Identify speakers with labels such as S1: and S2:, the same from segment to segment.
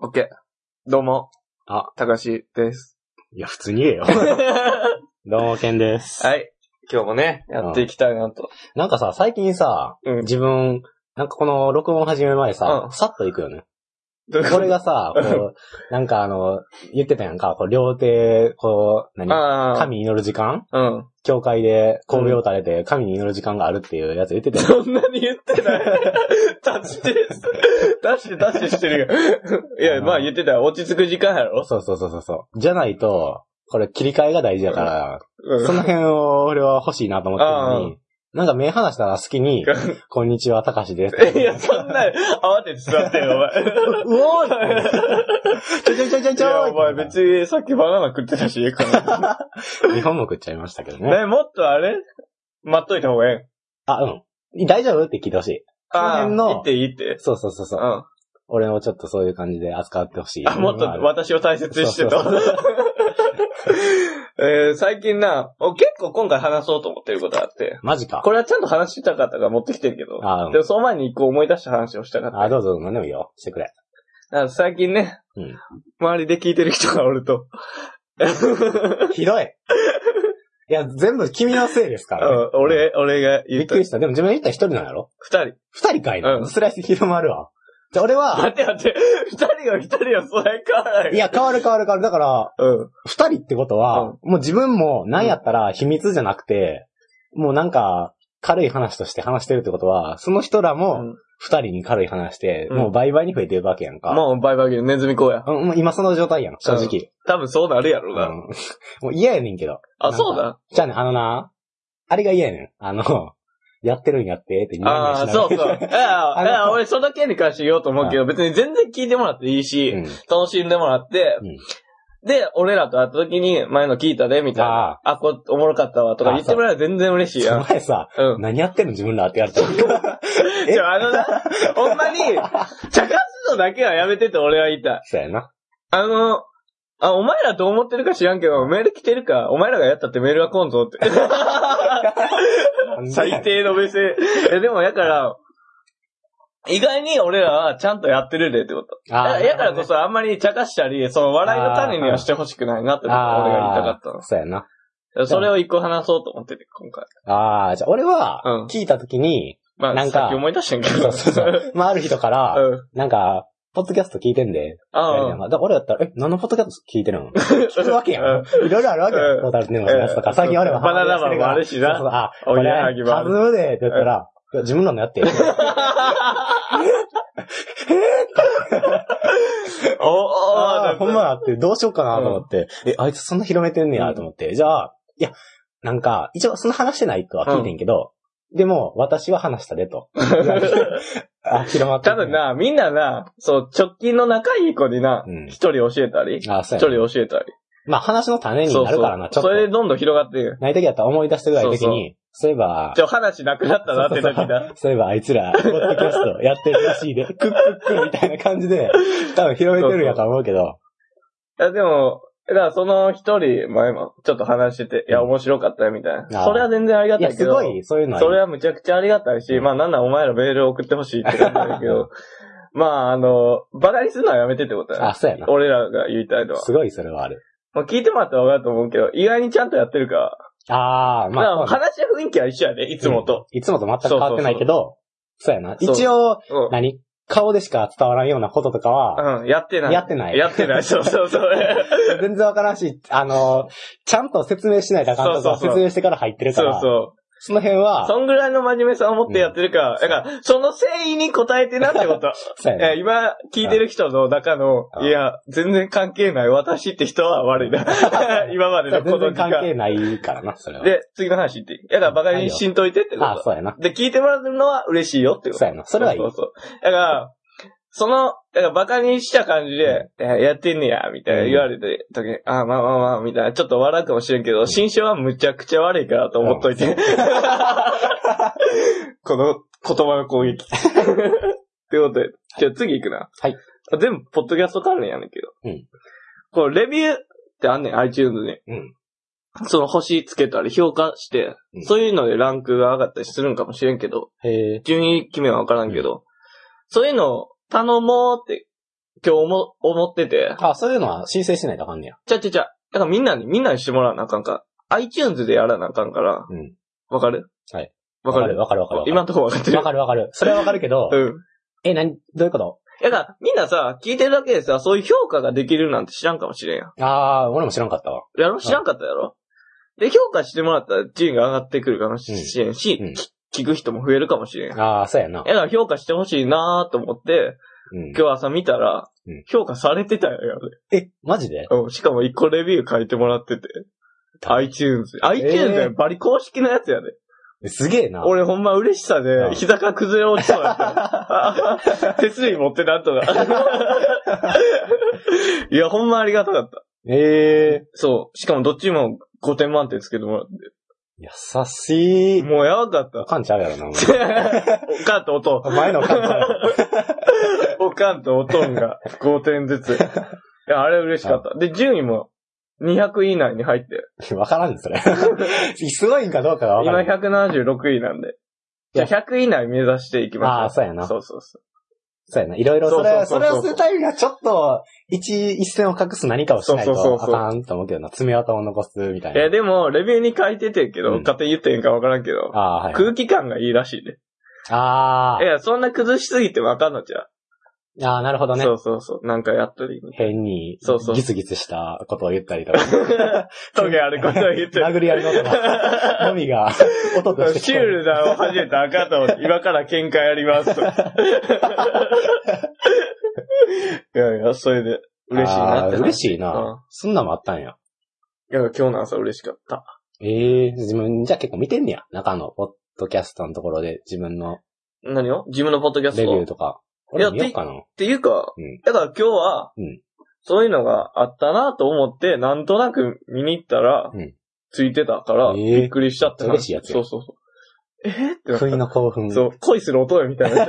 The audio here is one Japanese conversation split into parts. S1: オッケー。どうも。
S2: あ、
S1: たかし です。
S2: いや、普通に言えよ。
S1: は
S2: どうも、ケンです。
S1: い。今日もね、やっていきたいなと。
S2: なんかさ、最近さ、
S1: うん
S2: 自分、なんかこの録音始める前さ、
S1: うん
S2: さっと行くよね。
S1: どういうこと
S2: 俺がさ、こう、なんかあの、言ってたやんか、こう両手、こう、何
S1: ああ。
S2: 神に祈る時間
S1: うん。
S2: 教会で神戸を垂れて神に祈る時間があるっていうやつ言ってたやん。
S1: そんなに言ってない。 立ちて、立して、立してしてる よ。いや、まあ言ってたよ。落ち着く時間やろ。
S2: そうそうそうそうそう。じゃないと、これ切り替えが大事だから、
S1: う
S2: その辺を俺は欲しいなと思ってるのに、なんか目離したら好きに、こんにちは、たかしです。
S1: いや、そんな、慌てて座ってよ、お 前。
S2: うおーちょいちょいちょいちょい
S1: い
S2: ち
S1: や、
S2: ょい
S1: お前別にさっきバナナ食ってたし、家から。
S2: 日本も食っちゃいましたけどね。
S1: ね、もっとあれ待っといた方がええ。
S2: あ、うん。大丈夫って聞いてほしい。
S1: ああ、
S2: この辺の
S1: いいっていいって。
S2: そうそうそう
S1: う
S2: そう。
S1: ん。
S2: 俺をちょっとそういう感じで扱ってほしい。
S1: あ、もっと
S2: うん
S1: 私を大切にしてと
S2: そうそ。
S1: えー最近な、お結構今回話そうと思ってることがあって、
S2: マジか。
S1: これはちゃんと話したかったから持ってきてるけど、
S2: あ、うん
S1: でもその前に一個思い出した話をしたかった。
S2: あ、どうぞ、何でもいいよ。してく れ。
S1: なんか最近ね、
S2: うん
S1: 周りで聞いてる人がおると、
S2: ひどい。いや、全部君のせいですからね。
S1: うん俺、俺が
S2: び
S1: 言
S2: っ
S1: っ
S2: く
S1: た。
S2: りした。でも自分言ったら一人なんやろ
S1: 二人。
S2: 二人かいな。
S1: うん
S2: スライス広まるわ。じゃあ俺
S1: 待
S2: は、
S1: って待って、二人が二人はそれ変わらない。
S2: いや、、変わる変わる変わる。だから、
S1: うん。
S2: 二人ってことは、もう自分もなんやったら秘密じゃなくて、もうなんか、軽い話として話してるってことは、その人らも
S1: うん
S2: 二人に軽い話して、
S1: うん
S2: もう倍々に増えてるわけやんか。
S1: もうバイバイゲームネズミこうや。
S2: うん、もう今その状態やん、正直。
S1: 多分そうなるやろな。
S2: うんもう嫌やねんけど。
S1: あ、そう
S2: なん
S1: だ。
S2: じゃあね、あのな、あれが嫌やねん。あの、やってるんやって、ってニヤニ
S1: ああ、
S2: ヤしながら
S1: そうそう。いや、いや俺、その件に関して言おうと思うけど、別に全然聞いてもらっていいし、
S2: うん。
S1: 楽しんでもらって、
S2: うん
S1: で、俺らと会った時に、前の聞いたで、みたいな、あこれおもろかったわ、とか言ってもらえば全然嬉しいやん。
S2: 前さ、
S1: うん。
S2: 何やってんの自分らってやると。え
S1: じゃあ、あのな、ほんまに、茶化すのだけはやめてって俺は言いたい。
S2: そうやな。
S1: あの、あ、お前らどう思ってるか知らんけど、メール来てるか、お前らがやったってメールは来んぞって。最。低の目線。え、でも、やから、意外に俺らはちゃんとやってるでってこと。
S2: あ
S1: だ
S2: あ、
S1: やからこそあんまり茶化したり、その笑いの種にはしてほしくないなってこと
S2: あー
S1: 俺が言いたかった
S2: そうやな。
S1: の。それを一個話そうと思ってて、今回。
S2: ああ、じゃあ俺
S1: うん
S2: は、聞いたときに、
S1: まあ、
S2: なんか
S1: さっき思い出したんやけ
S2: そ
S1: ど。
S2: うそうそう。まあ、ある人か ら、
S1: うん。
S2: なんか、ポッドキャスト聞いてんで、みたいな
S1: あ
S2: だから俺だったら、え、何のポッドキャスト聞 いてるの聞くわけやん。いろいろあるわけ
S1: う
S2: や
S1: ん
S2: ん。ポータルネームのやつと
S1: うん
S2: か、最近俺は
S1: バナナマンもあるしな
S2: そうそうあ、
S1: お
S2: こ
S1: ぎやは
S2: れ、
S1: ぎもあ
S2: カ
S1: る
S2: ズムで、って言ったら、いや自分らのやって。
S1: あ。お、お、
S2: あ
S1: な
S2: あ、
S1: ん
S2: ほん
S1: か
S2: まだって、どうしようかなと思って、え、あいつそんな広めてんねやと思って、じゃあ、いや、なんか、一応その話してないとは聞いてんけど、でも、私は話したで と。あ、広まって
S1: 多
S2: る
S1: 分。な、みんなな、そう、直近の仲いい子にな
S2: う、ん
S1: 一人教えたり、一
S2: あ、そうやな
S1: 人教えたり。
S2: まあ話の種に
S1: そう
S2: なるから
S1: そ
S2: な、
S1: う。
S2: ちょっ
S1: それ
S2: と。
S1: でどんどん広がっていく。
S2: ない時だったら思い出したぐらいの時に、そういえば
S1: ち、ょ、話なくなったなって時だ。
S2: そういえばあいつら、ポッドキャストやってるらしい で、クックックみたいな感じで、多分広めてるんやと思うけど、
S1: いや、でも、だからその一人前もちょっと話してて、いや、面白かったよ、みたいな。
S2: あー
S1: それは全然ありが
S2: い
S1: た
S2: や、
S1: いけ
S2: す
S1: ど。
S2: ごい、そういうの
S1: それ
S2: は、
S1: はむちゃくちゃありがたいし、まあなんならお前らメール送ってほしいって感じだけ ど、まああの、バカにするのはやめてってこと
S2: あ、
S1: や。
S2: そうやな。
S1: 俺らが言いたいのは。
S2: すごいそれはある。
S1: もう聞いてもらったら分かると思うけど、意外にちゃんとやってるから。
S2: あー、
S1: まあ、
S2: まあ、そうね
S1: 話し雰囲気は一緒やね、いつもと。。
S2: うんいつもと全く変わってないけど、そうやな。
S1: そう
S2: 一応、
S1: うん
S2: 何顔でしか伝わらんようなこととかは、
S1: うん、やってない。
S2: やってない
S1: やってない、そうそうそう。
S2: 全然わからんし、あの、ちゃんと説明しないとあかん
S1: そ
S2: と
S1: う
S2: か、
S1: そうそう
S2: 説明してから入ってるか
S1: そう
S2: ら、
S1: そう。
S2: その辺は、
S1: そんぐらいの真面目さを持ってやってるから、だから、その誠意に応えてなってこと。
S2: そうやな
S1: えー今、聞いてる人の中の、
S2: うん
S1: いや、全然関係ない。私って人は悪いな。 今までのこの
S2: 全然
S1: 時
S2: 関
S1: 間。
S2: 係ないからな、それは。
S1: で、次の話言っていい。だから、バカにしんといてってこ
S2: あ、
S1: と。
S2: そうやな。
S1: で、聞いてもらうのは嬉しいよってこと。
S2: そうやな。それはいい。
S1: そうそうそうだから、その、だからバカにした感じで、えやってんねや、みたいな言われた時に、あ、まあまあまあ、みたいな、ちょっと笑うかもしれんけど、心象はむちゃくちゃ悪いからと思っといて。 この言葉の攻撃。ってことで、じゃあ次行くな。
S2: はい。
S1: 全部、ポッドキャスト関連やねんけど。
S2: うん。
S1: これ、レビューってあんねん、iTunes に。
S2: うん。
S1: その星つけたり評価して、
S2: うん
S1: そういうのでランクが上がったりするんかもしれんけど、
S2: へえ。
S1: 順位決めはわからんけど、そういうのを頼もうって今日思、思ってて。
S2: あ、そういうのは申請しないとあかんねや。
S1: ちゃちゃちゃ。だからみんなに、みんなにしてもらわなあかんか。iTunes でやらなあかんから。
S2: うん。
S1: わかる
S2: はい。
S1: わかる
S2: わかるわかるわかる。
S1: 今のところわかってる。
S2: わかるわかる。それはわかるけど、
S1: うん。
S2: え、何、どういうこと
S1: だから、みんなさ、聞いてるだけでさ、そういう評価ができるなんて知らんかもしれんやん。
S2: あー、俺も知らんかったわ。
S1: やろ知らんかったやろ、で、評価してもらったら順位が上がってくるかもしれんし、
S2: うんうん
S1: き聞く人も増えるかもしれんやん。だ
S2: あー、そうやな。
S1: から評価してほしいなーと思って、
S2: うん、
S1: 今日朝見たら
S2: うん、
S1: 評価されてたよ、
S2: え、マジで
S1: うん。しかも一個レビュー書いてもらってて。iTunes。iTunes やんバリ公式のやつやで。
S2: すげえな。
S1: 俺ほんま嬉しさ
S2: う
S1: で、
S2: ん
S1: 膝が崩れ落ちそうや った。手すり持ってなんとか。いや、ほんまありがたかった。
S2: え
S1: そう。しかもどっちも5点満点つけてもらっ。
S2: ー、優してい。
S1: もうやばかっ
S2: お
S1: た。
S2: かんちゃうやろな。
S1: おかんとおと
S2: お前のおかんちゃうやろ。
S1: ん。おかんとおとんが5点ずつ。いや、あれ嬉しかった。で、順位も200位以内に入って。
S2: わからんねそれ。すごいんかどうかがわから
S1: 今
S2: ん。
S1: 176位なんで。じゃあ100位以内目指していき
S2: あ
S1: ま
S2: あ、
S1: し
S2: そうや
S1: ょう。
S2: な。そ
S1: そうそうそう
S2: やな。いろいろ、それ
S1: そう
S2: は、
S1: そうそ
S2: そ
S1: う
S2: れ
S1: そう
S2: をするためにはちょっと、一、一線を隠す何かをしない
S1: そうそう
S2: と、
S1: そう
S2: あ
S1: そう。
S2: かんと思うけどな。爪痕を残すみたいう
S1: いや、
S2: な。
S1: でも、レビューに書いててんけど、
S2: うん
S1: 勝手に言ってへんかわからんけど、
S2: ああー、はい。
S1: 空気感がいいらしいね。
S2: あ
S1: いや、そんな崩しすぎてわかんのちゃ
S2: あ、ああ、なるほど
S1: う。
S2: ね。
S1: そうそうそう。なんかやっとりみ たい
S2: 変に
S1: そうそう、
S2: ギツギツしたことを言った りとか。
S1: な。トゲあることを言って。
S2: 殴り合いの音 が、のみが、音として
S1: シ
S2: 聞
S1: ュー
S2: こえる。
S1: ルダーを始めたらあかんと思って、今から喧嘩やり ますと。いやいや、それで、嬉しいな
S2: あ
S1: っ
S2: ー
S1: て。
S2: 嬉しい
S1: うん
S2: な。そんなんもあったん
S1: い
S2: や。
S1: や、今日の朝嬉しかった。
S2: ええ自分、じゃあ結構見てんねや。中の、ポッドキャストのところで自分の
S1: 何を自分のポッドキャス
S2: レビ
S1: ト
S2: ュ
S1: っ
S2: ーとか。
S1: いや
S2: 俺見ようかな。
S1: ていうか
S2: うん、
S1: だから今日は
S2: うん、
S1: そういうのがあったなと思って、なんとなく見に行ったら
S2: うん、
S1: ついてたから、
S2: えー
S1: びっくりしちゃって。
S2: 嬉しいやつや
S1: そうそうそう。えーってなった
S2: 不意の興奮。
S1: そう、恋する乙女みたい な。えー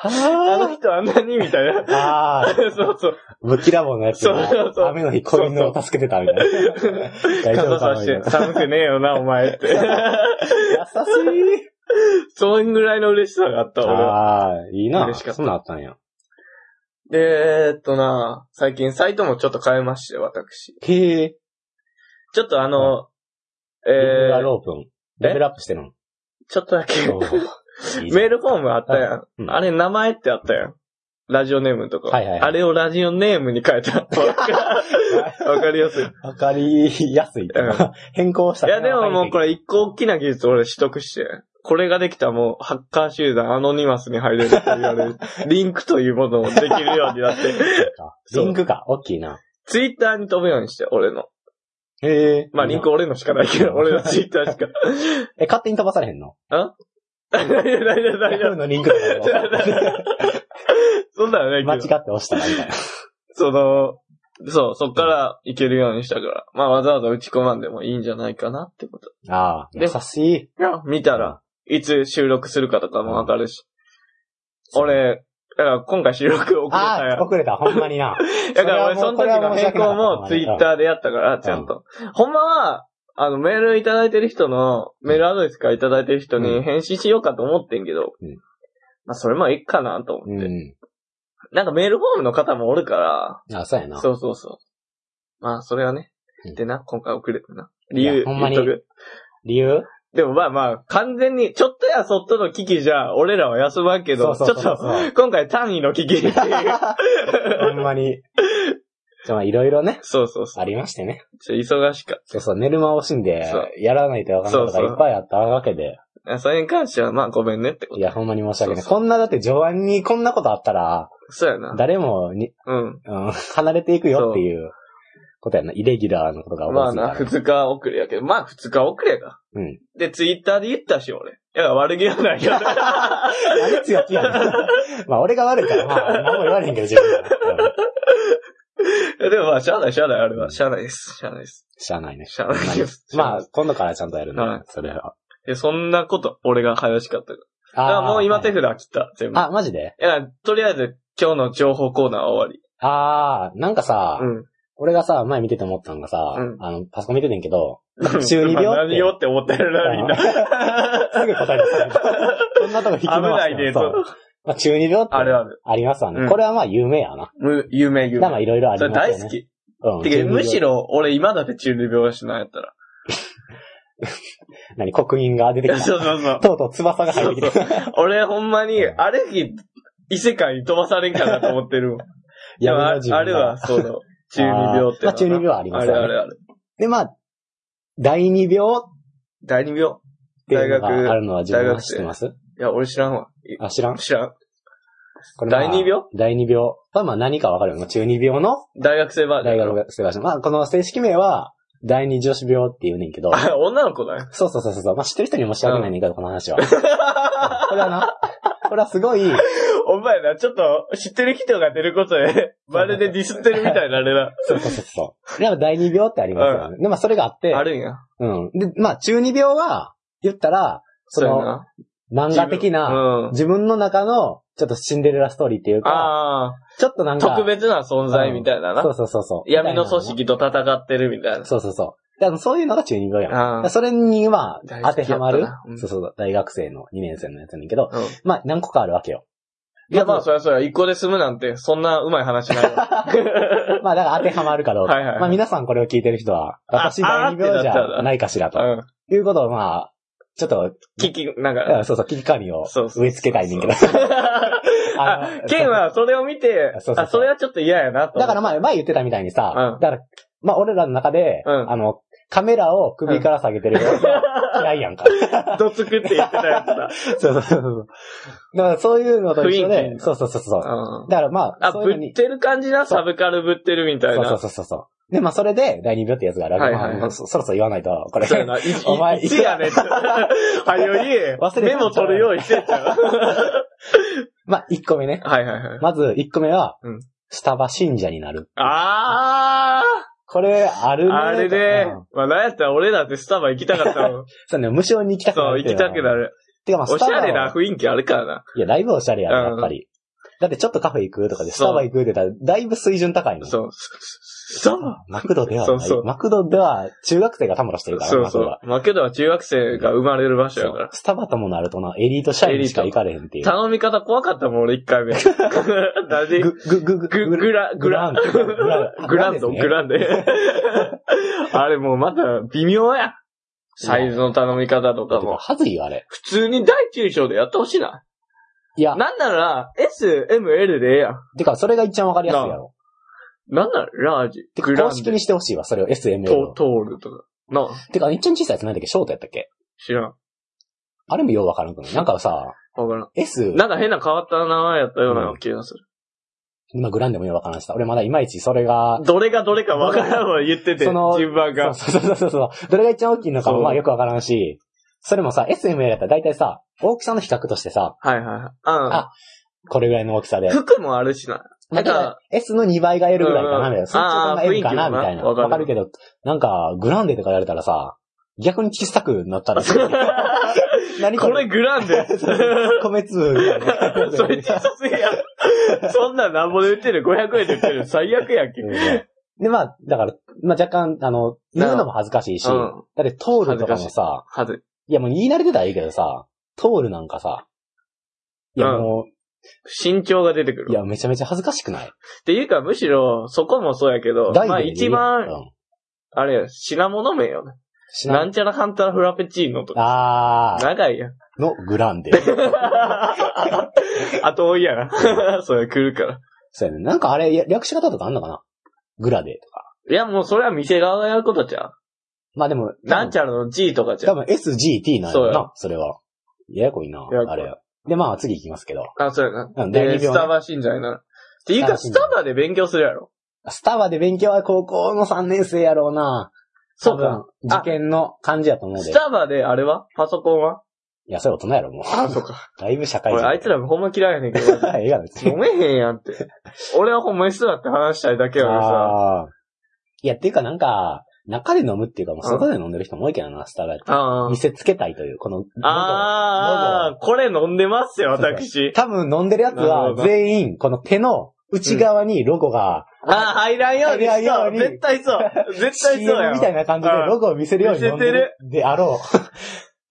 S1: あの
S2: は
S1: 人あんなにみたいな
S2: あ。。ああ、
S1: そうそう。
S2: ぶっきらぼうのやつ
S1: そうそうそう
S2: が、雨の日子犬を助けてたみたい な。大丈
S1: 傘
S2: 夫か
S1: さ
S2: な
S1: し
S2: みたい
S1: て、
S2: な
S1: 寒くねえよな、お前 って。
S2: 優しい。
S1: そんぐらいの嬉しさがあった、俺は。
S2: ああ、いいな。
S1: 嬉しかった
S2: そんなんあったんや。
S1: で、えーっとな、最近サイトもちょっと変えまして、私。
S2: へえ。
S1: ちょっとあの、
S2: レベル
S1: え
S2: ア
S1: ー、
S2: ロープン。レベルアップしてるの。
S1: ちょっとだけ、
S2: おーいいじゃ ん
S1: メールフォームあったや。
S2: うんん
S1: あれ、名前ってあったやん。ラジオネームのとか。
S2: はいはいはい
S1: あれをラジオネームに変えた。 わかりやすい。い
S2: わかりやすいってな。変更した
S1: や、でももうこ
S2: れ。
S1: れ一個大きな技術俺取得して。これができたらもう、ハッカー集団アノニマスに入れるって言われる。 リンクというものもできるようになって。そう
S2: リンクか。大きいな。
S1: ツイッターに飛ぶようにして、俺の。
S2: へえ。
S1: まあ、リンク俺のしかないけど、俺のツイッターし か。
S2: え、勝手に飛ばされへんの
S1: 大丈夫、大丈夫、大 丈
S2: のリンクとかも
S1: 夫。そんなのね、
S2: 間違
S1: け
S2: っ
S1: ど
S2: て押したらみたいな。
S1: その、そう、そっから行けるようにしたから。まあ、わざわざ打ち込まんでもいいんじゃないかなってこと。
S2: ああ、
S1: で
S2: 優しい。
S1: 見たら、いつ収録するかとかもわかるし。俺、だから今回収録遅れた
S2: あ
S1: や
S2: あ、
S1: ん。
S2: 遅れた。ほんまにな。
S1: だから俺、
S2: それ
S1: そ
S2: は
S1: の
S2: もうこ
S1: 時
S2: れ
S1: の変
S2: は
S1: 更もツイッターでやったから、ちゃんと。ほんまは、あの、メールいただいてる人の、メールアドレスからいただいてる人
S2: う
S1: に返信しようかと思ってんけど、
S2: うん
S1: まあ、それもいいかなと思って。
S2: うん。
S1: なんかメールフォームの方もおるか
S2: ああ、そうやな
S1: ら、。そうそうそう。まあ、それはね
S2: う。ん
S1: でな、今回遅れてな。理由
S2: いやほんまに
S1: 言っとく
S2: 理由
S1: でもまあまあ、完全に、ちょっとやそっとの危機じゃ、俺らは休まんけど、ち
S2: そ
S1: ょ
S2: う
S1: っ
S2: そうそうそう
S1: と、今回単位の危機っていう。
S2: ほんまに。じゃあまあ、いろいろね、
S1: そうそうそう。
S2: ありましてね。
S1: ちょ忙しかっ
S2: そうそう、寝る間を惜しんで
S1: そう、
S2: やらないとわかんないこと
S1: そうそ
S2: が
S1: う
S2: いっぱいあったわけで。
S1: た。それに関しては、まあごめんねってこ
S2: いや、ほんまに申し訳な
S1: そう
S2: い。
S1: そ
S2: こんな、だって、上腕にこんなことあったら、
S1: と。そうやな。
S2: 誰もに、
S1: うん。
S2: うん、離れていくよっていうことやな。イレギュラーのことが起こ
S1: まあ
S2: るから
S1: な、。二日遅れやけど、まあ二日遅れやか。
S2: うん。
S1: で、ツイッターで言ったし、俺。いや、悪気はないよ。
S2: 何強気やねん まあ、俺が悪いから、まあ、何も言われへんけど、自分は。うん
S1: でもまあ、しゃあない、しゃあない、あれは。しゃあないです。 しゃあないです。
S2: しゃあないね。
S1: しゃあないです。
S2: まあ、今度からちゃんとやるね
S1: はい。
S2: それは。
S1: で、そんなこと、俺が早しかったから。
S2: あ
S1: だからもう今手
S2: で。
S1: 札切った、全部。
S2: あ、マジで
S1: いや、とりあえず、今日の情報コーナーは終
S2: ああ、なんかさ
S1: わ、り。
S2: 俺がさ、前見てて思ったのがさ、
S1: うん
S2: あの、パソコン見ててんけど、
S1: うん。
S2: 中二病って
S1: まあ 何よって 思ってるな、みんな。
S2: すぐ答えてた。そんなとこ引き
S1: 危
S2: 伸ば
S1: な
S2: し
S1: い
S2: て
S1: で、
S2: そ
S1: と
S2: う。まあ、中二病って
S1: あるある。
S2: ありますわね。
S1: うん
S2: これはまあ有名やな。
S1: む有名有
S2: だ
S1: 名。
S2: からまあいろいろあり
S1: そ
S2: ます
S1: れ
S2: よ
S1: 大
S2: ね。
S1: 好き。
S2: うん。
S1: てか、むし
S2: ろ。
S1: ろ、俺今だって中二病やしなんやったら。
S2: 何、刻印が出てき
S1: そ
S2: た。
S1: うそうそ う。
S2: とうとう翼が入ってき
S1: そ
S2: た。い
S1: 俺ほんまに、あれ日、異世界に飛ばされんかなと思ってるもん。
S2: や
S1: でもあ
S2: 自分が
S1: あれは、そうだ。中二病ってのはな。
S2: あーまあ中二病はあります
S1: あ
S2: よね
S1: るあるある。
S2: で、まあ、第二病っ
S1: 第二病。
S2: ていうの
S1: 大学
S2: があるのは自分は知ってます
S1: いや、俺知らんわ。い
S2: あ、知らん
S1: 知らん。
S2: これまあ
S1: 第二病
S2: 第二病はまあ何かわかるよ。まあ中二病の
S1: 大学生バージョ
S2: 大
S1: ン。
S2: 学生がまあこの正式名は第二女子病って言うねんけど。
S1: あ、女の子だね。
S2: そうそうそうそう。まあ知ってる人には申し訳ないねんけど、この話は。これはな、これはすごい、
S1: お前ら、ちょっと、知ってる人が出ること で、まるでディスってるみたいなあれだ。
S2: そうそうそうそう。でも第二病ってありますよね。で、まあそれがあって、
S1: あるんや。
S2: うん。で、まあ中二病は、言ったら、そ
S1: そうや
S2: の、
S1: な。
S2: 漫画的
S1: う
S2: な、
S1: ん。
S2: 自分の中の、ちょっとシンデレラストーリーっていうか、
S1: あ
S2: ちょっとなん
S1: あ、
S2: か、
S1: 特別な存在みたいな
S2: そ
S1: な。
S2: うそうそうそう。
S1: 闇の組織と戦ってるみたいな。
S2: そうそうそう。だからそういうのが中二病やん。だか
S1: あ
S2: ら
S1: あ。
S2: それに、ま
S1: 大
S2: あ、
S1: 好
S2: 当て
S1: きや
S2: は
S1: ったな
S2: まる、
S1: うん
S2: そうそう、大学生の2年生のやつなんだけど、
S1: うん
S2: まあ、何個かあるわけよ。
S1: いや、まあ、
S2: ず
S1: そりゃそりゃ、一個で済むなんて、そんなうまい話ないわ。
S2: まあ、だから当てはまるかどうか。
S1: はいはいはい
S2: まあ、皆さんこれを聞いてる人は、
S1: あ
S2: 私第二病じゃないかしら
S1: う
S2: と。
S1: ん。
S2: いうことを、まあ、ちょっと、
S1: 聞き、なん
S2: う
S1: か
S2: ん、そうそう、危機管理を
S1: そうそう
S2: 植え付けたい ねんけど。あ
S1: あ
S2: の、
S1: ケンはそれを見て
S2: そうそう、そう
S1: あ、それはちょっと嫌やなと。
S2: だからまあ、前言ってたみたいにさ、
S1: うん
S2: だから、まあ、俺らの中で、
S1: うん
S2: あの、カメラを首から下げてるやつ嫌いや んか。
S1: どつくって言ってたやつだ。
S2: そうそうそうそう。だからそういうのと一
S1: 雰
S2: 緒
S1: 囲
S2: で、
S1: 気
S2: そうそうそうそう
S1: う。ん。
S2: だからまあ、
S1: あ、
S2: そうい
S1: ぶ
S2: うのに
S1: っ、てる感じな、
S2: そう
S1: サブカルぶってるみたい
S2: そうそ
S1: な
S2: う。そうそうそう。で、まあそれで、第二秒ってやつがあるわけ、
S1: はいはいはい
S2: まあそそろそろ言わないと、これ。
S1: そうやな。いい
S2: お前
S1: いいつやねん。はよ言え。
S2: 忘れて
S1: メ
S2: た
S1: モ取るように してた。は
S2: まあ、1個目ね。
S1: いはいはい。
S2: まず、1個目は、
S1: うん
S2: スタバ信者になる。
S1: あ
S2: これ、ある
S1: ー
S2: ね。
S1: あれ
S2: う
S1: ね
S2: ん。
S1: まあ、なんやったら俺だってスタバ行きたかったもん。
S2: そうね、無償に行きたくな
S1: そう、
S2: るって
S1: 行
S2: い
S1: き
S2: のは。
S1: たくなる。
S2: てかまあ、
S1: おし
S2: スタ
S1: ゃ
S2: バ
S1: れな
S2: は。
S1: 雰囲気あるからな。
S2: いや、だいぶおしゃれやろ、
S1: うん
S2: やっぱり。だってちょっとカフェ行くとかで、スタバ行くって言ったら、だいぶ水準高いの。
S1: そう。スタバ
S2: マクドではない。
S1: そうそう
S2: マクドでは、中学生がたむろしてるから、
S1: そう
S2: マクド
S1: そ
S2: は。
S1: う。マクドは中学生が生まれる場所や
S2: そ
S1: か
S2: う
S1: ら。
S2: スタバともなるとな、エリート社員しか行かれへんっていう。
S1: 頼み方怖かったもん、俺一 回目。 なんで、
S2: ぐ、
S1: グ
S2: ぐ、ぐ、ぐ、
S1: グラ、グ
S2: グラ
S1: ラ
S2: ン、グラン
S1: グランド、グランデ。 あれもうまた微妙や。サイズの頼み方とか
S2: だも
S1: も。
S2: はずいよ、あれ。
S1: 普通に大中小でやってほしいな。
S2: いや、
S1: なんなら、S、M、L でええやん。
S2: てか、それが一番わかりやすいやろ。
S1: なんなら、ラージ、
S2: て
S1: グ
S2: か、
S1: ラ
S2: 公
S1: ン
S2: 式
S1: デ、
S2: にしてほしいわ、それを SML
S1: ト
S2: を。
S1: トールとか。なあ、
S2: てか、一番小さいやつなんだっけショートやったっけ
S1: 知らん。
S2: あれもようわからんくないなんかさ、
S1: わからん。
S2: S、
S1: なんか変な変わった名前やったような気がする。
S2: 今グランでもようわからんした。俺まだいまいちそれが、
S1: どれがどれかわからんわ言ってて、
S2: その
S1: 順番が。
S2: そうそうそうそう。どれが一番大きいのか
S1: そ
S2: も
S1: う
S2: まあよくわからんし、それもさ、SML やったら大体さ、大きさの比較としてさ、
S1: はいはいはい。
S2: あこれぐらいの大きさ
S1: う
S2: で
S1: ん。。服もあるしな。な
S2: まあ
S1: ん
S2: だか、
S1: から
S2: S の2倍が L ぐらいかな、みたいな。そっち
S1: あ
S2: が
S1: ー
S2: M かな、
S1: 雰囲気も
S2: み
S1: な
S2: たいな。
S1: わかる
S2: わかるけど、なんか、グランデとか言われたらさ、逆に小さくなったら、何
S1: こ れグランデ。
S2: 米粒ぐらい の。
S1: それ小さすぎやろ。そんなんなんぼで売ってる、500円で売ってる。最悪やんけ。
S2: うんで、まあ、だから、まあ若干、あの、言うのも恥ずかしいし、
S1: うん
S2: だってトールとかも
S1: 恥ず
S2: さ、
S1: はず。
S2: いやもう言い慣れてたらいいけどさ、トールなんかさ、いや
S1: うん
S2: も
S1: 身長が出てく
S2: う、い
S1: る。
S2: やめちゃめちゃ恥ずかしくない
S1: っていうか、むしろ、そこもそうやけど、
S2: 大
S1: まあ一番、
S2: うん、
S1: あれや、品物名よね。
S2: しな
S1: なんちゃらハンタラフラペチーノとか。
S2: あー、
S1: 長い やん。
S2: のグラ ンデ。
S1: あと多いやな。 それ来るから。
S2: そうやね。なんかあれ、や略し方とかあんのかなグラデとか。
S1: いや、もうそれは店側がやることじゃん。
S2: まあでも、
S1: なんちゃらの G とかじゃ
S2: 多
S1: ん。
S2: 分 SGT なんや
S1: そう
S2: ろ
S1: や
S2: な、それは。ややこいな
S1: やや、こい
S2: あれ。で、まあ次行きますけど。
S1: あ、そうやな。
S2: うん第二
S1: で、
S2: 病ね
S1: スタバ信者になる。っていうか、ス
S2: スタ
S1: タバで勉強するやろ。
S2: スタバで勉強は高校の3年生やろうな。
S1: そうか。
S2: 多分。受験の感じやと思うで。
S1: ス
S2: い
S1: タバであれはパソコンは
S2: や、それ大人やろ、もう。
S1: あ、そうか。
S2: だいぶ社会人。
S1: 俺、あいつらもほんま嫌いやねんけど。
S2: ええやん、別に
S1: 飲めへんやんって。俺はほんまに座って話したいだけやからさ。
S2: あーいや、っていうかなんか、中で飲むっていうか、もう
S1: うん
S2: 外で飲んでる人も多いけどな、スタバやって。
S1: あー
S2: 見せつけたいという、この、
S1: あーあー、これ飲んでますよ、私。
S2: 多分飲んでるやつ
S1: なる
S2: は
S1: ほど
S2: 全員、この手の内側にロゴが、
S1: あー、入らんように
S2: 入らんよ
S1: そうう。
S2: に
S1: 絶対そう。絶対そう
S2: CM
S1: や
S2: みた
S1: ん。
S2: いな感じでロゴを見せるように飲んでるであろ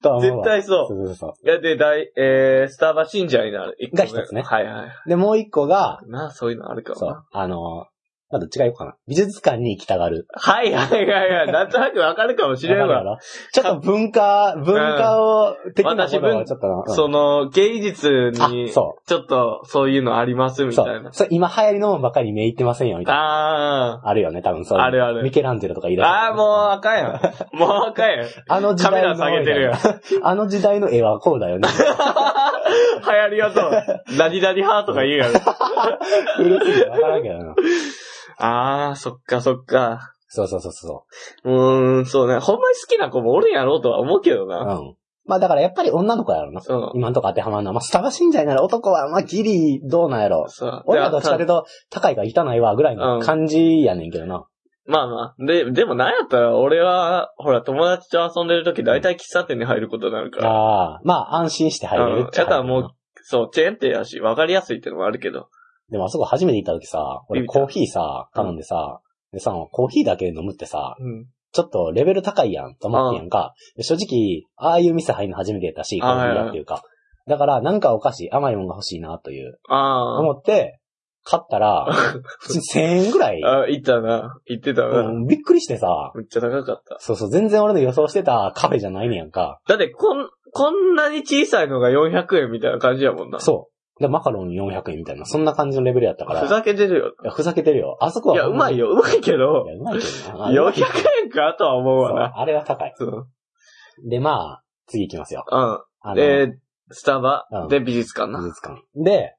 S2: とは思う
S1: 絶
S2: わ。
S1: 対そ。
S2: そうそうそう
S1: いや、で、大、えー、スターバ信者になる。一個目
S2: が一つね
S1: はいはい。
S2: う。で、もう一個が、
S1: な、そういうのあるかも
S2: そ
S1: な。
S2: う、あの、まあ、どっちがいいかな。美術館に行きたがる。
S1: はいはいはいはい。なんとなくわかるかもしれん
S2: わかるや
S1: わ。
S2: ろちょっと文化、文化を、的なものを
S1: 私
S2: ちょっとな、うん
S1: その、芸術
S2: あ
S1: に、、ちょ
S2: そ
S1: っと、そういうのあります
S2: う。
S1: みた
S2: そ
S1: いうな。。
S2: そう今流行りのもんばかり目いってませんよ、みたいな。
S1: あ
S2: あるよね、多分そ
S1: あ、
S2: ういうの。
S1: あるある
S2: ミ。ケランジェロとかいらっしゃ
S1: ああ、
S2: る
S1: もうあかん やん。もうあかんやん。
S2: あの時
S1: カメ
S2: 代
S1: ラ
S2: の。
S1: 下げてるやん。
S2: あの時代の絵はこうだよね。
S1: 流行りやと、 何々派とか言うやろ。
S2: 古すぎてわからんけどな。
S1: ああ、そっかそっか。
S2: そうそうそうそう
S1: ーん、そうね。ほんまに好きな子もおるんやろうとは思うけど
S2: う。う
S1: な。
S2: ん。まあだからやっぱり女の子やろな。
S1: そ
S2: 今んとこ当てはまるのは。まあスタバ信者になる男は、まあギリどうなんやろ
S1: う。。そう。
S2: 俺はどっちかというと、高いが痛ないわ、ぐらいの感じやねんけどな。
S1: まあまあ。で、でもなんやったら、俺は、ほら、友達と遊んでる時、だいたい喫茶店に入ることになるから。
S2: ああ、まあ安心して入れ
S1: う
S2: る
S1: ん。
S2: っ
S1: やっ
S2: ちゃ
S1: た
S2: 入れ
S1: ら
S2: る
S1: も
S2: な
S1: う、そう、チェーン店やし、わかりやすいってのもあるけど。
S2: でもあそこ初めて行った時さ、俺
S1: ビビった
S2: コーヒーさ、頼んでさ、でさ、コーヒーだけ飲むってさ、
S1: うん。
S2: ちょっとレベル高いやん、と思ってんやんか。で正直、ああいう店入るの初めてやったし、コ
S1: あ
S2: ーヒー屋っていうか。だから、なんかお菓子、甘いもんが欲しいな、という、
S1: あ
S2: 思って、買った ら、普通に1000円ぐらい、
S1: あ。あ、行ったな。行ってたな。
S2: うんびっくりしてさ、
S1: めっちゃ高かった。
S2: そうそう、全然俺の予想してたカフェじゃないねんやんか。
S1: だって、こん、こんなに小さいのが400円みたいな感じやもんな。
S2: そう。で、マカロン400円みたいな、そんな感じのレベルやったから。
S1: ふざけてるよ。
S2: いやふざけてるよ。あそこは。
S1: いや、うまい
S2: よ。
S1: よ。うまいけど
S2: い、や、うまいけどな。
S1: 400円かとは思う
S2: そう
S1: わな。
S2: あれは高い。
S1: そう。
S2: で、まあ、次行きますよ。
S1: うん。
S2: あの、
S1: えー、スタバ
S2: うん
S1: で美術館
S2: 美
S1: な。
S2: 術館。で、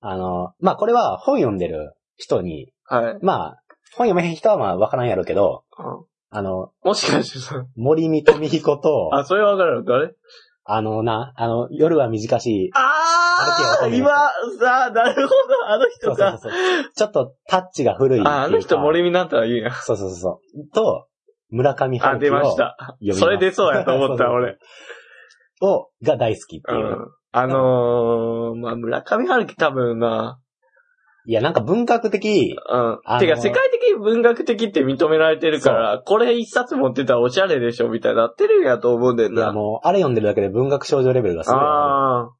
S2: あの、まあこれは本読んでる人に、
S1: はい。うん
S2: まあ、本読めへん人はまあわからんやろうけど、あの、
S1: もしかしてさ、
S2: 森見富彦と、あ
S1: あ、それわかるの誰
S2: のな、あの、夜は短し、
S1: あ
S2: あ
S1: あ
S2: れ
S1: 今、さあ、なるほど、あの
S2: そ
S1: 人
S2: うそう
S1: か。
S2: そうそう。ちょっとタッチが古いっていうか。
S1: あ、あの人森見なんたら言うやん。
S2: そうそうそう。と、村上春樹を
S1: あ、出ました。
S2: 読みます
S1: それ出 そうやと思っ
S2: そう
S1: た、
S2: そう
S1: 俺。
S2: を、が大好きって
S1: う
S2: いう。
S1: ん。あのー、まあ、村上春樹多分な、
S2: いや、なんか文学的、
S1: うん。
S2: あのー
S1: てか、世界的に文学的って認められてるから、これ一冊持ってたらおしゃれでしょ、みたいになってるんやと思うねん
S2: いや
S1: な。
S2: もう、あれ読んでるだけで文学少女レベルがすごい。
S1: あ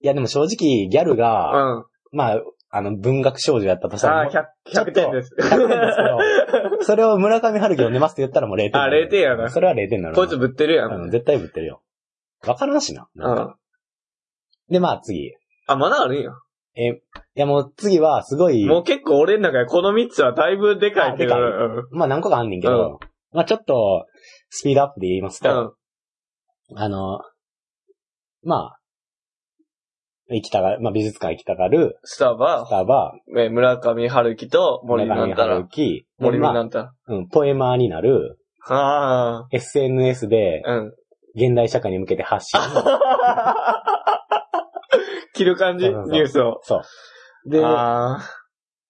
S2: いや、でも正直、ギャル
S1: あ、
S2: が、
S1: うん。
S2: まあ、あの、文学少女やったとした
S1: あ
S2: ら、
S1: あ、
S2: もう
S1: 100、100点です。
S2: 100点ですけど、それを村上春樹読んでますって言ったらもう0点。
S1: あ0点やな
S2: それは0点なの。
S1: こいつぶってるや
S2: うん
S1: ん。
S2: 絶対ぶってるよ。わからんしな。
S1: う
S2: なんか
S1: ん。
S2: で、まあ次。い
S1: あ、まだあるんや。
S2: や、もう次はすごい、
S1: もう結構俺の中でこの3つはだいぶでかいけど。
S2: あ
S1: う
S2: でかい
S1: ん。
S2: まあ何個かあんねんけど、まあちょっと、スピードアップで言います
S1: う
S2: と、
S1: ん。
S2: あの、まあ、行きたがる、まあ美術館行きたがる、
S1: スタバ
S2: ス、タバ、
S1: え村上春樹と森になっ
S2: 上
S1: たら
S2: 春、樹、
S1: 森に
S2: ま
S1: な
S2: あ、
S1: ったら。
S2: うん、ポエマーになる、
S1: あ
S2: SNS で
S1: あ、うん。
S2: 現代社会に向けて発信。
S1: 切る感じ
S2: そうそうそう
S1: ニュースを。
S2: そう。で、
S1: ああ、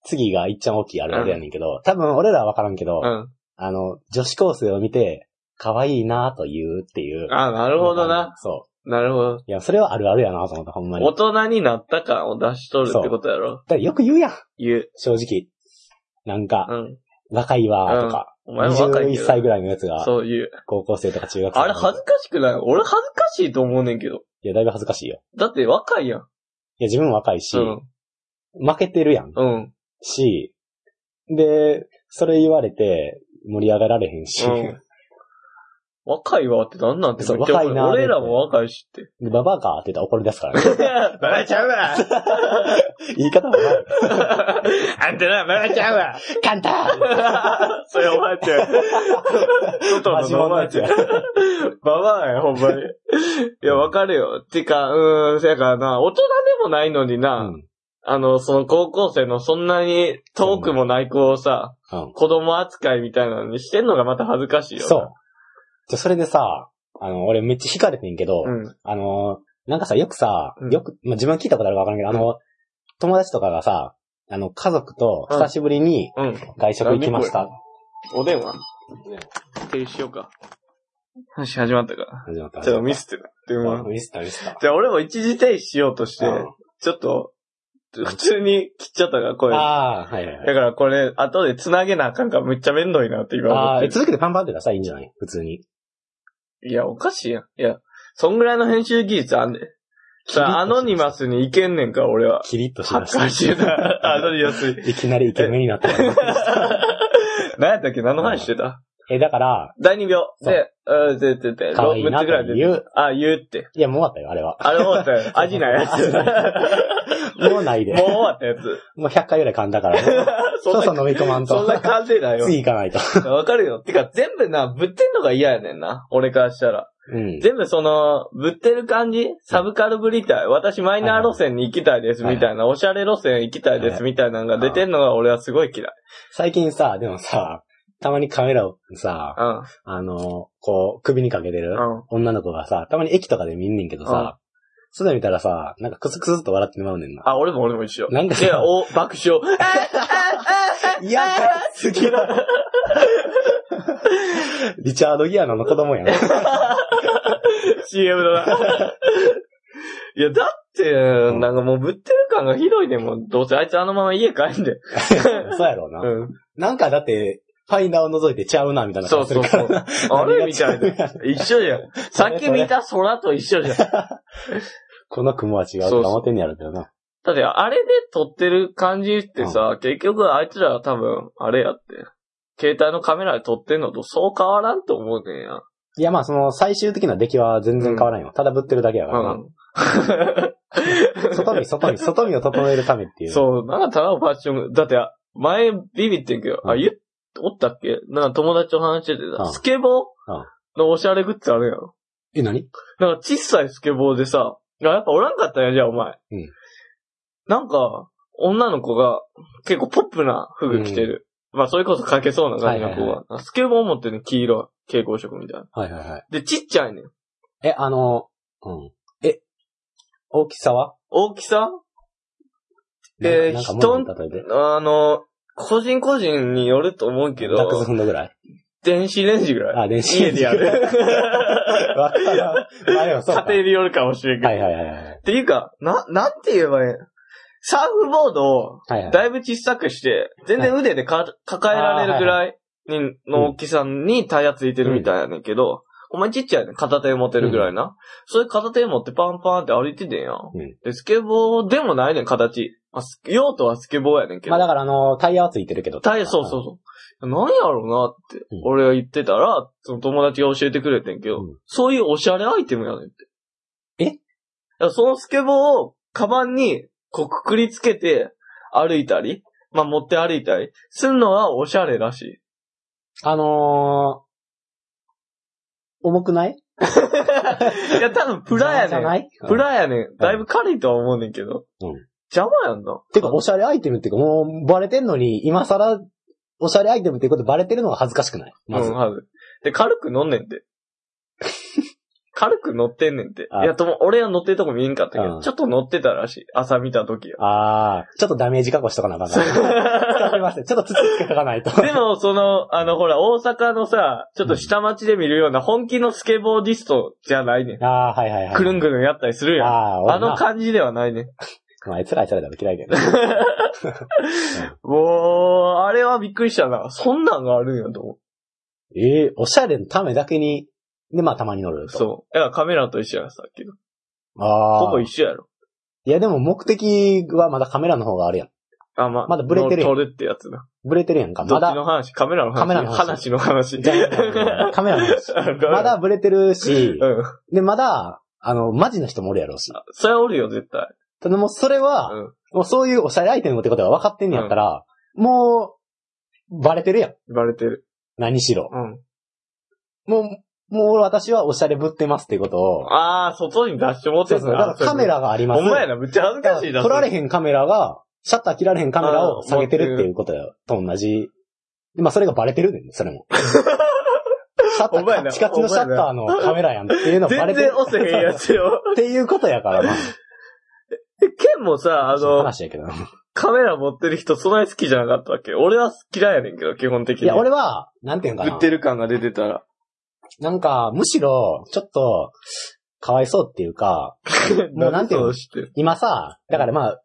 S2: 次がいっちゃん大きいあるあるやねんけど、多分俺らはわからんけど、
S1: うん。
S2: あの、女子高生を見て、可愛いなと言うっていう。
S1: ああ、なるほどな。。
S2: そ
S1: なるほど。
S2: う。いや、それはあるあるやなと思った、ほんまに。
S1: 大人になった感を出しとるってことやろ
S2: だからよく言うやん、
S1: 言う。
S2: 正直。なん
S1: う
S2: か、
S1: ん。
S2: 若いわとか、
S1: お前も若いけ
S2: 21歳
S1: ど。
S2: ぐらいのやつが、
S1: そう言う。
S2: 高校生とか中学生。
S1: あれ恥ずかしくない俺恥ずかしいと思うねんけど。
S2: いや、だいぶ恥ずかしいよ。
S1: だって若いやん。
S2: いや、自分も若いし、
S1: うん。
S2: 負けてるやん。
S1: うん。
S2: し、で、それ言われて、盛り上がられへんし、
S1: うん若いわってなんなんて
S2: そう
S1: めっちゃ思う
S2: 若いなーって
S1: 俺らも若いし って。
S2: でババアかって言ったら怒り出 すからね。
S1: バラちゃうわ
S2: 言い方もない。
S1: あんたらバラちゃうわ
S2: カンタ
S1: それお ばあちゃん。外のおばあちゃん。ババアや、ほんまに。いや、わかるよ。てか、うーん、せやからな、大人でもないのに
S2: う
S1: な、
S2: ん。
S1: あの、その高校生のそんなに遠くもない子をさ、
S2: うん。
S1: 子供扱いみたいなのにしてんのがまた恥ずかしいよな。
S2: そう。じゃ、それでさ、あの、俺めっちゃ惹かれてんけど、
S1: うん。
S2: あの、なんかさ、よくさ
S1: う、ん
S2: よく、まあ、自分聞いたことあるかわからんけど、あの、友達とかがさ、あの、家族と久しぶりに
S1: うん。
S2: 外食行きました。
S1: お電話停止しようか。話始まったか。
S2: 始まった
S1: ちょっとミスってた。電話。
S2: ミスった、ミスった。
S1: じゃあ俺も一時停止しようとして
S2: う、ん
S1: ちょっと、普通に切っちゃったから、声。だ
S2: ああ、はいはいはい。
S1: からこれ、後で繋げなあかんからめっちゃめんどいなって今
S2: あ
S1: 思
S2: あ
S1: っ
S2: ー、
S1: てる。
S2: 続けてパンパンって出したらいいんじゃない普通に。
S1: いや、おかしいやん。いや、そんぐらいの編集技術あんで。さあ、アノニマスにいけんねんか、俺は。
S2: キリッとし
S1: ハ
S2: ま
S1: ッ
S2: し
S1: カー
S2: た。
S1: して た。アノニマス。
S2: いきなりイケメンになったから
S1: 何やったっけ何の話してた
S2: え、だから、
S1: 第2秒。で、うん、で、で、で、
S2: 可愛い
S1: 6
S2: な
S1: つ
S2: っ
S1: ぐらい
S2: てい
S1: で。
S2: う。
S1: あ、言うって。
S2: いや、もう終わったよ、あれは。
S1: あれ終わった よ。アジなやつ。
S2: もうないで。
S1: もう終
S2: も
S1: わったやつ。
S2: う100回ぐらい噛んだから、ね、そろそろ飲み込まん
S1: そん
S2: と。
S1: な感じだよ。
S2: 次行かないと。
S1: わかるよ。てか、全部な、ぶってんのが嫌やねんな。俺からしたら。
S2: うん。
S1: 全部その、ぶってる感じサブカルブリタイ。私マイナー路線に行きたいです、みたいな。おしゃれ路線行きたいです、みたいなのが出てんのが俺はすごい嫌い。
S2: 最近さ、でもさ、たまにカメラをさ、
S1: うん。
S2: あの、こう、首にかけてる
S1: うん
S2: 女の子がさ、たまに駅とかで見んねんけどさ、それ見たらさ、なんかクスクスっと笑ってまうねんな。
S1: あ、俺も俺も一緒。
S2: なんか
S1: いや、お、爆 笑。
S2: いや、すぎだ。リチャード・ギアナの子 供やん。
S1: CM だな。いや、だって、なんかもうぶってる感がひどいねんもん。どうせあいつあのまま家帰んで。
S2: そうやろうな。
S1: うん。
S2: なんかだって、ファインダーを覗いてちゃうな、みたいな
S1: そう
S2: 感じす
S1: そ
S2: る
S1: う
S2: か
S1: そ
S2: ら
S1: う
S2: な。。
S1: あれみたいな。一緒じゃん。さっき見た空と一緒じゃん。
S2: この雲は違うとか思ってんねやろうけどな。
S1: だって、あれで撮ってる感じってさ、結局あいつらは多分、あれやって。携帯のカメラで撮ってんのとそう変わらんと思うねんや。
S2: いや、まあ、その、最終的な出来は全然変わらんよ。ただぶってるだけやからな。外見、外 見、外見を整えるためって
S1: う
S2: い
S1: ん。
S2: う。
S1: そう、なんかただのファッション、だって、前ビビってんけど、
S2: う
S1: あ、
S2: ん
S1: 言っ、おったっけなんか友達と話してて
S2: う
S1: さ、
S2: ん
S1: スケボーのおしゃれグッズあるやろ。
S2: え、何
S1: なんか小さいスケボーでさ、あやっぱおらんかったんや、じゃあお前。
S2: うん
S1: なんか、女の子が結構ポップな服着てる。まあそれこそかけそうな感じの子が、
S2: はいは
S1: スケボー持ってるね、黄色、蛍光色みたいな。
S2: はいはいはい。
S1: で、ちっちゃいねん。
S2: え、あの、うん。え、大きさは
S1: 大きさえー
S2: なんかなんか物に例えて。
S1: あの、個人個人によると思うけ
S2: ダックス
S1: ど、
S2: フンドぐらい
S1: 電子レンジぐらい。
S2: あ、電子
S1: 家でやる。
S2: わからん。まあでもそうか。
S1: 家庭によるかもしれんけど。
S2: はいはいはいはい。
S1: っていうか、な、なんて言えばいいサーフボードを
S2: はいはい。
S1: だいぶ小さくして、全然腕でか、抱えられるぐらいにの大きさにタイヤついてるみたいやねんけど、お前ちっちゃいねん片手持てるぐらいな。それ片手持ってパンパンって歩いててんや、
S2: ん
S1: で、スケボーでもないねん、形。まあ、ス用途はスケボーやねんけど。
S2: まあだからあの、タイヤはついてるけど。
S1: タイヤ、そうそうそう。何やろうなって
S2: うん、
S1: 俺が言ってたら、その友達が教えてくれてんけど、
S2: うん
S1: そういうおしゃれアイテムやねんって。
S2: え
S1: だからそのスケボーを、カバンに、こうくくりつけて、歩いたり、まあ、持って歩いたり、するのはおしゃれらしい。
S2: あのー、重くない
S1: いや、多分プラや
S2: じゃ
S1: ね。
S2: なんい
S1: プ
S2: っ
S1: ラやねん。だいぶ軽いとは思うねんけど。
S2: うん
S1: 邪魔やんな。
S2: てか、おしゃれアイテムっていうか、もう、バレてんのに、今更、おしゃれアイテムっていうことバレてるのが恥ずかしくないまず。
S1: うん、はず。で、軽く乗んねん て。軽く乗ってんねんて。
S2: あ
S1: いや、とも、俺は乗ってるとこ見えんかったけ
S2: う
S1: ど、
S2: ん
S1: ちょっと乗ってたらしい。朝見た時は。
S2: あー、ちょっとダメージ加工しとかなあかんな。わかりません。ちょっとつつつけとかないと。
S1: でも、その、あの、ほら、大阪のさ、ちょっと下町で見るような本気のスケボーディストじゃないねん。
S2: あー、はいはいはい。
S1: くるんぐるんやったりするやん。
S2: あー、おるな
S1: あの感じではないね。
S2: まあ、あいつらあいつらだろ嫌いやけど。
S1: もう、あれはびっくりしたな。そんなんがあるんやと思
S2: ええおしゃれのためだけに、で、まあ、たまに乗る
S1: う。
S2: と。
S1: そう。だからカメラと一緒やん、さっきの。
S2: う。ああ。
S1: ほぼ一緒やろ。
S2: いや、でも目的はまだカメラの方があるやん。
S1: あ、まあ、
S2: まだブレてるやん
S1: 撮るってやつな。
S2: ブレてるやんか。
S1: ど
S2: ま
S1: っち
S2: だ。
S1: の話カメラの話
S2: カメラの話
S1: の話。
S2: じゃあカメラの話まだブレてるし、
S1: うん。
S2: で、まだ、あの、マジの人もおるやろうし。
S1: それはおるよ、絶対。
S2: ただもうそれは、
S1: うん
S2: もうそういうおしゃれアイテムってことが分かってんねやったら、もう、バレてるやん。
S1: バレてる。
S2: 何しろ。
S1: うん。
S2: もう、もう私はおしゃれぶってますってことを。
S1: あー、外に出してもって
S2: そ
S1: ん
S2: うそう。だからカメ。ラがあります。
S1: ほんまやな、めっちゃ恥ずかしいな。
S2: 撮られ
S1: へん。
S2: へんカメラが、シャッター切られへんカメラを下げてるっていうことよ。と同じ。でまあ、それがバレてるねん、そ れも。シャッタ
S1: ほんまや
S2: ー、
S1: な
S2: カチカチのシャッターのカメラやんっていうのバレ
S1: 全
S2: てる
S1: 然。押せへんやつよ。
S2: っていうことやから、ま
S1: え、ケンもさ、
S2: あ、
S1: あの、
S2: 話やけどな。
S1: カメラ持ってる人、そない好きじゃなかったわけ。俺は嫌いやねんけど、基本的に。
S2: いや、、俺は、なんていうのか
S1: 売っ
S2: な
S1: て。る感が出てたら。
S2: なんか、むしろ、ちょっと、かわいそうっていうか、 もうなんていうの
S1: の知ってる。
S2: 今さ、だからまあ、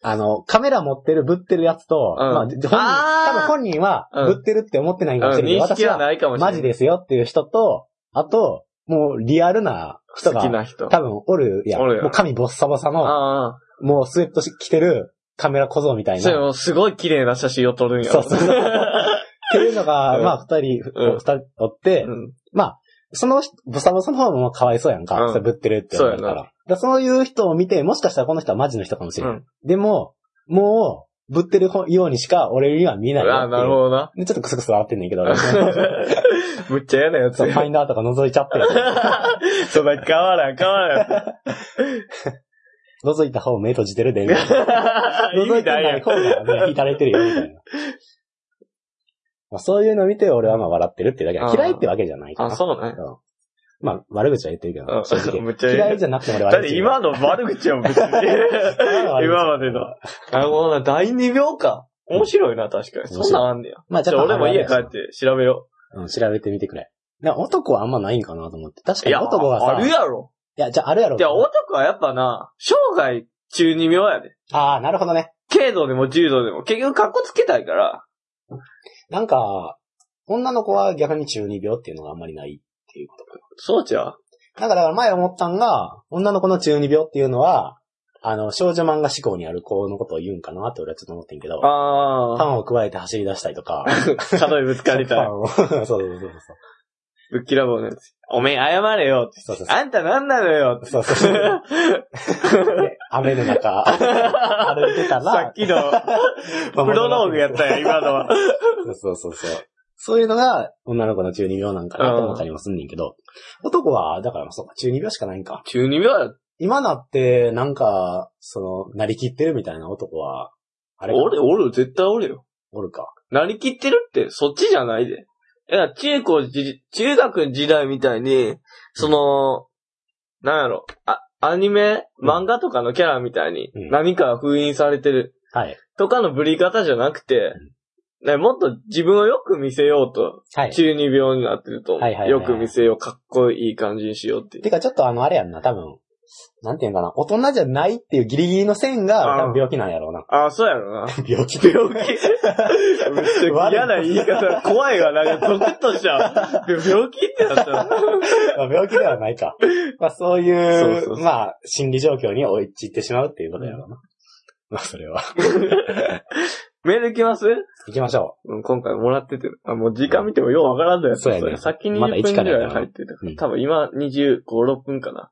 S2: あの、カメラ持ってる、ぶってるやつと、
S1: うん
S2: まあ、本人、多分本人は、
S1: うん
S2: ぶってるって思ってない
S1: うん
S2: かもしれないけど、
S1: 認
S2: 私
S1: 識は
S2: は、
S1: ないかもしれな
S2: マ
S1: い。
S2: ジですよっていう人と、あと、もうリアルな人
S1: 好き
S2: が、
S1: な人。
S2: 多分おるやん。
S1: おるやん
S2: もう髪ボッサボサの、
S1: あ
S2: もうスウェットし着てるカメラ小僧みた
S1: あ。
S2: い
S1: そ
S2: な。
S1: れもすごい綺麗な写真を撮るんや
S2: そ
S1: ろ。
S2: うそうそう。っていうの が、
S1: うん
S2: まあ、二人、
S1: うん
S2: 二人おって、
S1: うん。
S2: その人、ボサボサの方もまあかわいそうやんか。
S1: うん
S2: それぶってるって思うから。
S1: そうやな
S2: だからそういう人を見て、もしかしたらこの人はマジの人かもしれ
S1: う
S2: ない。
S1: ん。
S2: でも、もう、ぶってるようにしか俺には見えないよってい
S1: あ
S2: う
S1: あ、なるほどな。
S2: でちょっとクスクス笑ってんねんけ ど、
S1: むっちゃ嫌なやつ
S2: そう、フ
S1: や。
S2: ァインダーとか覗いちゃってる。
S1: そんな変わらん、変わらん。
S2: 覗いた方目閉じてるで、みたい な。
S1: 意
S2: 覗い
S1: 味
S2: て
S1: ない
S2: な
S1: や
S2: い方が、ね、引かれてるよ、みたいな。まあ、そういうの見て俺はまあ笑ってるってだけだ
S1: あー
S2: 嫌いってわけじゃないか
S1: あ、
S2: な。
S1: そうね。
S2: まあ、悪口は言ってるけ
S1: う
S2: ど、
S1: ん
S2: 正 直。
S1: むっちゃ
S2: 嫌い
S1: 嫌
S2: じゃなくても俺
S1: だっ
S2: 悪
S1: て
S2: 口。
S1: 今の悪口は別 に。今までの。なるほどな、第2秒か。面白いな、確かに。そんなんあんねや。
S2: まあ、
S1: じ
S2: じ
S1: ゃ
S2: ゃ
S1: あ
S2: あ
S1: 俺も家帰って調べよ
S2: うん、調べてみてくれ。でも男はあんまないんかなと思って。確
S1: う。
S2: かに男がさ、
S1: ある
S2: い
S1: やろ。
S2: や、じゃああるやろ
S1: い。や、男はやっぱな、生涯中二病やで。
S2: ああ、なるほどね。
S1: 軽度でも重度でも、結局格好つけたいから。
S2: なんか、女の子は逆に中二病っていうのがあんまりないっていうことか
S1: そうじゃう
S2: なんかだから前思ったんが、女の子の中二病っていうのは、あの、少女漫画思考にある子のことを言うんかなって俺はちょっと思ってんけど、パ
S1: あ
S2: ンを加えて走り出したり とか、
S1: ー。角にぶつかりた
S2: パ
S1: い。
S2: ンを そうそうそうそう。
S1: ぶっきらぼうのやつ。おめえ謝れよって。
S2: そうそうそう。
S1: あんたなんなの よって。
S2: そうそうそう。で雨の中、歩いてた
S1: さ
S2: ら
S1: っ、きの、プロローグやったやん、今のは。
S2: そうそうそうそう。そういうのが女の子の中二病なんかなと思ったりもすんねんけど、男は、だからそうか、中二病しかないんか。
S1: 中二病や。
S2: 今なって、なんか、その、なりきってるみたいな男は、あれか
S1: 俺、俺、絶対俺よ。
S2: おるか。
S1: なりきってるって、そっちじゃないで。いや、中高じ、中学時代みたいに、その、なんやろ、あ、アニメ、
S2: うん
S1: 漫画とかのキャラみたいに、
S2: うん
S1: 何か封印されてる
S2: はい。
S1: とかのぶり方じゃなくて、ね、もっと自分をよく見せようと、
S2: はい。
S1: 中二病になってると思う
S2: はいはいはい
S1: よ
S2: はい
S1: く見せよう、かっこいい感じにしようっていう。
S2: てか、ちょっとあの、あれやんな、多分、なんていうんかな、大人じゃないっていうギリギリの線が、
S1: うん
S2: 多分病気なんやろうな。
S1: ああ、そうやろ な。
S2: 病 気
S1: 病気。めっちゃ嫌な言い方、怖いわ、なんかゾクッとしちゃう。で病気ってなったら。
S2: まあ病気ではないか。まあ、そう
S1: そう
S2: い
S1: そう
S2: う
S1: そう
S2: まあ、心理状況に陥ってしまうっていうことやろうな。まあ、それは。
S1: メール来ます
S2: 行きましょ
S1: うん、今回もらってて。あ、もう時間見てもようわからんのやつ。
S2: そうやね
S1: れ先に
S2: まだ
S1: 20分
S2: 一
S1: ぐ
S2: からや
S1: ら
S2: か
S1: い
S2: ら
S1: 入ってたから。
S2: うん
S1: 多分今25、6分かな。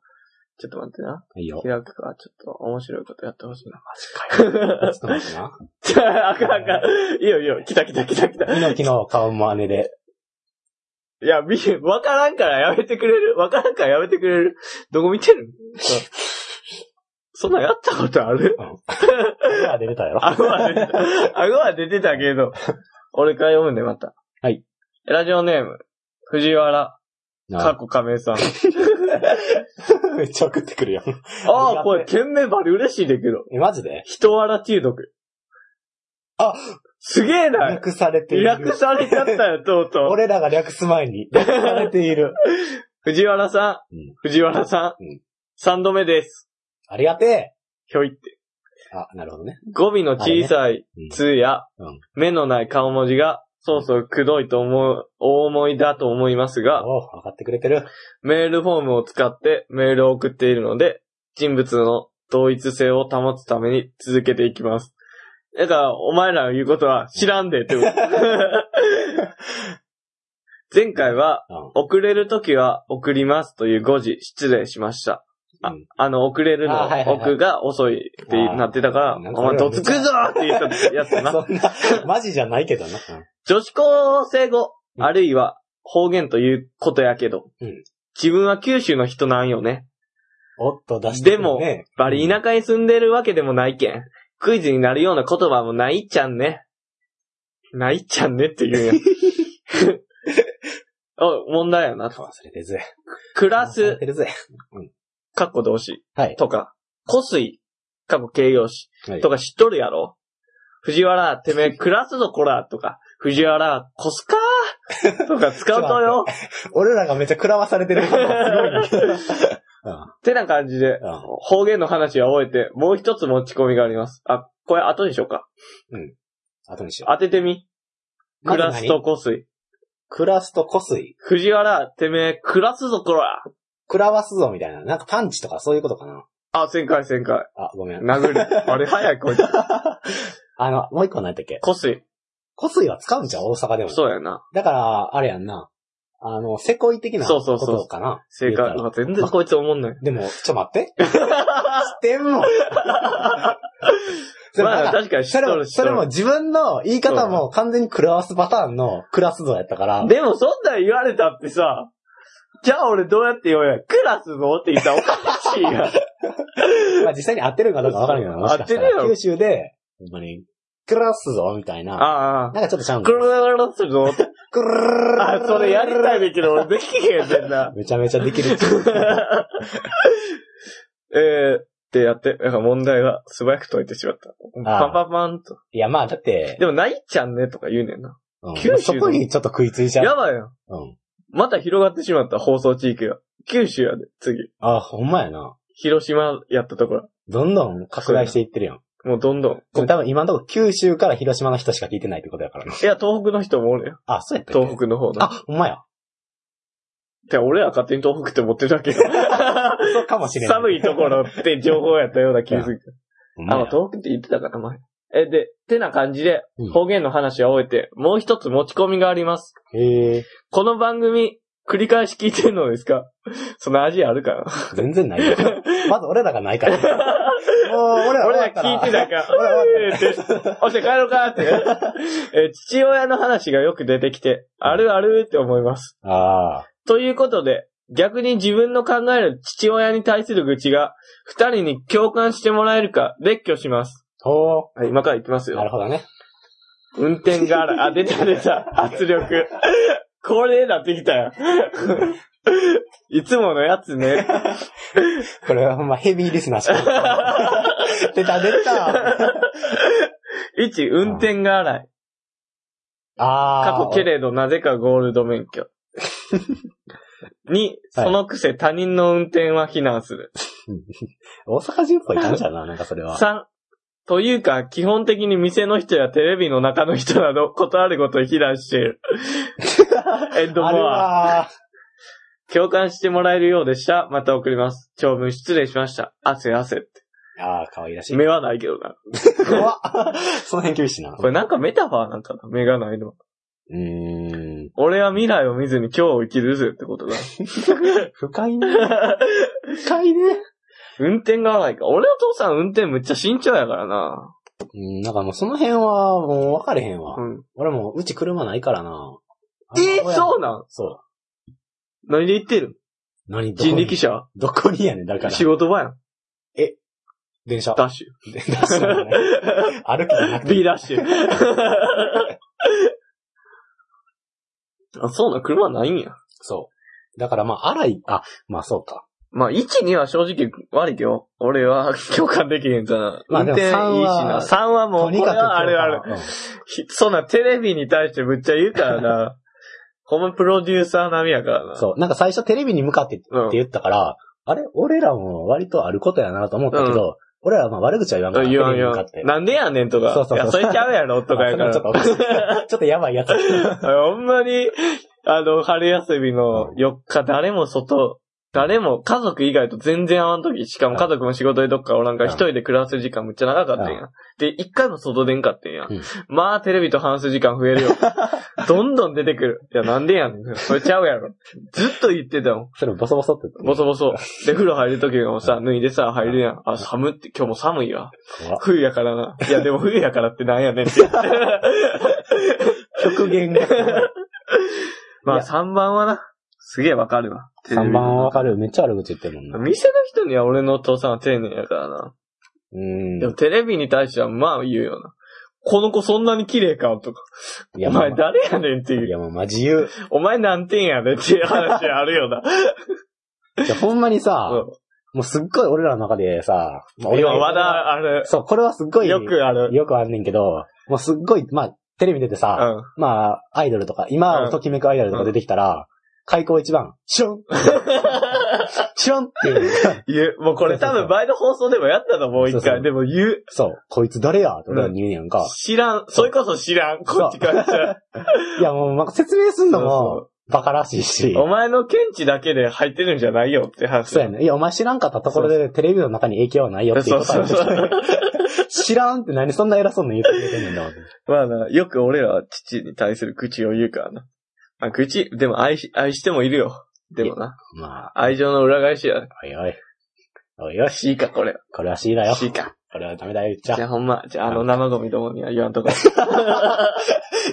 S1: ちょっと待ってな。
S2: う。いいよ。
S1: 開くから、ちょっと面白いことやってほしいな。
S2: マジかよ。ちょっと待ってな。
S1: じゃあ、あかんあかん。いいよいいよ。来た来た来た来た。い
S2: ミノキの顔真似で。
S1: や、見る、わからんからやめてくれるわからんからやめてくれるどこ見てるそんなんやったことある
S2: 今は出てたやろ。
S1: 顎は出 てた。顎は出てたけど。俺から読むんで、また。
S2: はい。
S1: ラジオネーム、藤原、
S2: な
S1: かっ
S2: あ
S1: こ亀井さ ん。
S2: めっちゃ送ってくるよ。
S1: ああ、これ、県名バリ嬉しいでけど。
S2: え、マジで
S1: 人笑中毒。
S2: あ
S1: すげえな
S2: 略されている
S1: 略。されちゃったよ、とうとう。
S2: 俺らが略す前に、略されている。
S1: 藤原さん
S2: うん、
S1: 藤原さん
S2: うん、
S1: 三度目です。
S2: ありがて
S1: ひょいって。
S2: え。あ、なるほどね。
S1: 語尾の小さい
S2: うん
S1: 通や
S2: うん、
S1: 目のない顔文字が、そうそうくどいと思う、大思いだと思いますが、
S2: おう、分かってくれてる。
S1: メールフォームを使ってメールを送っているので、人物の同一性を保つために続けていきます。だから、お前らの言うことは知らんでって こと。前回は、
S2: うん。
S1: 遅れるときは送りますという誤字失礼しました。あ
S2: うん
S1: あの、遅れるの
S2: あはいはいはい
S1: 奥が遅いってなってたから、
S2: あ
S1: お
S2: ーなんか
S1: 前どつくぞーって言ったやつ
S2: そ
S1: だ
S2: ん
S1: な。
S2: な、マジじゃないけどな。
S1: 女子高生語、
S2: うん
S1: あるいは方言ということやけど、
S2: うん
S1: 自分は九州の人なんよね。
S2: おっと出してくるね。
S1: バリ田舎に住んでるわけでもないけん。クイズになるような言葉もないっちゃんね。ないっちゃんねって言 うんや。あ、問題やな。
S2: 忘れてるぜ。
S1: 暮
S2: プ
S1: らす、
S2: てるぜ。
S1: かっこ動詞
S2: はい。
S1: とか、こすい、かっこ形容詞
S2: はい
S1: とか知っとるやろ藤原、てめ え、暮らすぞこらとか、藤原、こすかーとか使うとよ。
S2: 俺らがめっちゃ食らわされて る感がすごいね。う
S1: ってな感じで、
S2: ん。うん。
S1: 方言の話は終えて、もう一つ持ち込みがあります。あ、これ後にしようか。
S2: 後にしよ
S1: 当ててみ。
S2: ま
S1: ク
S2: ず
S1: ラ
S2: 何
S1: スと湖水。
S2: う。クラスと湖水。
S1: 藤原、てめえ、クラスぞこら
S2: 食らわすぞみたいな。なんかパンチとかそういうことかな。
S1: あ、旋回旋回。
S2: あ、ごめん。
S1: 殴る。あ れ、早い、こいつ。
S2: あの、もう一個何やったっけ
S1: こすい。
S2: 湖水は使うんじゃん、大阪でも。
S1: そうやな。
S2: だから、あれやんな。あの、せこい的な
S1: そ
S2: こ
S1: うそうそう
S2: とかな。
S1: 正
S2: 言うた
S1: 解。
S2: ら
S1: あ全然こいつ思んない。
S2: でも、ちょ、待って。して んもん。 それも
S1: ま
S2: な
S1: あ、
S2: んか
S1: 確かに知
S2: そ
S1: っ
S2: れ
S1: とる
S2: も、
S1: 知っ
S2: そ
S1: と
S2: れ
S1: る
S2: も自分の言い方も完全に食らわすパターンのクラス像やったから。
S1: でもそんなん言われたってさ、じゃあ俺どうやって言おうや。クラスぞって言ったらおかしいやん。
S2: まあ実際に合ってるかどうかわからんけど、もしかし
S1: 合っ
S2: た
S1: てるや
S2: ら
S1: ろ
S2: 九州で、ほんまに、クラスぞみたいな。
S1: ああ。
S2: なんかちょっとちゃうん
S1: ク
S2: だよ
S1: ラスぞって。
S2: くるる
S1: あ、それやりたいねんけど、俺できへんねんな。
S2: めちゃめちゃできる。
S1: えー、ってやって、なんか問題は素早く解いてしまった。
S2: あ
S1: パンパンパンと。
S2: いや、まあだって、
S1: でも、ないちゃんねとか言うねんな。
S2: うん
S1: 九州の
S2: そこにちょっと食いついちゃう。
S1: やばいやん。
S2: うん。
S1: また広がってしまった、放送地域が。九州やで、次。
S2: あ、ほんまやな。
S1: 広島やったところ。
S2: どんどん拡大していってるやん。
S1: もうどんどん。
S2: でも多分今のところ九州から広島の人しか聞いてないってことやからな。
S1: いや、東北の人もおるやん。
S2: あ、そうやったっけ
S1: 東北の方の。
S2: あ、ほんまや。
S1: って俺ら勝手に東北って持ってるだけよ。
S2: そうかもしれん。
S1: 寒いところって情報やったような気がする。
S2: ほんま
S1: あ、
S2: や
S1: まあ東北って言ってたかな、前。え、で、てな感じで
S2: うん、
S1: 方言の話は終えて、もう一つ持ち込みがあります。
S2: へえ、
S1: この番組、繰り返し聞いてるのですかその味あるかな
S2: 全然 ないよ。まず俺らがないから。もう俺ら
S1: 俺ら
S2: 終わった
S1: 聞いて
S2: ら
S1: たか。
S2: 俺ら終
S1: えーっておして帰ろうかって。えー父親の話がよく出てきて、あるあるって思います。
S2: ああ。
S1: ということで、逆に自分の考える父親に対する愚痴が、二人に共感してもらえるか、列挙します。
S2: ほ
S1: はい、今から行きます
S2: う。な
S1: よ
S2: る。ほどね。
S1: 運転がある。あ、出た出た。圧力。これなってきたよ。いつものやつね。
S2: これはほんまヘビーリス ナーしか。出た出た。
S1: 1、運転が荒い。過
S2: ああ。
S1: 去けれどなぜかゴールド免許。2、そのくせ他人の運転は非難する。
S2: 大阪人っぽい感じだな、なんかそれは。
S1: 3、というか、基本的に店の人やテレビの中の人など、ことあることを非難してい る。エンドモ
S2: あれ
S1: ア。
S2: は、
S1: 共感してもらえるようでした。また送ります。長文失礼しました。汗汗って。
S2: ああ、可愛らしい。
S1: 目はないけどな。
S2: 怖っ その辺厳しいな。
S1: これなんかメタファーなんかな目がないの。
S2: うーん。
S1: 俺は未来を見ずに今日を生きるぜってことだ。
S2: 深いね。深いね。
S1: 運転がないか。俺の父さん運転むっちゃ慎重やからな。
S2: うん、だからもうその辺はもう分かれへんわ。
S1: うん。
S2: 俺もうち車ないからな。
S1: えー、そううなん
S2: そ
S1: 何で言ってる
S2: う。何どこに
S1: 人力車
S2: どこにやねん、だから
S1: 仕。事場やん。
S2: 電車。
S1: ダッシ
S2: 電車じゃない歩きじゃなく
S1: ュ。
S2: て。
S1: B ダッシュ。 あ、そうなん、車ないんや。
S2: そう。だからまあ、荒い、あ、まあそうか。
S1: まあ、1、2は正直悪いけど、俺は 共感できへんかな。
S2: まあ
S1: 運
S2: でも
S1: 転いいしな。3はも
S2: と
S1: う、
S2: に
S1: こ
S2: か
S1: れ
S2: く今日
S1: はあるある。
S2: から。うん
S1: ひそんなテレビに対してむっちゃ言うからな。 ほんまプロデューサー並みやからな。
S2: そう。なんか最初テレビに向かってって
S1: うん
S2: 言ったから、あれ俺らも割とあることやなと思ったけど、俺らはまあ悪口は言わんから、テ
S1: 言わ
S2: レ
S1: ん
S2: ビ
S1: 言
S2: に向か
S1: わ
S2: って
S1: ん。。なんでやねんとか。
S2: そうそうそう
S1: いや、それちゃうやろとかやか
S2: あ
S1: ら。
S2: それもちょっとおかしい、ちょっとやばいや つ。
S1: ほんまに、あの、春休みの4日、誰も外、誰も家族以外と全然会わんとき、しかも家族も仕事でどっかおらんから
S2: うん
S1: 一人で暮らす時間むっちゃ長かったんや。で、一回も外出んかってんや
S2: うん。
S1: まあ、テレビと話す時間増え るよ。どんどん出てくる。いや、なんでやねん。それちゃうやろ。ずっと言ってたもん。
S2: それボソボソって言
S1: ボ
S2: って。
S1: ソボソ。で、風呂入るときもさ、脱いでさ、入るやん。あ、寒って、今日も寒いわ。
S2: 怖っ
S1: 冬やからな。いや、でも冬やからってなんやねんって言って。
S2: 極限が。
S1: ま
S2: い
S1: あ、
S2: や
S1: 3番はな、すげえわかるわ。
S2: 3番はわかる。めっちゃ悪口言ってるもんな。
S1: 店の人には俺のお父さんは丁寧やからな。
S2: う
S1: で
S2: ん
S1: も。テレビに対してはまあ言うよな。この子そんなに綺麗かとか。
S2: い
S1: お
S2: や、まあ
S1: 前、誰やねんって
S2: い
S1: いう。
S2: や、まあ、まあ自由。
S1: お前何点やねんっていう話あるよな。
S2: いや、ほんまに
S1: う
S2: さ、
S1: ん
S2: もうすっごい俺らの中でさ、まあ 俺
S1: 今
S2: ら
S1: まだある。
S2: そう、これはすっごい、
S1: よくある。
S2: よくあんねんけど、もうすっごい、まあ、テレビ出て
S1: う
S2: さ、
S1: ん。
S2: まあ、アイドルとか、今、
S1: うん
S2: ときめくアイドルとか出てきたら、開口一番、シ ュンシュンっていう。
S1: 言う。もうこれ多分前の放送でもやったの、もう一
S2: そうそ
S1: 回。
S2: う
S1: でも言う。
S2: そう、こいつ誰やって俺らに言うねんか。
S1: 知らん。それこそ知らん。こっちからしたら。
S2: いや、もう、なんか説明すんの
S1: そうそ
S2: も、バカらしいし。
S1: お前の見地だけで入ってるんじゃないよって話。
S2: そうやね。いや、お前知らんかったところでテレビの中に影響はないよっていうこと
S1: そうそうそう。
S2: 知らんって何そんな偉そうな言うてくれてんねんな。
S1: まあな、よく俺らは父に対する口を言うからな。あ、口、でも愛し、愛してもいるよ。でもな。
S2: まあ、
S1: 愛情の裏返しや。
S2: おいおい。おいよし。
S1: しいか、これ。
S2: これは C だよ。
S1: しいか。
S2: これはダメだよ、
S1: じ
S2: 言っち
S1: ゃ
S2: ゃ。
S1: あほんま、じゃああの生ゴミどもには言わんとこ。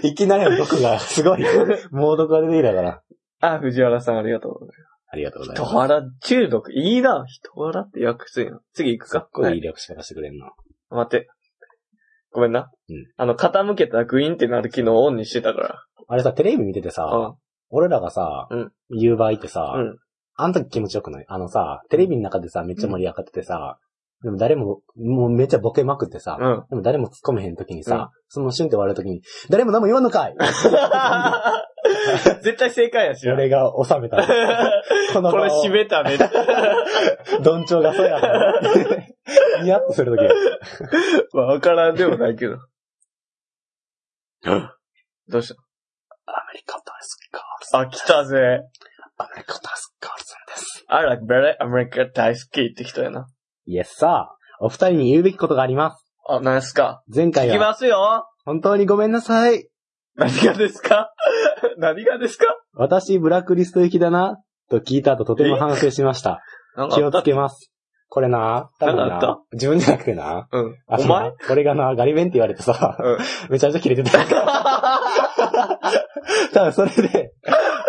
S2: いきなりの僕が、す ごい、猛毒が出てきたから。
S1: あ、藤原さんありがとうござい
S2: ありがとうござい
S1: ま。
S2: ますす。
S1: 人原中毒、いいな。人原って訳すんや。次行く
S2: す
S1: か。
S2: っごいい
S1: はい
S2: 略し方してくれんな。
S1: 待って。ごめんな。
S2: うん
S1: あの、傾けたらグインってなる機能をオンにしてたか
S2: あれさ、テレビ見てて
S1: ら。
S2: さ、
S1: あ
S2: 俺らがさ
S1: うん、
S2: 言う場合ってさ
S1: うん、
S2: あの時気持ちよくないあのさ、テレビの中でさ、めっちゃ盛り上がっててさ、でも誰も、もうめっちゃボケまくってさ
S1: う、ん。
S2: でも誰も突っ込めへん時に
S1: うん
S2: さ、その瞬って終わる時に、誰も何も言わんのかい
S1: 絶対正解やしな。
S2: 俺が収めたの。こ の
S1: これ
S2: 顔、
S1: 締め ためっちゃ。
S2: どんちょうが そうやから。ニヤッとする時
S1: まあ、わからんでもないけど。どうし
S2: アメリカ大好きガール
S1: たあ、来たぜ。
S2: アメリカ大好きガールさんです。
S1: I like very America 大好きって人やな。
S2: イエスさあ、お二人に言うべきことがあります。
S1: あ、何すか
S2: 前回
S1: 聞き
S2: は、
S1: ますよ
S2: 本当にごめんなさい。
S1: 何がですか 何がですか
S2: 私、ブラックリスト行きだな、と聞いた後とても反省しました。
S1: なんか
S2: 気
S1: あ
S2: を
S1: っ
S2: つ
S1: た
S2: けます。これな、多分
S1: なんかあ
S2: な、自分じゃなくてな、
S1: うん。
S2: あ
S1: お前
S2: のな俺がな、ガリ弁って言われてさ、
S1: うん
S2: めちゃめちゃキレて た。多分それで、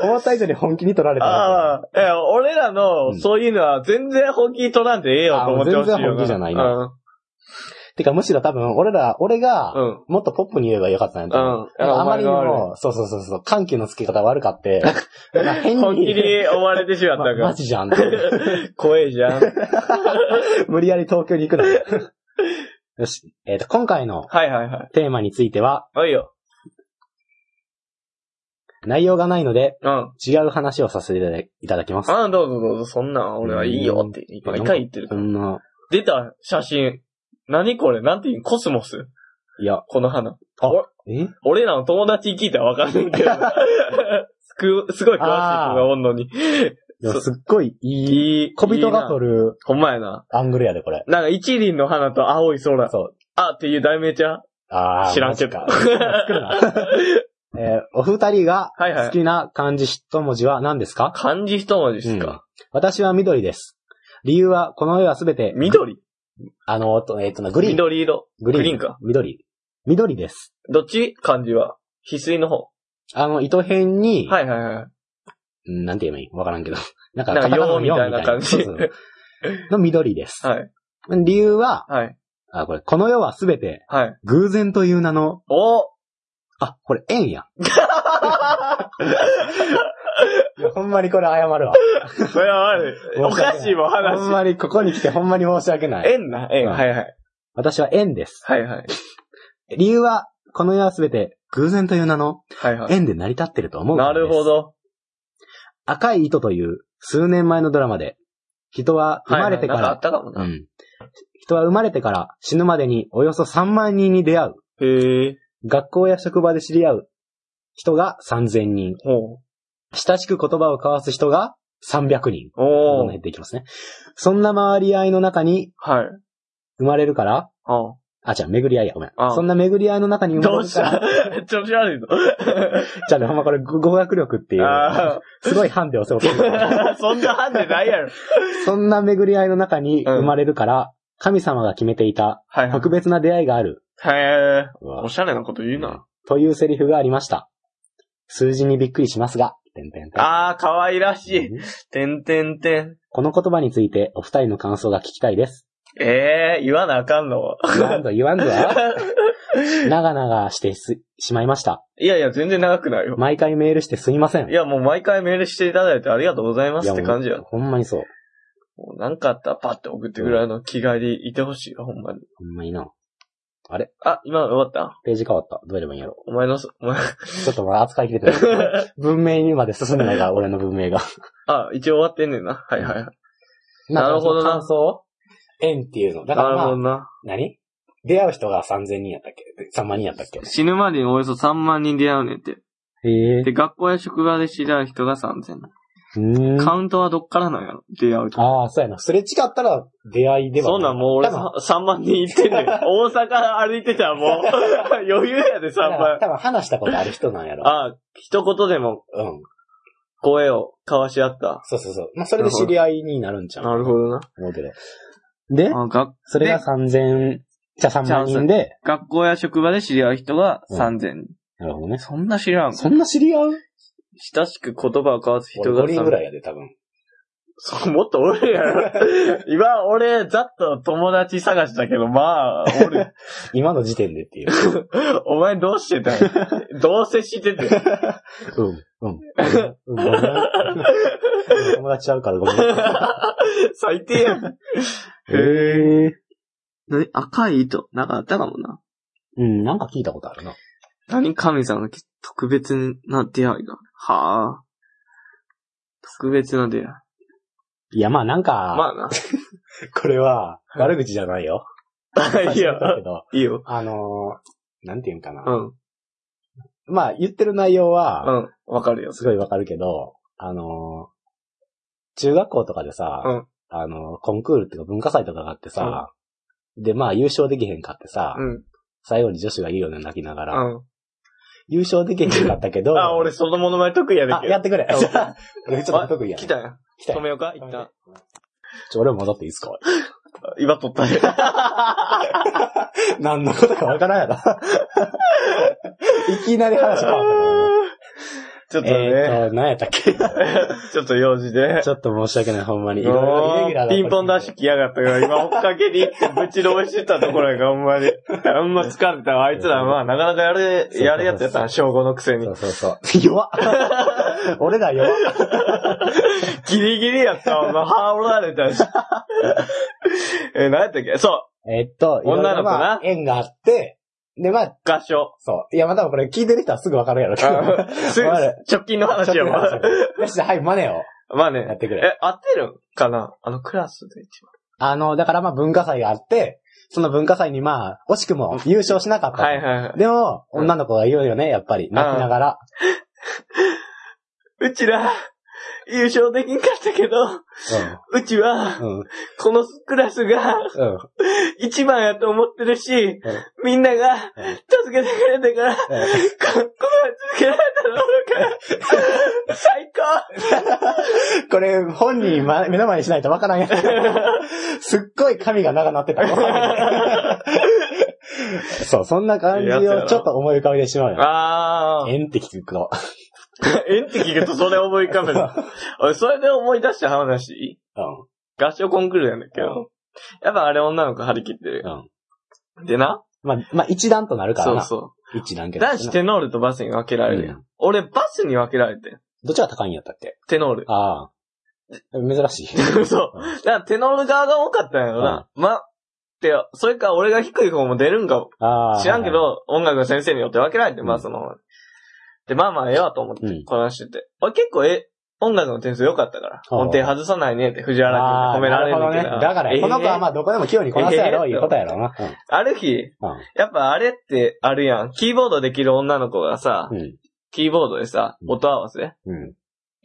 S2: 思った以上に本気に取られた。
S1: ああ、いや、俺ら
S2: う
S1: の、
S2: ん
S1: そういうのは全然本気取らんでええよと思ってほしいよ
S2: あもう全然本気じゃない
S1: な。
S2: てか、むしろ多分、俺ら、俺
S1: う
S2: が、
S1: ん。うん。
S2: もっとポップに言えばよかったんやと
S1: う
S2: 思う。
S1: ん。
S2: なんかあまりに
S1: お前が悪
S2: も、そうそうそうそう、緩急の付け方悪かって、なんか
S1: い
S2: 変
S1: 本気に追われてしまったか
S2: ま、マ
S1: ら。
S2: ジじゃん って。
S1: 怖えじゃん。
S2: 無理やり東京に行くな。よし。えっ、と、今回の
S1: はいはいはい。
S2: テーマについては、
S1: はいよ。
S2: 内容がないので、
S1: うん。
S2: 違う話をさせていただきます。
S1: ああ、どうぞどうぞ、そんなん俺はいいよって、毎回言ってる
S2: そ。んな、
S1: 出た写真。何これなんていうのコスモス
S2: いや、
S1: この花。
S2: あ
S1: お
S2: え
S1: 俺らの友達に聞いたらわかんないけど。 すくすごい詳しい人がおんのに。
S2: いやすっごいい
S1: い
S2: い、
S1: い。
S2: 小人が撮
S1: る。
S2: る
S1: ほんまやな。
S2: アングルやで、これ。
S1: なんか一輪の花と青い空。
S2: そう。
S1: あっていう題名ちゃう
S2: あー
S1: 知らんけど
S2: マジか作 るなえーお二人が
S1: はいは
S2: 好
S1: い。
S2: きな漢字一文字は何ですか、
S1: 漢字一文字ですか。
S2: 私は緑です。理由は、この絵はすべて、
S1: 緑
S2: あの、とえっ、とな、グリーン。
S1: 緑色。
S2: グ
S1: グリーンか。
S2: 緑。緑です。
S1: どっち漢字は。翡翠の方。
S2: あの、糸辺に、
S1: はいはいはい。
S2: うんなんて言えばいいわからんけど。 なんか、
S1: なんか
S2: カタカナの
S1: ようみたいな
S2: ようみ
S1: 感じ
S2: そうそうの緑です。
S1: はい。
S2: 理由は、
S1: はい。
S2: あ、これ、この世はすべて、
S1: はい。
S2: 偶然という名の、
S1: お
S2: あ、これ、 縁や。いやほんまにこれ謝るわ。
S1: それは悪い。おかしいもん、
S2: ほん
S1: 話。
S2: まにここに来てほんまに申し訳ない。
S1: 縁な、縁。
S2: うん
S1: はいはい。
S2: 私は縁です。
S1: はいはい。
S2: 理由は、この世はすべて、偶然という名の、
S1: はいはい。
S2: 縁で成り立ってると思うか
S1: な
S2: らで
S1: る
S2: す
S1: ほ。ど。
S2: 赤い糸という、数年前のドラマで、人は生まれてか
S1: はいはいなんあ
S2: ら
S1: っ、たかもな。
S2: うん。人は生まれてから死ぬまでにおよそ3万人に出会う。
S1: へえ。
S2: 学校や職場で知り合う人が3000人。
S1: ほう。
S2: 親しく言葉を交わす人が300人。どん
S1: お
S2: どん減
S1: ー
S2: っ。ていきますね。そんな回り合いの中に
S1: はい。
S2: 生まれるから、
S1: あ
S2: あ、じゃあ巡り合いや、ごめん
S1: あ。
S2: そんな巡り合いの中に生ま
S1: ど
S2: れ
S1: う
S2: る
S1: し
S2: から、
S1: た 調子悪いの。
S2: じゃあね、ほんまこれ語語学力っていう、
S1: あ
S2: すごいハンデを背負ってる。
S1: あ。そんなハンデないやろ。
S2: そんな巡り合いの中に生まれるから、神様が決めていた
S1: はいはい
S2: 特別な出会いがある。
S1: へえ。
S2: うわ
S1: おしゃれなこと言うな。
S2: というセリフがありました。数字にびっくりしますが、てんてんてん
S1: ああ、可愛らしい。てんてんてん。
S2: この言葉についてお二人の感想が聞きたいです。
S1: ええ、言わなあかんの。
S2: 言わんぞ言わんぞ。長々してすしまいました。
S1: いやいや、全然長くないよ。
S2: 毎回メールしてすいません。
S1: いや、もう毎回メールしていただいてありがとうございますって感じや
S2: もう。ほんまにそう。
S1: もうなんかあったらパッて送ってくらいの気概でいてほしいよ、ほんまに。
S2: ほんまにな。
S1: あ、今の終わった
S2: ページ変わった。どうやればいいんやろ。
S1: お前のそ、お前、
S2: ちょっとまだ扱い切れて ない。文明にまで進んでないが、俺の文明が。
S1: あ、一応終わってんねんな。はいはいはい。 なるほどな
S2: 感想縁っていうの。だか
S1: な
S2: ら、
S1: る
S2: ま
S1: ほ
S2: あ
S1: どな。
S2: 何出会う人が3000人やったっけ ?3 万人やったっけ
S1: 死ぬまでにおよそ3万人出会うねんって。
S2: え
S1: で、学校や職場で知り合う人が3000
S2: え。
S1: カウントはどっからなんやろ出会うと。
S2: ああ、そうやな。すれ違ったら出会いでは
S1: そんなんもう俺
S2: 多分
S1: 3万人行ってんねん。大阪歩いてたら もう余裕やで3万。
S2: 多分話したことある人なん やろ。
S1: ああ、一言でも
S2: うん。
S1: 声を交わし合った。
S2: そうそうそう。まあ、それで知り合いになるんちゃう
S1: なるほどな。
S2: 思うけど。で、
S1: あ学
S2: それが3000、じゃあ3万人で、
S1: 学校や職場で知り合う人が3000、
S2: なるほどね。
S1: そんな知らん。
S2: そんな知り合う
S1: 親しく言葉を交わす人
S2: 俺
S1: が
S2: 5人ぐ
S1: 3000。
S2: らいやで、多分。
S1: そう、もっとおるやろ。今、俺、ざっと友達探したけど、まあ、おる。
S2: 今の時点でっ ていう。
S1: お前どうしてたんどうせしてて。
S2: うん、うん。うん、ごめ ん。うん友達ちゃうからごめん。
S1: 最低やん。
S2: へえ。
S1: 何赤い糸なんかあったかもな。
S2: うん、なんか聞いたことあるな。
S1: 何神様の特別な出会いが。はあ。特別な出会い。
S2: いや、まあなんか、
S1: まあ
S2: これは、悪口じゃないよ。
S1: な。いや、
S2: だけど、
S1: いいよ。
S2: あのー、なんていうんかな。
S1: うん。
S2: まあ、言ってる内容は、
S1: うん。わかるよ。
S2: すごいわかるけど、あのー中学校とかでさ、
S1: うん
S2: あのーコンクールっていうか文化祭とかがあってさ、で、まあ優勝できへんかってさ、
S1: うん。
S2: 最後に女子が言うよね、泣きながら、
S1: うん。
S2: 優勝できへんかったけど、
S1: あ、俺、そのものまね得意やで。
S2: あ、やってくれ。
S1: あ
S2: 俺ちょっと得意や、ね。
S1: 来たや
S2: 来
S1: ん。
S2: た
S1: 止めようか一
S2: うん
S1: 旦。
S2: ちょ、俺も戻っていいですか
S1: 今取ったよ。
S2: 何のことかわからんやろ。 いきなり話変 わっ
S1: ちょったと
S2: な。え
S1: ね。
S2: ーと、何やったっ けち
S1: ちょっと用事で。
S2: ょっと申し訳ない、ほんまに。いろいろイレ
S1: も
S2: ギュラー
S1: う
S2: だった
S1: ピンポン出し来やがったから、今追っかけに行ってぶちのめしてたところやから、ほんまに。あんま疲れたわ。あいつら、まあ、なかなかやれ、やるやつやったな、小5のくせに
S2: そ。うそうそう。 弱っ俺ら弱っ
S1: ギリギリやったわ。まあ、ハーられたし。 え、何やったっけそ
S2: えっと、
S1: 女の子ない
S2: ろいろまあ縁があって、で、まあ、
S1: う、合唱。
S2: そう。いや、まあ、多分これ聞いてる人はすぐわかるやろうけど。
S1: あす
S2: わかる
S1: 直近の
S2: ちょっ
S1: 話
S2: と
S1: やも
S2: 話し
S1: ん。
S2: て よし、はい、マネを
S1: まあ
S2: やっ
S1: ね。
S2: てくれ。
S1: え、合ってるんかなあのクラスで一番。
S2: あの、だからまあ、文化祭があって、その文化祭にまあ、惜しくも優勝しなかったと。
S1: はいはいはい。
S2: でも、女の子が言うよね、やっぱり。泣きながら。
S1: うちら、優勝できんかったけど、うちは、
S2: うん。うん。
S1: このクラスが
S2: うん。
S1: 一番やと思ってるし、みんなが
S2: うん
S1: 助けてくれたから、ここまで続けられたのから、最
S2: これ、本人、ま、目の前にしないとわからんやつ。 すっごい髪が長なってた。そう、そんな感じ
S1: やつや
S2: を
S1: ろ
S2: ちょっと思い浮かべてしまうよ
S1: 高
S2: ね。
S1: あー。
S2: 縁って聞くと。
S1: えんって聞くとそれ思い浮かべる。 俺、それで思い出した話
S2: うん。
S1: 合唱コンクールやねんけど。やっぱあれ女の子張り切ってる
S2: う
S1: よ。
S2: ん。
S1: でな
S2: まあ、まあ、一段となるから
S1: そう
S2: な。
S1: そ
S2: 一段
S1: う。
S2: けど。
S1: 男子テノールとバスに分けられるや。
S2: うん
S1: 俺、バスに分けられてん
S2: どっちが高いんやったっけ
S1: テノール。
S2: ああ。珍しい。
S1: そう。だからテノール側が多かったんやろな。ま、って、それか俺が低い方も出るんか
S2: ああ。
S1: 知らんけ
S2: は
S1: ど、音楽の先生によって分けられて、
S2: うん
S1: まあその方に、で、まあまあええわと思っ
S2: いは
S1: て、
S2: い。うん。
S1: こなしてて。俺結構え、音楽の点数良かったから、
S2: ああ
S1: 音程外さないねって藤原
S2: あ
S1: 君に褒め
S2: あ
S1: られる
S2: なるほど
S1: け
S2: ね。
S1: ど。
S2: だから、
S1: ええ
S2: この子はまあ、どこでも器用にこなすやろ、
S1: ええ
S2: いうことやろな。
S1: ある日、やっぱあれってあるやん。キーボードできる女の子がさ
S2: う、ん。うん。
S1: キーボードでさ、
S2: うん
S1: 音合わせ、
S2: うん。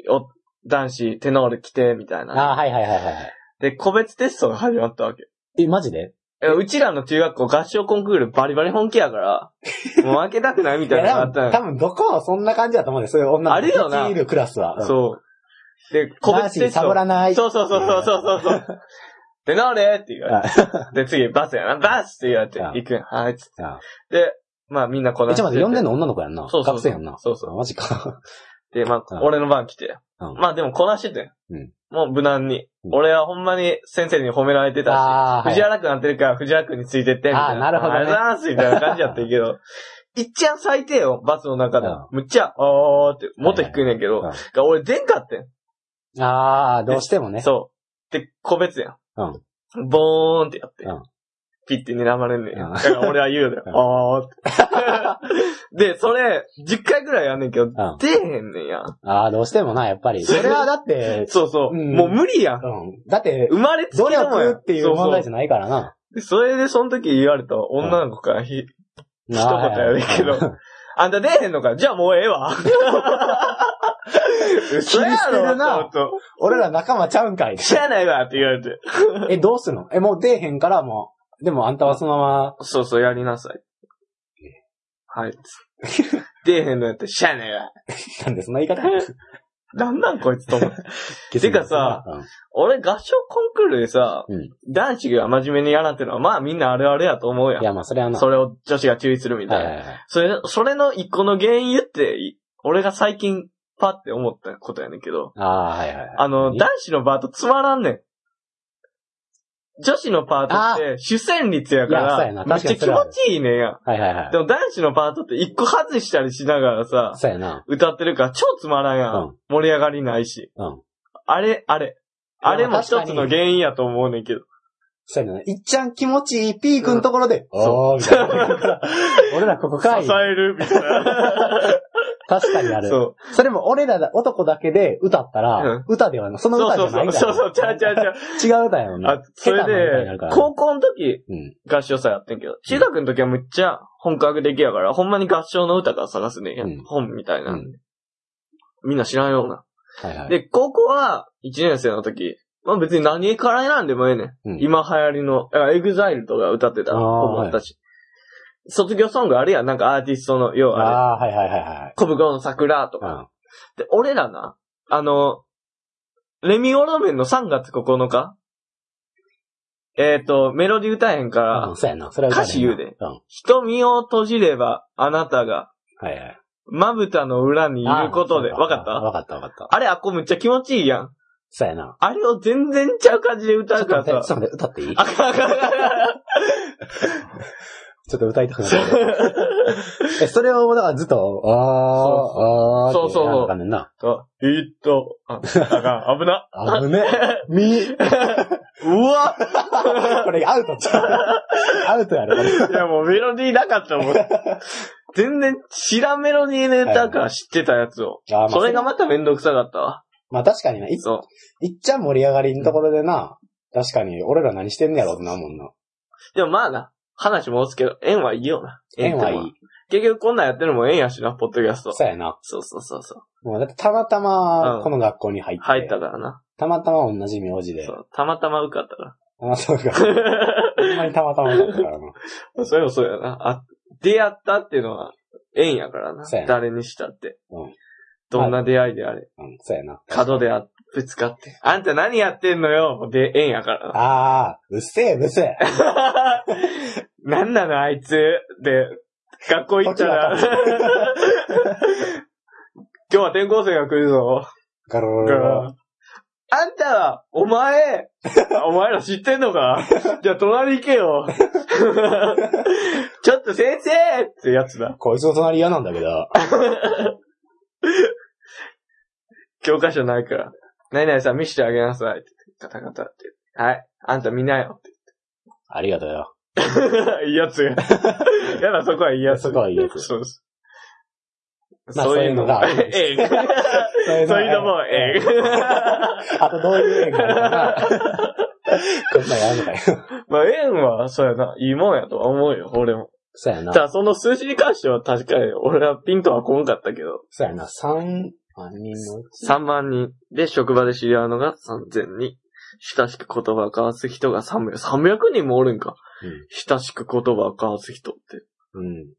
S1: お男子、テノール来て、みたい
S2: あ
S1: な。
S2: あ、はいはいはいはいはい。
S1: で、個別テストが始まったわけ。
S2: え、マジで
S1: えうちらの中学校合唱コンクールバリバリ本気や から、もう負けたくないみ
S2: い
S1: たい
S2: や、
S1: なのがあ
S2: 多
S1: ったんや
S2: 分多分どこもそんな感じだと思うね。そういう女の
S1: あるよな
S2: 子いるクラスは。うん。
S1: そう。で、個
S2: 男
S1: 別
S2: 子
S1: テ
S2: に
S1: スト。
S2: サボらない。
S1: そうそうそうそうそうそうそう。で、なれって言われて。で、次、バスやな。バスって言われて、
S2: うん
S1: 行くやん。はい。つって
S2: うん
S1: で、まあみんなこ
S2: え、
S1: な
S2: ちょっと待って、呼んでん
S1: の
S2: の女の子やんな。
S1: そうそうそう
S2: 学生やんな。
S1: そうそう
S2: あマ ジか。
S1: で、ま
S2: うん
S1: あ、俺の番来て。
S2: うん
S1: まあでもこなしてて。
S2: うん
S1: もう無難に。
S2: うん
S1: 俺はほんまに先生に褒められてたし、
S2: ああ、はい
S1: 藤原くんなってるから藤原くんについてって、みたいな。
S2: あーなるほどね
S1: ありがとうございますみたいな感じやったけど、 いっちゃん最低よ、バスの中で
S2: うん。
S1: むっちゃ、おーって、もっと低いねんけ
S2: はい
S1: ど
S2: はいはい、
S1: が俺出んかってん。
S2: ああ、どうしてもね。
S1: そう。で、個別やん。うん。ボーンってやって。
S2: うん
S1: ピッて睨まれんねん。
S2: うん
S1: だから俺は言うのよ。
S2: うん
S1: あーって。で、それ、10回ぐらいやんねんけど、
S2: ん
S1: 出えへんねんやん。
S2: ああ、どうしてもな、やっぱり。それはだ って、
S1: そうそう。
S2: うん
S1: もう無理やん。
S2: うん。だって、
S1: 生まれつき
S2: 努
S1: だもんやん
S2: 力っていう問題じ
S1: そ
S2: ゃないからな。
S1: うそうでそれでその時言われた女の子からひ、一言やねんけど
S2: あー。
S1: あんた出えへんのかじゃあもうええ わ。嘘や
S2: 気にしてる
S1: ろ、
S2: な
S1: ちょっと。
S2: 俺ら仲間ちゃうんかい。
S1: 知らないわって言われて。
S2: え、どうすんのえ、もう出えへんからもう。でもあんたはそのま
S1: そうそう、やりなさい。はい。出えへんのやったら、しゃあないわ。
S2: ま、なんでそんな言い方
S1: なんなんこいつと思って。 てかさ、俺、合唱コンクールでさ、
S2: うん
S1: 男子が真面目にやらんってのは、まあみんなあるあるやと思う
S2: う
S1: や
S2: んいや、まあそれは
S1: ん。
S2: な。
S1: それを女子が注意するみたい
S2: は
S1: な。
S2: いはいはい。
S1: それ、それの一個の原因言って、い俺が最近パって思ったことやねんけど、
S2: ああ、はいはい。
S1: あの、
S2: 何
S1: 男子のパートつまらんねん。女子のパートって主旋律やか
S2: いやそうやな
S1: ら、めっちゃ
S2: 確か
S1: 気
S2: にそれはあ
S1: 持
S2: る
S1: ちいいねんや。
S2: はいはいはい
S1: で。も男子のパートって一個外したりしながらさ、
S2: そうやな。
S1: 歌ってるから超つまらんやん。
S2: うん
S1: 盛り上がりないし。
S2: うん
S1: あれ、あれ。あれも一つの原因やと思うねんけど。
S2: そうやな。いっちゃん気持ちいいピークのところで、
S1: ん
S2: そう、みたいな。 俺らここかい
S1: 支え。るみたいな。
S2: 確かにある。
S1: そう。
S2: それも俺らだ男だけで歌った
S1: うん
S2: ら、歌ではない。その
S1: そう
S2: 歌
S1: そ
S2: じゃ
S1: うそ。
S2: ないうから。
S1: そうそう、ちゃうちゃうちゃう。
S2: 違う歌やもんな
S1: あ。、そ
S2: 下手な歌にな
S1: れ
S2: る
S1: で
S2: から、
S1: 高校の時、
S2: うん。
S1: 合唱祭やってんけど、中学の時はむっちゃ本格的やから、ほんまに合唱の歌から探すねんや、
S2: うん
S1: 本みたいな、
S2: うん
S1: みんな知らんような。
S2: はいはい。
S1: で、高校は1年生の時、まあ別に何から選んでもええねん。
S2: うん、
S1: 今流行りの、だからエグザイルとか歌ってた
S2: あー
S1: 子もったし。卒業ソングあるやん、なんかアーティストの、要はあれ、
S2: ああー、はいはいはいはい。
S1: コブゴの桜と
S2: う
S1: か。
S2: ん。
S1: で、俺らな、あの、レミオロメンの3月9日えっ、と、メロディー歌えへんか
S2: う
S1: ら
S2: ん、、そうやな。それは歌
S1: 歌詞言うで
S2: うん。は
S1: 瞳を閉じればあなたが、
S2: いはい。
S1: まぶたの裏にいることで、
S2: あー
S1: わかっ
S2: うん
S1: た
S2: わかったわかった。
S1: あれ、あっこむっちゃ気持ちいいやん。
S2: そうやな。
S1: あれを全然ちゃう感じで
S2: ちょ
S1: 歌
S2: っ
S1: う
S2: と
S1: か
S2: 待って、
S1: ら
S2: ちょ
S1: さ。
S2: っと待って、歌っていい
S1: あかんあかんあかんあかん
S2: ちょっと歌いたくな る。え、それを、だからずっと、あー、あーって、
S1: そうそうそう
S2: なんかねんな。
S1: そう。えーっと、あ、あかん、危な。
S2: あぶね。 み、
S1: うわ
S2: これアウトちゃう。 アウトやろ、これ。
S1: いやもうメロディーなかった もん。全然知らんメロディーで歌から知ってたやつを。
S2: あーまあ
S1: それがまためんどくさかったわ。
S2: まあ確かにな、い
S1: そう。
S2: いっちゃん盛り上がりのところでな、確かに、俺ら何してんねやろってなもんな。
S1: でもまあな、話戻すけど、縁はいいよな。
S2: 縁はいい
S1: っての。結局こんなんやってるのも縁やしな、ポッドキャスト。
S2: そうやな。
S1: そうそうそうそう。
S2: もうだってたまた
S1: う
S2: ま
S1: ん、
S2: この学校に入って。
S1: 入ったからな。
S2: たまたま同じ名字で。
S1: そう。たまたま受かったか
S2: あ、そうか。 ほんまにたまたまだったからな。
S1: ら。 それもそうやな。あ、出会ったっていうのは縁やからな
S2: そうや。な
S1: 誰にしたって。
S2: うん
S1: どんな出会いであれ。
S2: うん、そうやな。
S1: 角であぶつかって。あんた何やってんのよで、縁や からな。
S2: あー、うっせえ、うっせえ。
S1: なんなのあいつで、学校行った ら。
S2: 時
S1: 今日は転校生が来るぞ。
S2: ガロロロロ
S1: あんたは、お前、 お前ら知ってんのかじゃあ隣行けよ。 ちょっと先生ってやつだ。
S2: こいつの隣嫌なんだけど。
S1: 教科書ないから。何々さん見せてあげなさい。カタカタって。はい。あんた見なよ。
S2: ありがとうよ。
S1: いいや つが。やだ、そこはいいやつ。
S2: そこはいいやつ
S1: そうです。
S2: まあそういうのが
S1: ええ。
S2: そう
S1: そういうのも、ええ。
S2: あとどういう縁があるかな。 こんなんやるのかよ。
S1: まあ、縁は、そうやな、いいもんやとは思うよ、俺も。
S2: そうやな
S1: た。だ、その数字に関しては確かに、俺はピンとは来んかったけど、
S2: そうやな。三万人のうち。
S1: 3万人で職場で知り合うのが3000人。親しく言葉を交わす人が300、300人もおるんか。
S2: うん
S1: 親しく言葉を交わす人って。
S2: うん。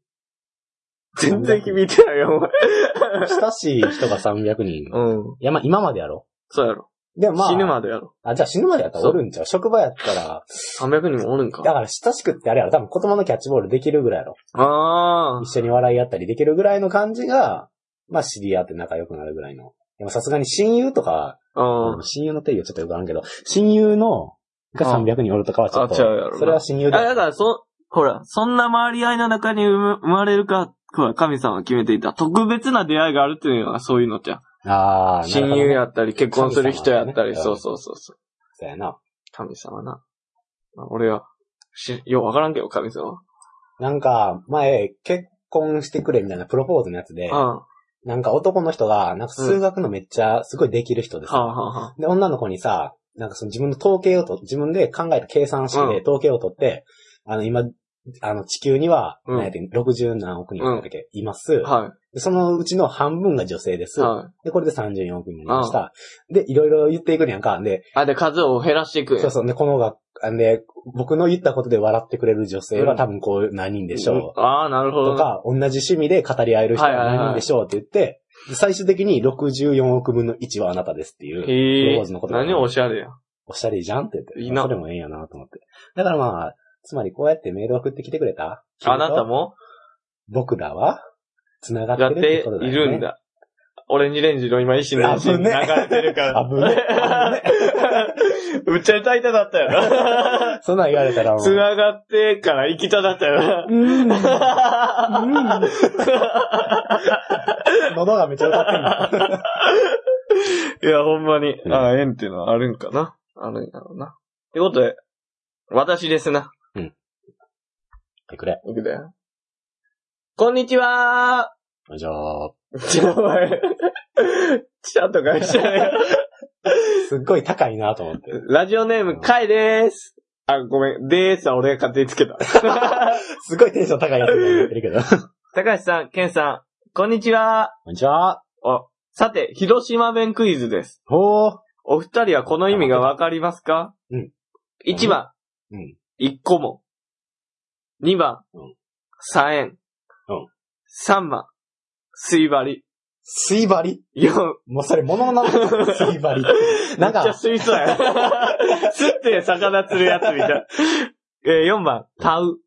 S1: 全然響いてないよ、お前。
S2: 親しい人が300人。い
S1: うん。
S2: や、まあ、今までやろ。
S1: そうやろ。
S2: でもまあ、
S1: 死ぬまでやろ。
S2: あ、じゃあ死ぬまでやったらおるんちゃう職場やったら、
S1: 300人もおるんか。
S2: だから親しくってあれやろ。多分子供のキャッチボールできるぐらいやろ。
S1: ああ。
S2: 一緒に笑い合ったりできるぐらいの感じが、まあ知り合って仲良くなるぐらいの。でもさすがに親友とか、
S1: うん。
S2: 親友の定義はちょっとよくあるけど、親友の、が300人おるとかはちょっと、
S1: あ違うやろな
S2: それは親友
S1: あ、だ
S2: だ。
S1: から、そ、ほら、そんな周り合いの中に生む生まれるか、は神様が決めていた。特別な出会いがあるっていうのはそういうのじゃん。
S2: ああ、なる
S1: 親
S2: ほどね
S1: 友。やったり、結婚する人やったり、
S2: 神様だね
S1: そうそうそうそう。
S2: そうやな。
S1: 神様な。まあ俺は、し、ようわからんけど、神様。
S2: なんか、前、結婚してくれみたいなプロポーズのやつで、
S1: うん。は
S2: なんか男の人が、なんか数学のめっちゃ、すごいできる人で
S1: あ、は
S2: さ、
S1: あはあ、
S2: で、女の子にさ、なんかその自分の統計をと、自分で考えた計算式で統計を取って、あの、今、あの、地球には、
S1: うん
S2: 何やってん60何億人だっけ、います、
S1: は
S2: でそのうちの半分が女性で
S1: い。
S2: す。
S1: はい。
S2: で、これで34億になりました。で、いろいろ言っていくねやんか。で、
S1: あ、で、数を減らしていくんや。
S2: そうそう、で、このが、あで、僕の言ったことで笑ってくれる女性は多分こう何人でしょう。
S1: んああ、なるほど
S2: と
S1: ね。
S2: か、同じ趣味で語り合える人は何人でしょうって言って、最終的に64億分の1はあなたですっていう、プ
S1: へ
S2: ロ
S1: え
S2: ポーズのこ。と
S1: 何おしゃれや。
S2: おしゃれじゃんって言って、
S1: いいな
S2: それもええんやなと思って。だからまあ、つまりこうやってメール送ってきてくれた
S1: あなた
S2: 君と
S1: も
S2: 僕らは繋が
S1: や
S2: っ
S1: っ
S2: てるって
S1: て
S2: ことだ
S1: い
S2: よ
S1: る
S2: ね。
S1: んだ。オレンジレンジの今石の石
S2: 危
S1: 流
S2: ね
S1: れてるから。
S2: 危ね
S1: ぶっちゃけたいただったよ な。
S2: そんなん言われたらもう。
S1: 繋がってから生きただったよ
S2: うん。
S1: な。
S2: 喉がめっちゃ歌ってんだ。
S1: いや、ほんまに、
S2: うん
S1: ああ、縁っていうのはあるんかな。あるんだろうな。ってことで、私ですな。
S2: はいくれ。
S1: いくだよ。こんにちは
S2: じゃあ、
S1: ちょ、お前、 ちゃんと返してない。
S2: すっごい高いなと思って。
S1: ラジオネーム、カイです。あ、ごめん。でーすは俺が勝手につけた。
S2: すっごいテンション高いやつになってるけど。こ
S1: 高橋さん、ケンさん、こんにちは。
S2: んにちは。
S1: あ、さて、広島弁クイズです。
S2: ほー。
S1: お二人はこの意味がわかりますか
S2: うん。
S1: 1番、
S2: うん。
S1: 1個も。2番
S2: うん、
S1: 3円。
S2: うん
S1: 3番、水張り。
S2: 水張り
S1: 4、
S2: もうそれ物の名前だよ水張りって。
S1: め
S2: な
S1: っ
S2: ん
S1: ちゃ
S2: か、
S1: 水槽 や。すって魚釣るやつみたいな。えー、4番、タウ。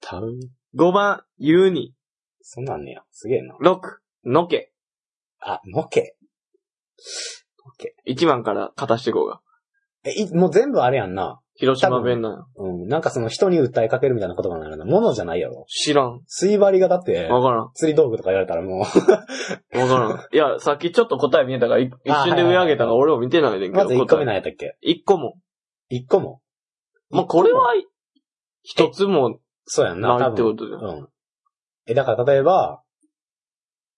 S2: たう。
S1: 5番、ユニ。
S2: そんなんねや。すげえな。
S1: 6、のけ。
S2: あ、のけ。
S1: 1番から勝たしていこうが。
S2: え、いもう全部あれやんな。
S1: 広島弁なの。
S2: うん。なんかその人に訴えかけるみたいな言葉になるな。物じゃないやろ。
S1: 知らん。
S2: 水張りがだって、
S1: わか
S2: 釣り道具とか言われたらもう、
S1: らん。わか らん。いや、さっきちょっと答え見えたから、い一瞬で上上げたから俺も見てないねんけ
S2: ま
S1: ど、
S2: ず1個
S1: 答
S2: 目
S1: え。
S2: 何やったっけ
S1: 1個も。
S2: ?1 個も。
S1: まあ、これは、一つも
S2: そうやんな。
S1: ない
S2: 多
S1: ってこ
S2: 分。
S1: とじゃん。
S2: うん。え、だから例えば、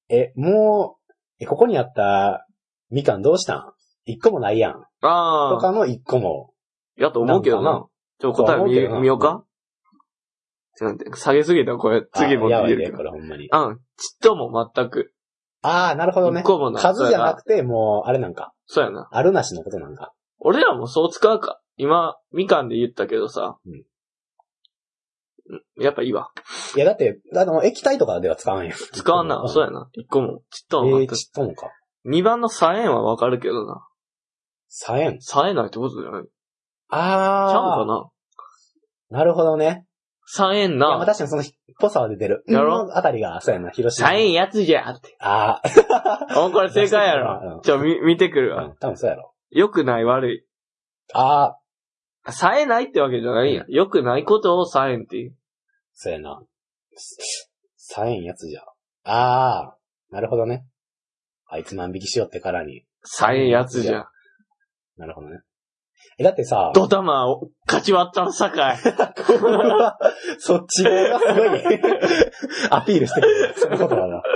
S2: え、もう、え、ここにあった、みかんどうしたん ?1 個もないやん。と
S1: ああ、
S2: かの1個も。
S1: やと思うけど
S2: なん
S1: な
S2: か。
S1: ちょ、答え
S2: そう思うけど
S1: 見
S2: な
S1: 見ようかちょっと待って、下げすぎたらこれ、次も
S2: あやば
S1: 出
S2: い
S1: る
S2: ね、
S1: け
S2: こ
S1: ど。
S2: れほんまに。
S1: うん、ちっとも全く。
S2: ああ、なるほどね
S1: 一。個もない。
S2: 数じゃな
S1: く
S2: くて、もう、あれなんか、
S1: そうやな。
S2: あるなしのことなんか。
S1: 俺らもそう使うか。今、みかんで言ったけどさ。
S2: うん
S1: うん。やっぱいいわ。
S2: いや、だって、だってもう液体とかでは使わんやん。
S1: 使わんな。そう
S2: や。
S1: やな。一個も。ちっとも全
S2: えー、
S1: く。
S2: ちっともか。
S1: 二番の3円はわかるけどな。
S2: さえん。
S1: 冴えないってことじゃないちゃうか
S2: あ
S1: な
S2: あ、なるほどね。
S1: 三円
S2: いや、まあ
S1: な。
S2: 確かにその、っぽさは出てる。
S1: やろ
S2: このあたりが、そうやな、広島。
S1: 三円やつじゃ って。
S2: ああ、
S1: お、これ正解や
S2: う
S1: ろ
S2: ん。
S1: ちょ、み、見てくる
S2: う
S1: わ。
S2: ん、多分そうやろ。
S1: 良くない悪い。
S2: ああ、
S1: 冴えないってわけじゃないんや。良くないことを冴えんっていう。
S2: そうやな。さえんやつじゃ。ああ、なるほどね。あいつ万引きしよってからに。
S1: 冴えんやつじゃん。
S2: なるほどね。え、だってさ、
S1: ドタマを勝ち割ったのさかい。
S2: そっち側がすごい、 アピールしてくる。そのことだな。だか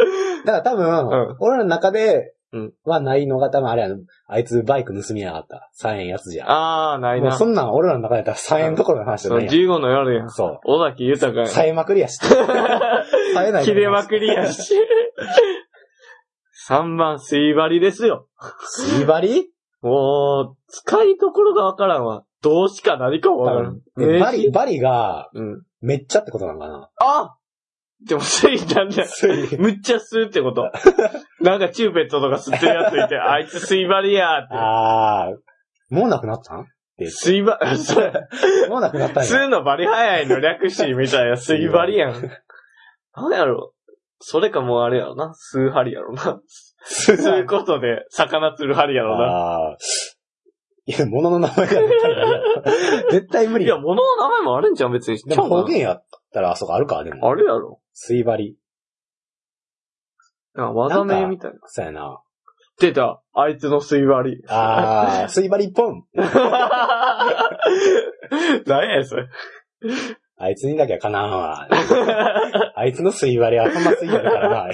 S2: ら多分、
S1: うん
S2: 俺らの中で
S1: うん
S2: はないのが多分あれやなあいつバイク盗みやがった。3円やつじゃん。
S1: あー、ない
S2: もう
S1: な。
S2: そんなん俺らの中で多分3円どころの話じゃ
S1: その
S2: ないやん。
S1: 15の夜やん。
S2: そ
S1: 尾崎豊
S2: う。
S1: や
S2: 冴えまくりや し。冴えない。
S1: ん。 切れまくりや。 し。3番、水張りですよ。
S2: 水張り
S1: もう、使いどころがわからんわ。動詞か何かもわからん。
S2: でバリ、バリが、
S1: うん。
S2: めっちゃってことなのかな
S1: あでも、水なんだよ。
S2: 水
S1: むっちゃ吸うって こと。なんかチューペットとか吸ってるやついて、あいつ水張りやーっ
S2: あー、もうなくなったん
S1: て。水 張り、そう
S2: もうなくなったんや。
S1: 吸うのバリ早いの略しみたいな吸いバリやん。なんやろそれかもうあれやろな。吸う針やろ な。
S2: す
S1: 吸うことで魚釣る針やろな。
S2: ああ。いや、物の名前が出たら絶対無
S1: い
S2: 理
S1: や、
S2: や。
S1: 物の名前もあるんじゃん、別に。
S2: でも方言やったらあそこあるか、でも。
S1: あるやろ。
S2: 水張り。
S1: なんか技名みたいな。
S2: そうやな。
S1: 出た。あいつの吸い針。
S2: ああ、水張りポン。
S1: 何やそれ。
S2: あいつにだけはかなわん わ。あいつの水張りはほんま水張りだからな。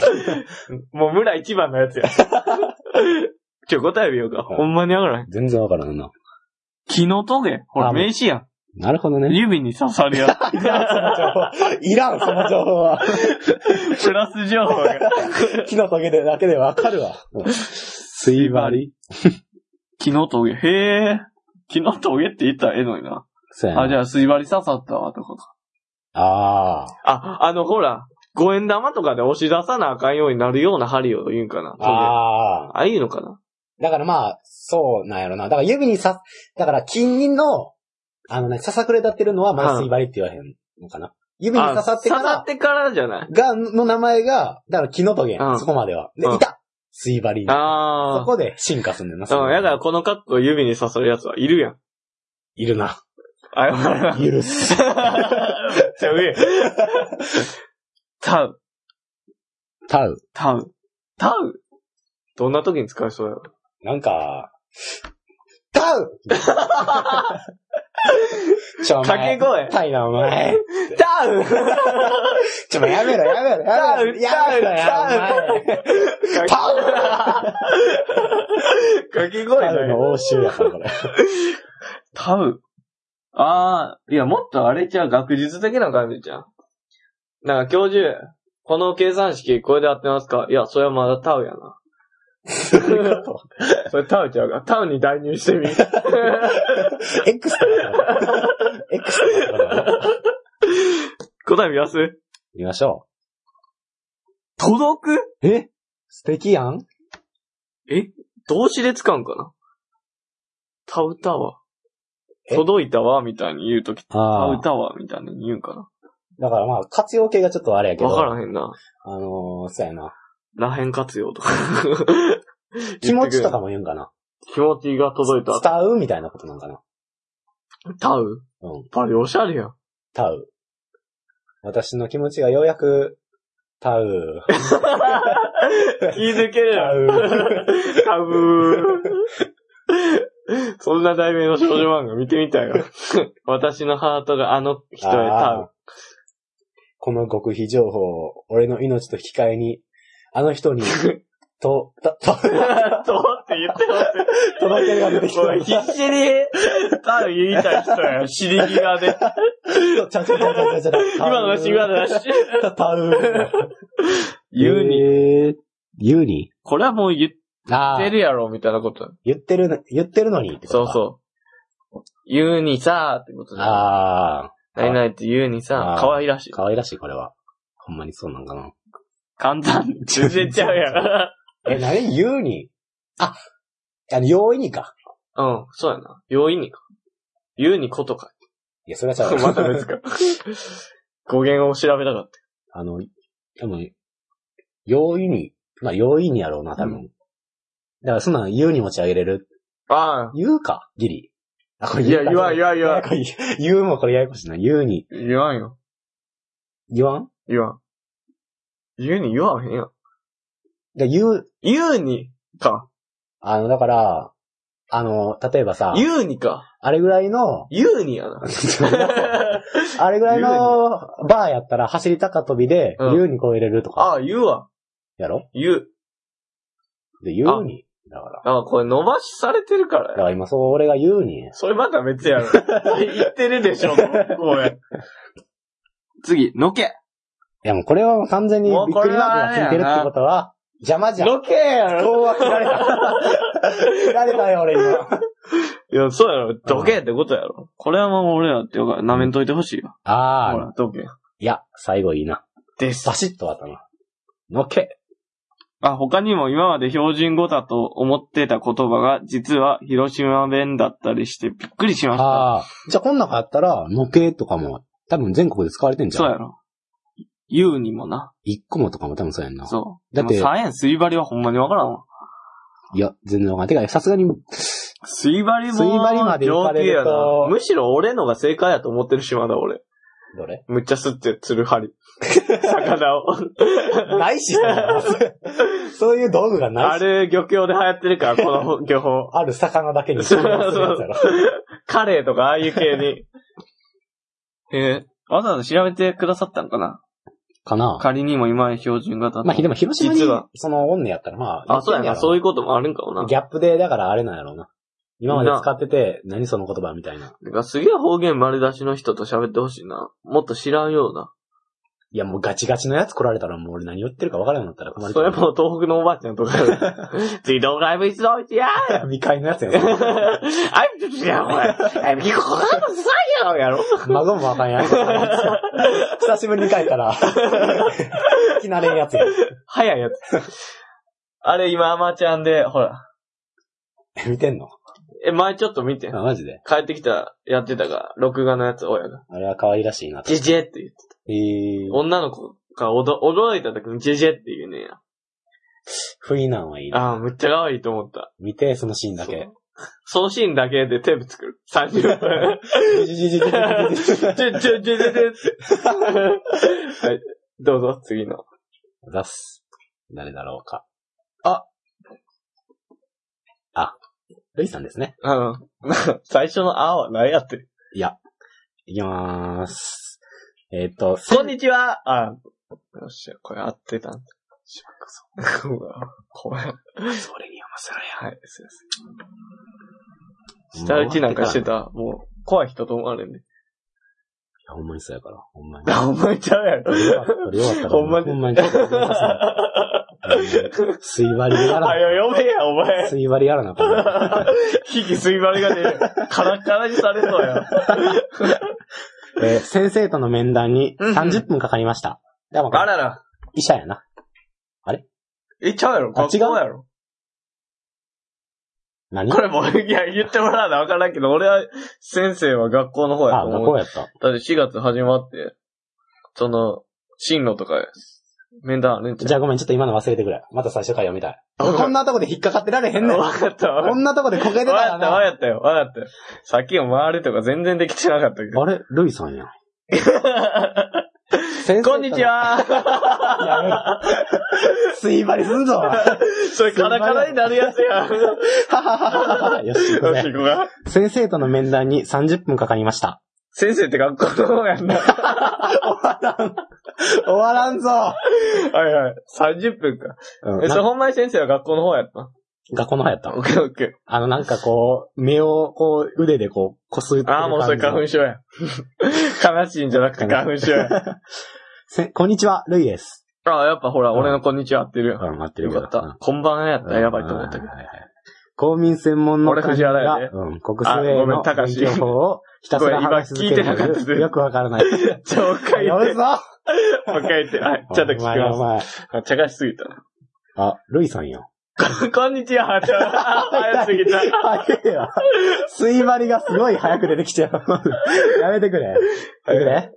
S1: もう村一番のやつや。ちょ、答え見ようか。ほんまにわからへん。
S2: 全然わからんな。
S1: 木のトゲ。ほ
S2: あ
S1: ら、
S2: もう
S1: 名詞やん。
S2: なるほどね。
S1: 指に刺さるや
S2: いらん、その情報。いらん、その情報は。
S1: つ。プラス情報が。
S2: 木のトゲでだけでわかるわ。水張り
S1: 木のトゲ。へえ。木のトゲって言ったらええのにな。
S2: そうやな。
S1: あ、じゃあ、水割り刺さったわ、ってこと。
S2: あー
S1: あ、あの、ほら、五円玉とかで押し出さなあかんようになるような針を言うんかな。トゲあ
S2: ああ。
S1: あいうのかな。
S2: だからまあ、そうなんやろな。だから指にさ、だから金銀の、あのね、ささくれ立ってるのはまあ水張りって言わへんのかな。指に刺さってか
S1: あ刺さ
S2: ら
S1: っ、てからじゃない。
S2: が、の名前が、だから木のトゲ、
S1: うん
S2: そこまでは。で、
S1: うん
S2: いた水張り。そ
S1: あ
S2: こで進化すんねんな。
S1: あ。うん、やからこのカットを指に刺さるやつはいるやん。
S2: いるな。
S1: あ、やばいな。
S2: 許す。
S1: じゃあ上。タウ、
S2: タウ。
S1: タウ、タウどんな時に使えそうやろ
S2: なんか、タウちょ、お前
S1: 掛け声
S2: タイな、お前。
S1: タウ
S2: ちょ、やめろ、やめろ、やめろ。やめろ、やめろ。タウ
S1: かき声
S2: タ
S1: だよ。
S2: ウの応酬やから、これ。
S1: タウ。ああ、いや、もっとあれじゃう学術的な感じじゃん。なんか、教授、この計算式、これで合ってますかいや、それはまだタウやな。
S2: どういうこ
S1: それタウちゃうか。タウに代入してみ。
S2: と ?X だよ。X だよ。
S1: 答え見ます
S2: 見ましょ
S1: 届く
S2: う。え素敵やん
S1: 動詞で使うんかなタウタワー。
S2: え
S1: 届いたわ、みたいに言うとき、タ
S2: あ
S1: ウ。タワーみたいに言うんか
S2: だからまあ、活用系がちょっとあれやけ
S1: な
S2: ど。
S1: わからへんな。
S2: あのー、そうやな。
S1: らへん活用とか。
S2: 気持ちとか
S1: も。
S2: も言うんかな。
S1: 気持ちが届いた。
S2: 伝うみたいなことなんかな。
S1: タウ
S2: うん。
S1: パリおしゃれや ん。
S2: タウ。私の気持ちがようやく、タウ。
S1: 言い抜ける
S2: タ
S1: やん。
S2: ウ。
S1: タブー。そんな題名の少女漫画見てみたい よ。私のハートがあの人へ
S2: あー
S1: タ
S2: この極秘情報を、俺の命と引き換えに、あの 人に、と、た、
S1: ウ。
S2: と、
S1: どうって言ってます
S2: 届けるが出てきた。
S1: おい必死に、タウ言いたい人やん。死に際で。
S2: ちゃちゃちゃちゃちゃ。
S1: 今のが今のが
S2: タウ。
S1: 言うに。
S2: に。言うに
S1: これはもう言っ
S2: あ
S1: て
S2: あ。
S1: るやろ、みたいなこと。
S2: 言ってるの、言ってるのにってこと
S1: そう
S2: か
S1: そう。言うにさーってことだ。
S2: あ
S1: ないないって言うにさ
S2: あー
S1: 可愛らしい
S2: あ。。可愛らしい、これは。ほんまにそうなんかな。
S1: 簡単。全然ちゃうや
S2: え、何言うにあ、あの、容易にか。
S1: ん。 うん、そうやな。容易にか。言うにことか。
S2: いや、それはちゃ う
S1: また別
S2: わ。
S1: か。語源を調べたかっ
S2: あの、でも、容易に、まあ、容易にやろうな、多分。
S1: う
S2: だから、そんなん言うに持ち上げれる。
S1: た。あ
S2: 言うか、ギリ。あ、こ
S1: あ。
S2: れ
S1: い
S2: 言
S1: や、
S2: うか
S1: 言わん、言わん、言わん。
S2: これ言うもこれややこしいな。言うに。
S1: 言わんよ。
S2: 言わん
S1: 言わん。言うに言わへんやん。
S2: だから言う、
S1: 言うにか。
S2: あの、だから、あの、例えばさ、
S1: 言うにか。
S2: あれぐらいの、
S1: 言うにや な。
S2: あれぐらいのバーやったら走り高跳びで、
S1: うん
S2: 優に超えれるとか、
S1: ああ、言うわ。
S2: やろ
S1: 言う。
S2: で、優に。だから。
S1: ああ、これ伸ばしされてるか
S2: だ
S1: ら
S2: か
S1: や。
S2: ら今、そう、俺が優に。
S1: それまた別 やろ。言ってるでしょ、これ。次、のけ。
S2: いや、もうこれはもう完全にびっ
S1: もうこ
S2: く
S1: れ
S2: りマ
S1: は
S2: ークがついてるってことは、邪魔じゃん。
S1: のけやろ。
S2: そうは切られた。切られたよ、俺 今。
S1: いや、そうやろ。どけってことやろ。これはもう俺らっていうから、舐めんといてほしいよ。ほ
S2: あー、
S1: ら、どけ。
S2: いや、最後いいな。
S1: です。
S2: バシッと終わったな。のっけ。
S1: あ、他にも今まで標準語だと思ってた言葉が、実は広島弁だったりしてびっくりしました。
S2: あー。じゃあ、こん中やったら、のっけとかも、多分全国で使われてんじゃ。
S1: そうんやろ。言うにもな。
S2: 一個もとかも多分そうやんな。
S1: そう。
S2: だって
S1: でも3円すり張りはほんまにわからんわ。
S2: いや、全然わかんない。てか、さすがに、
S1: すり張りも、
S2: すり張りまで行かれる
S1: 上
S2: と
S1: 級やなむしろ俺のが正解やと思ってる島だ、俺。
S2: どれ
S1: むっちゃすって釣る針。魚を。
S2: ないし、そんなのそういう道具がない
S1: あ
S2: し。
S1: れ、漁協で流行ってるから、この漁法。
S2: ある魚だけに
S1: そう
S2: 注文するやつやろ
S1: カレーとかああいう系に。えーわざわざ調べてくださったんかな
S2: かな
S1: 仮にも今標準型と
S2: まあ、でも広島に
S1: 実は、
S2: その、おんねやったら、まあ、
S1: あ、そうやな。そういうこともあるんかもな
S2: ギ。ャップで、だからあれなんやろうな。今まで使ってて、何その言葉みたいな。
S1: なんかすげえ方言丸出しの人と喋ってほしいな。もっと知らんような。
S2: いや、もうガチガチのやつ来られたら、もう俺何言ってるか分からなくなったら困る
S1: そ
S2: から
S1: れもう東北のおばあちゃんとか。 自動外部一度置いてやー
S2: 未開のやつやな。
S1: あいつや、お前。あいつ、ここからもさいやろ、やろ。
S2: 孫もわかんやん。久しぶりに書いた ら、聞き慣れんやつや。
S1: 早いやつ。あれ今、アマちゃんで、ほら。
S2: 見てんの
S1: え、前ちょっと見て
S2: あ、。マジで
S1: 帰ってきたらやってたから、録画のやつ、親が。
S2: あれは可愛らしいなと。
S1: ジェジェって言って。
S2: えー、
S1: 女の子がおど驚いた時にジェジェって言うねんや。
S2: 不意なんはいいな。
S1: ああ、めっちゃ可愛いと思った。
S2: 見て、そのシーンだけ。
S1: そのシーンだけでテープ作る。30分。
S2: じじじじじ
S1: ち ょ、ちょ、ちょ、ちょ、ちょ、はい。どうぞ、次の。
S2: 出す。誰だろうか。
S1: あ
S2: あ、ルイさんですね。
S1: あの、 最初のあは何やってる
S2: いや。いきまーす。えっ、と、
S1: こんにちはあ、よっしゃ、これ合ってたんだ。しばくそうわ。怖い。
S2: それに読ませろ
S1: はい、すいません。下打ちなんかしてたら、もう、怖い人と思われんね。
S2: や。ほんまにそうやから。ほ んまに。
S1: あ、お前ちゃうやろ。
S2: よかったよかった
S1: ほんまに
S2: ほんまにちょっと思い出せない。水割りでやら
S1: あ、
S2: な。
S1: いや、読めや、お前。
S2: 水割りやらなあか んな。
S1: 引きすぎまりがね、カラッカラにされそうや。
S2: えー先生との面談に
S1: うんうん
S2: 30分かかりました。でも、
S1: あらら。
S2: 医者やな。
S1: え、ちゃうやろ
S2: あ
S1: 学校やろ
S2: 何
S1: これもう、いや、言ってもらわなわからんけど、俺は、先生は学校の方や
S2: あ、
S1: と
S2: 学
S1: 思う。
S2: 校やった。
S1: だって4月始まって、その、進路とか、面談あるんち
S2: じ
S1: ゃう
S2: ゃあごめん、ちょっと今の忘れてくれ。また最初から読みたい。
S1: あ
S2: こんなとこで引っかかってられへんねん。
S1: わかったわ。
S2: こんなとこでこけてた
S1: わからった、わ
S2: な。
S1: かったよ、わかったよ。さっきの周りとか全然できてなかったけ ど。
S2: あれルイさんやん。先生と
S1: こんにち。 は
S2: やめ水割りすん ぞ。お前は
S1: それカラカラになるやつや。よ
S2: はははよし、行くぜ
S1: し、こが。
S2: 先生との面談に30分かかりました。
S1: 先生って学校の方やんな。
S2: 終わらんぞ。
S1: はいはい。30分か。
S2: うん
S1: え、それ
S2: な
S1: ほんまに先生は学校の方やったの
S2: 学校の方やった
S1: オ。ッケーオッケ
S2: あの、なんかこう、目をこう、腕でこう、こすってる
S1: ー。ああ、もうそれ
S2: 感じ
S1: 花
S2: の
S1: 粉症や。 悲しいんじゃなくて花粉症や。
S2: せこんにちは、ルイです。
S1: ああ、やっぱほら、
S2: うん
S1: 俺のこんにちは合ってるやん。
S2: うん、待って
S1: よ
S2: る
S1: かった。こんばんはやったらやばいと思ったけど。
S2: 公民専門の
S1: 俺藤原やで
S2: うん、国政へ
S1: あごめん
S2: の
S1: 高
S2: 勉
S1: 志
S2: 強法をひたすら話し続ける
S1: ごめん今聞いてなかった
S2: というよくわからない。
S1: じゃあ、もう一回
S2: や
S1: 言っ
S2: る
S1: て。
S2: ぞ
S1: もう一回言って。はい、ちょっと聞き
S2: お前お
S1: ま
S2: 前
S1: す。あ茶化しすぎた な。
S2: あ、ルイさんよ。
S1: こんにちは。ちょ早すぎた。
S2: 早いわ。水張りがすごい早く出てきちゃう。 やめてくれ。やめてくれ。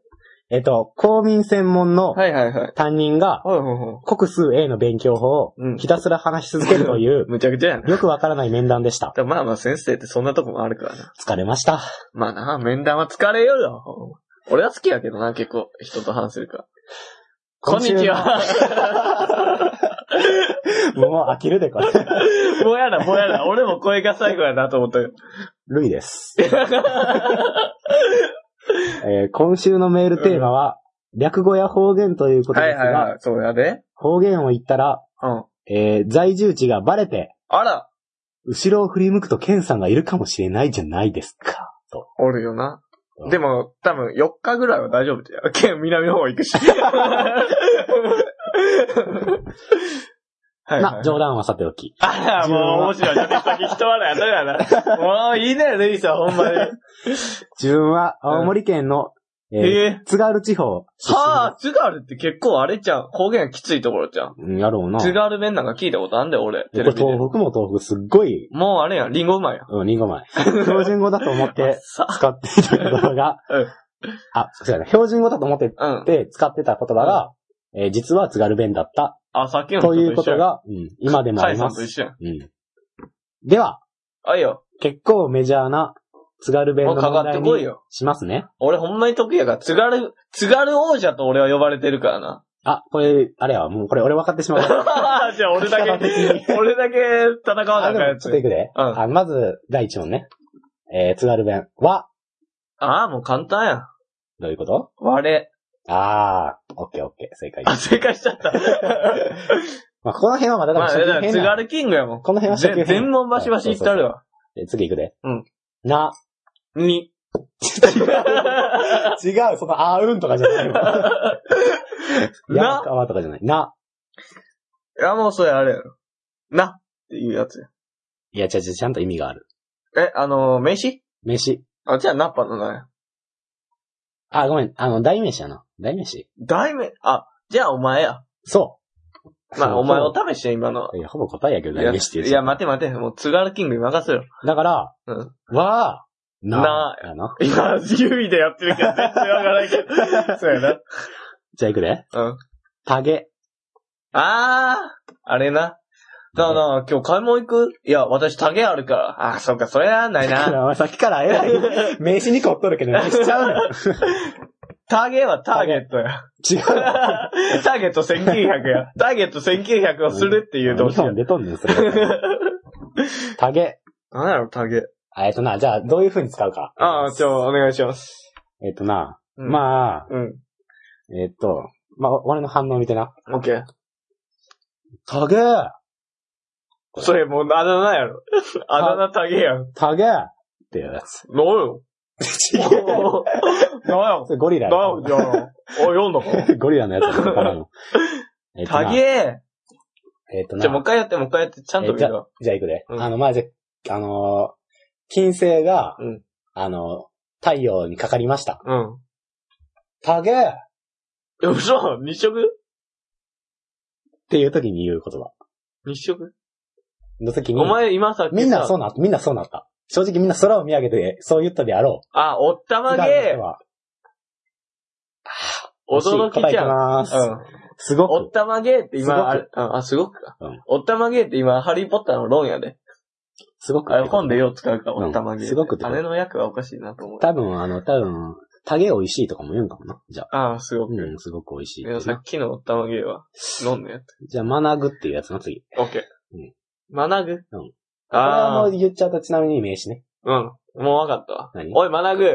S2: えっと、公民専門の
S1: はいはいはい。
S2: 担任が
S1: ほいほいほ
S2: 国数 A の勉強法を
S1: うん
S2: ひたすら話し続けるという
S1: い。、むちゃくちゃやな。
S2: よくわからない面談でした。
S1: でもまあまあ先生ってそんなとこもあるからな。
S2: 疲れました。
S1: まあな、面談は疲れようよ。俺は好きやけどな、結構、人と話せるから。こんにちは。
S2: もう飽きるで、これ。
S1: もうやだ、もうやだ。俺も声が最後やなと思ったよ。
S2: ルイです。 えー今週のメールテーマは、略語や方言ということですが、
S1: い。そうやで。
S2: 方言を言ったら、
S1: うん。
S2: えー在住地がバレて、
S1: あら、
S2: 後ろを振り向くとケンさんがいるかもしれないじゃないですか。と。
S1: おるよな
S2: う。ん
S1: でも、多分、4日ぐらいは大丈夫じゃん。 県南の方行く し。はい
S2: まあ、冗談はさておき。
S1: あら、もう面 白い。だって先人笑いだからな。もういいね、ルイさん、ほんまに。
S2: 自分は青森県の、えー
S1: ええ
S2: 津軽地方出身
S1: はあ、津軽って結構あれじゃん。方言きついところじゃん。
S2: うんやろうな。
S1: 津
S2: こ
S1: 軽弁なんか聞いたことあんだよ、俺。テ
S2: れ
S1: レビ
S2: 東
S1: で。
S2: 北も東北すっごい、
S1: もうあれやん、リンゴうまいやん。
S2: うん、リン ゴ前。標準語だと思って
S1: さ、
S2: 使っていた言葉が、
S1: うん
S2: あ、そうだね。標準語だと思って
S1: うん。
S2: で使ってた言葉が、えー実は津軽弁だった。
S1: あ、さっきの人
S2: というこ
S1: 一緒やん。
S2: とが、うん、今でもあ
S1: カ
S2: り
S1: イさ
S2: ま
S1: んと
S2: す。
S1: 一緒やん。
S2: うん、では、
S1: あいよ。
S2: 結構メジャーな津軽弁
S1: も
S2: の
S1: うか
S2: 問
S1: かっ
S2: 題
S1: てこい
S2: に
S1: よ。
S2: しますね。
S1: 俺ほんまに得意やから、津軽、津軽王者と俺は呼ばれてるから な。
S2: あ、これ、あれは、もうこれ俺分かってしま う。
S1: じゃあ俺だ
S2: 力的
S1: け、俺だけ戦わなあ
S2: あ、で
S1: かんや
S2: もちょっとい
S1: つ。
S2: くで。
S1: うん
S2: あまず、第一問ね。えー、津軽弁は、
S1: ああ、もう簡単やん。
S2: どういうこと
S1: 我。
S2: あー、オッケーオッケー、正解。
S1: あ、正解しちゃ った。
S2: まあ、この辺はまだ多
S1: ま
S2: 分
S1: あ、
S2: 初
S1: だから
S2: 級
S1: 津
S2: 編な
S1: 軽キングやもん。
S2: この辺は初
S1: ぜ
S2: 級編。
S1: 全問バシバシいったるわ。
S2: で次行くで。
S1: うん。
S2: な。
S1: に。
S2: 違う、その、あーうんとかじゃ ないわ。や
S1: な
S2: かわとかじゃない。な。
S1: いや、もうそれあれやろ。なっていうやつや。
S2: いや、ちゃちゃちゃんと意味がある。
S1: え、あのー名詞
S2: 飯。
S1: あ、じゃあナッパのなんや。
S2: あ、ごめん。あの、代名詞やな。代名詞
S1: 題名、あ、じゃあお前や。
S2: そう。
S1: ま
S2: そ
S1: あ、
S2: う
S1: お前を試して、今の。
S2: いや、ほぼ答えやけど、
S1: いや、
S2: 代名詞って言っ
S1: い
S2: ちゃ
S1: や
S2: う
S1: 待て待て、もう津軽キングに任せろ。
S2: だから、
S1: うん
S2: は、な
S1: な、
S2: やな。
S1: 今、指でやってるから全然わからんけど。 そうやな。
S2: じゃあ行くで。
S1: うん。
S2: タゲ。
S1: あー、あれな。なあなあ、今日買い物行くいや、私、タゲあるから。あー、そっか、それはない
S2: だか
S1: な。
S2: らお前さっきから偉い。名詞にこっとるけど、名詞ちゃうのよ
S1: タゲはターゲットや。
S2: 違う の。
S1: ターゲット1900や。 ターゲット1900をするっていう動
S2: 日
S1: 詞や。
S2: 本出とんねん、そ れ。タゲ。
S1: なんやろ、タゲ。
S2: あえっとな、じゃあ、どういう風に使うか。
S1: ああ、今日お願いします。
S2: えっとな、
S1: うん
S2: まあ、
S1: うん。
S2: えっと、まあ、俺の反応見てな。
S1: オッケー。
S2: タゲ
S1: それもうあだ名やろ。あだ名タゲやん。
S2: タゲっていうやつ。
S1: なん よ。なんや。
S2: それゴリラや
S1: なんや、じゃあ。あ、読んだか
S2: ゴリラのやつだからの。 えっとな
S1: タゲ
S2: えっと
S1: じゃあもう
S2: な
S1: 一、回やって、もう一回やって、ちゃんと見ろ。
S2: じゃあいくで。
S1: うん
S2: あの、まあ、じゃ、あのー、金星が
S1: うん、
S2: あの、太陽にかかりました。
S1: うん。
S2: タゲっ
S1: え、嘘日食
S2: ていう時に言う言葉。
S1: 日食
S2: の時に
S1: お、前今さっきさ
S2: みんなそうな、みんなそうなった。正直みんな空を見上げて、そう言ったであろう。
S1: あ、おったま
S2: 普段の
S1: げ
S2: 人は
S1: 驚き
S2: 答え
S1: じ
S2: て
S1: ゃん。
S2: ま
S1: う
S2: す。
S1: ん。
S2: すご
S1: おっ
S2: く。
S1: たまげって
S2: すごく
S1: 今、あれ、うんあ、すごくか
S2: うん。
S1: おったまげって今、ハリーポッターの論やで。
S2: すごく。
S1: あれ本でよう使うから、おったま
S2: う
S1: げ。
S2: んすごくってこ
S1: あ
S2: と
S1: れの役はおかしいなと思う。
S2: 多分、あの、多分、タゲ美味しいとかも言うんかもな。じゃあ。
S1: ああ、すごく。
S2: うん、すごく美味しい
S1: いや、さっきのおったまげは、飲んでやつ。
S2: じゃあ、マナグっていうやつの次。
S1: オッケ
S2: うん
S1: ー。学ぐ
S2: うん。
S1: あ
S2: こ
S1: あ
S2: れはもう言っちゃうとちなみに名詞ね。
S1: うん。もう分かったわ。
S2: 何
S1: おい、学ぐ。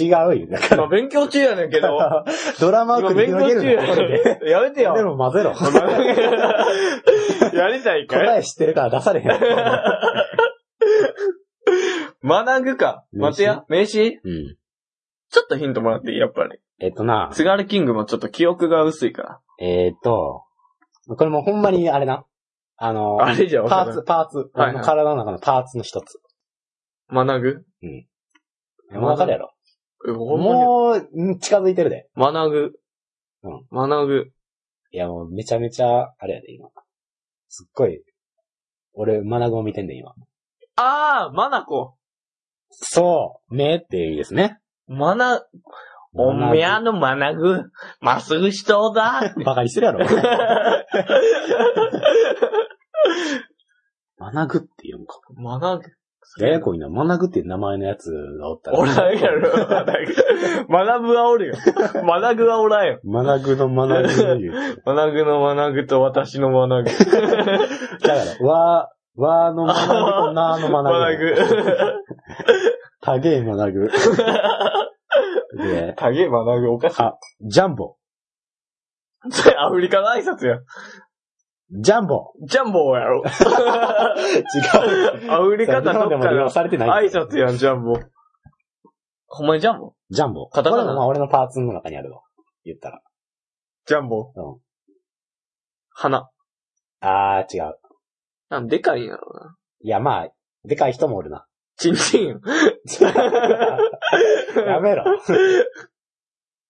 S2: 違うよ。だから
S1: 今勉強中やねんけ ど。
S2: ドラマを
S1: 今
S2: 繰り
S1: 勉強
S2: 広げる
S1: 中や
S2: のここで。
S1: ねん。やめてよ。
S2: でも混ぜろ。
S1: やりたいか
S2: 答
S1: い
S2: え知ってるから出されへ ん。
S1: 学ぐか。
S2: 名詞
S1: 待てや。名詞
S2: うん。
S1: ちょっとヒントもらっていいやっぱり。
S2: えっとな、
S1: 津軽キングもちょっと記憶が薄いか
S2: えっと、これもうほんまにあれな。あの
S1: ら。、あれじゃ分か
S2: パー
S1: ら
S2: ツ、
S1: ん。
S2: パーツ。
S1: はいはい
S2: 俺の体の中のパーツの一つ。
S1: 学ぐ
S2: もうわかるやろ。
S1: えほんまに。
S2: もう、うん近づいてるで。
S1: 学ぐ
S2: うん。
S1: 学ぐ。
S2: いや、もうめちゃめちゃ、あれやで、今。すっごい、俺、マナグを見てんねん、今。
S1: あー、まなこ。
S2: そう、目っていう意味ですね。
S1: まな、おみやのまなぐ、まっすぐしとう だ。
S2: バカにしてるや ろ。マナグって読むか。
S1: まなぐ。
S2: ややこいな。マナグっていう名前のやつがおったら。
S1: おらんやろ。まなぶはおるよ。まなぐはおらんよ。
S2: マナグのマナグの言う。
S1: まなぐのまなぐと私のまなぐ。
S2: だから、わー、わーのマナグとなーのマ
S1: ま
S2: ナ
S1: な
S2: グ。
S1: ぐ。
S2: たげえマナグ。で、
S1: たげまなぐおかしい。
S2: ジャンボ。
S1: それアフリカの挨拶や。
S2: ジャンボ。
S1: ジャンボーやろ。
S2: 違う。
S1: アフリカだ
S2: 日
S1: と
S2: 本
S1: った
S2: でも利用
S1: ら
S2: されてない
S1: 挨。拶やん、ジャンボー。ほんまにジャンボ
S2: ジャンボ。
S1: カタカナ
S2: これもまあ俺のパーツの中にあるわ。言ったら。
S1: ジャンボー。
S2: うん
S1: 花。
S2: あー、違う。
S1: なんでかいんやろな。
S2: いや、まあ、でかい人もおるな。
S1: チンチン。
S2: やめろ。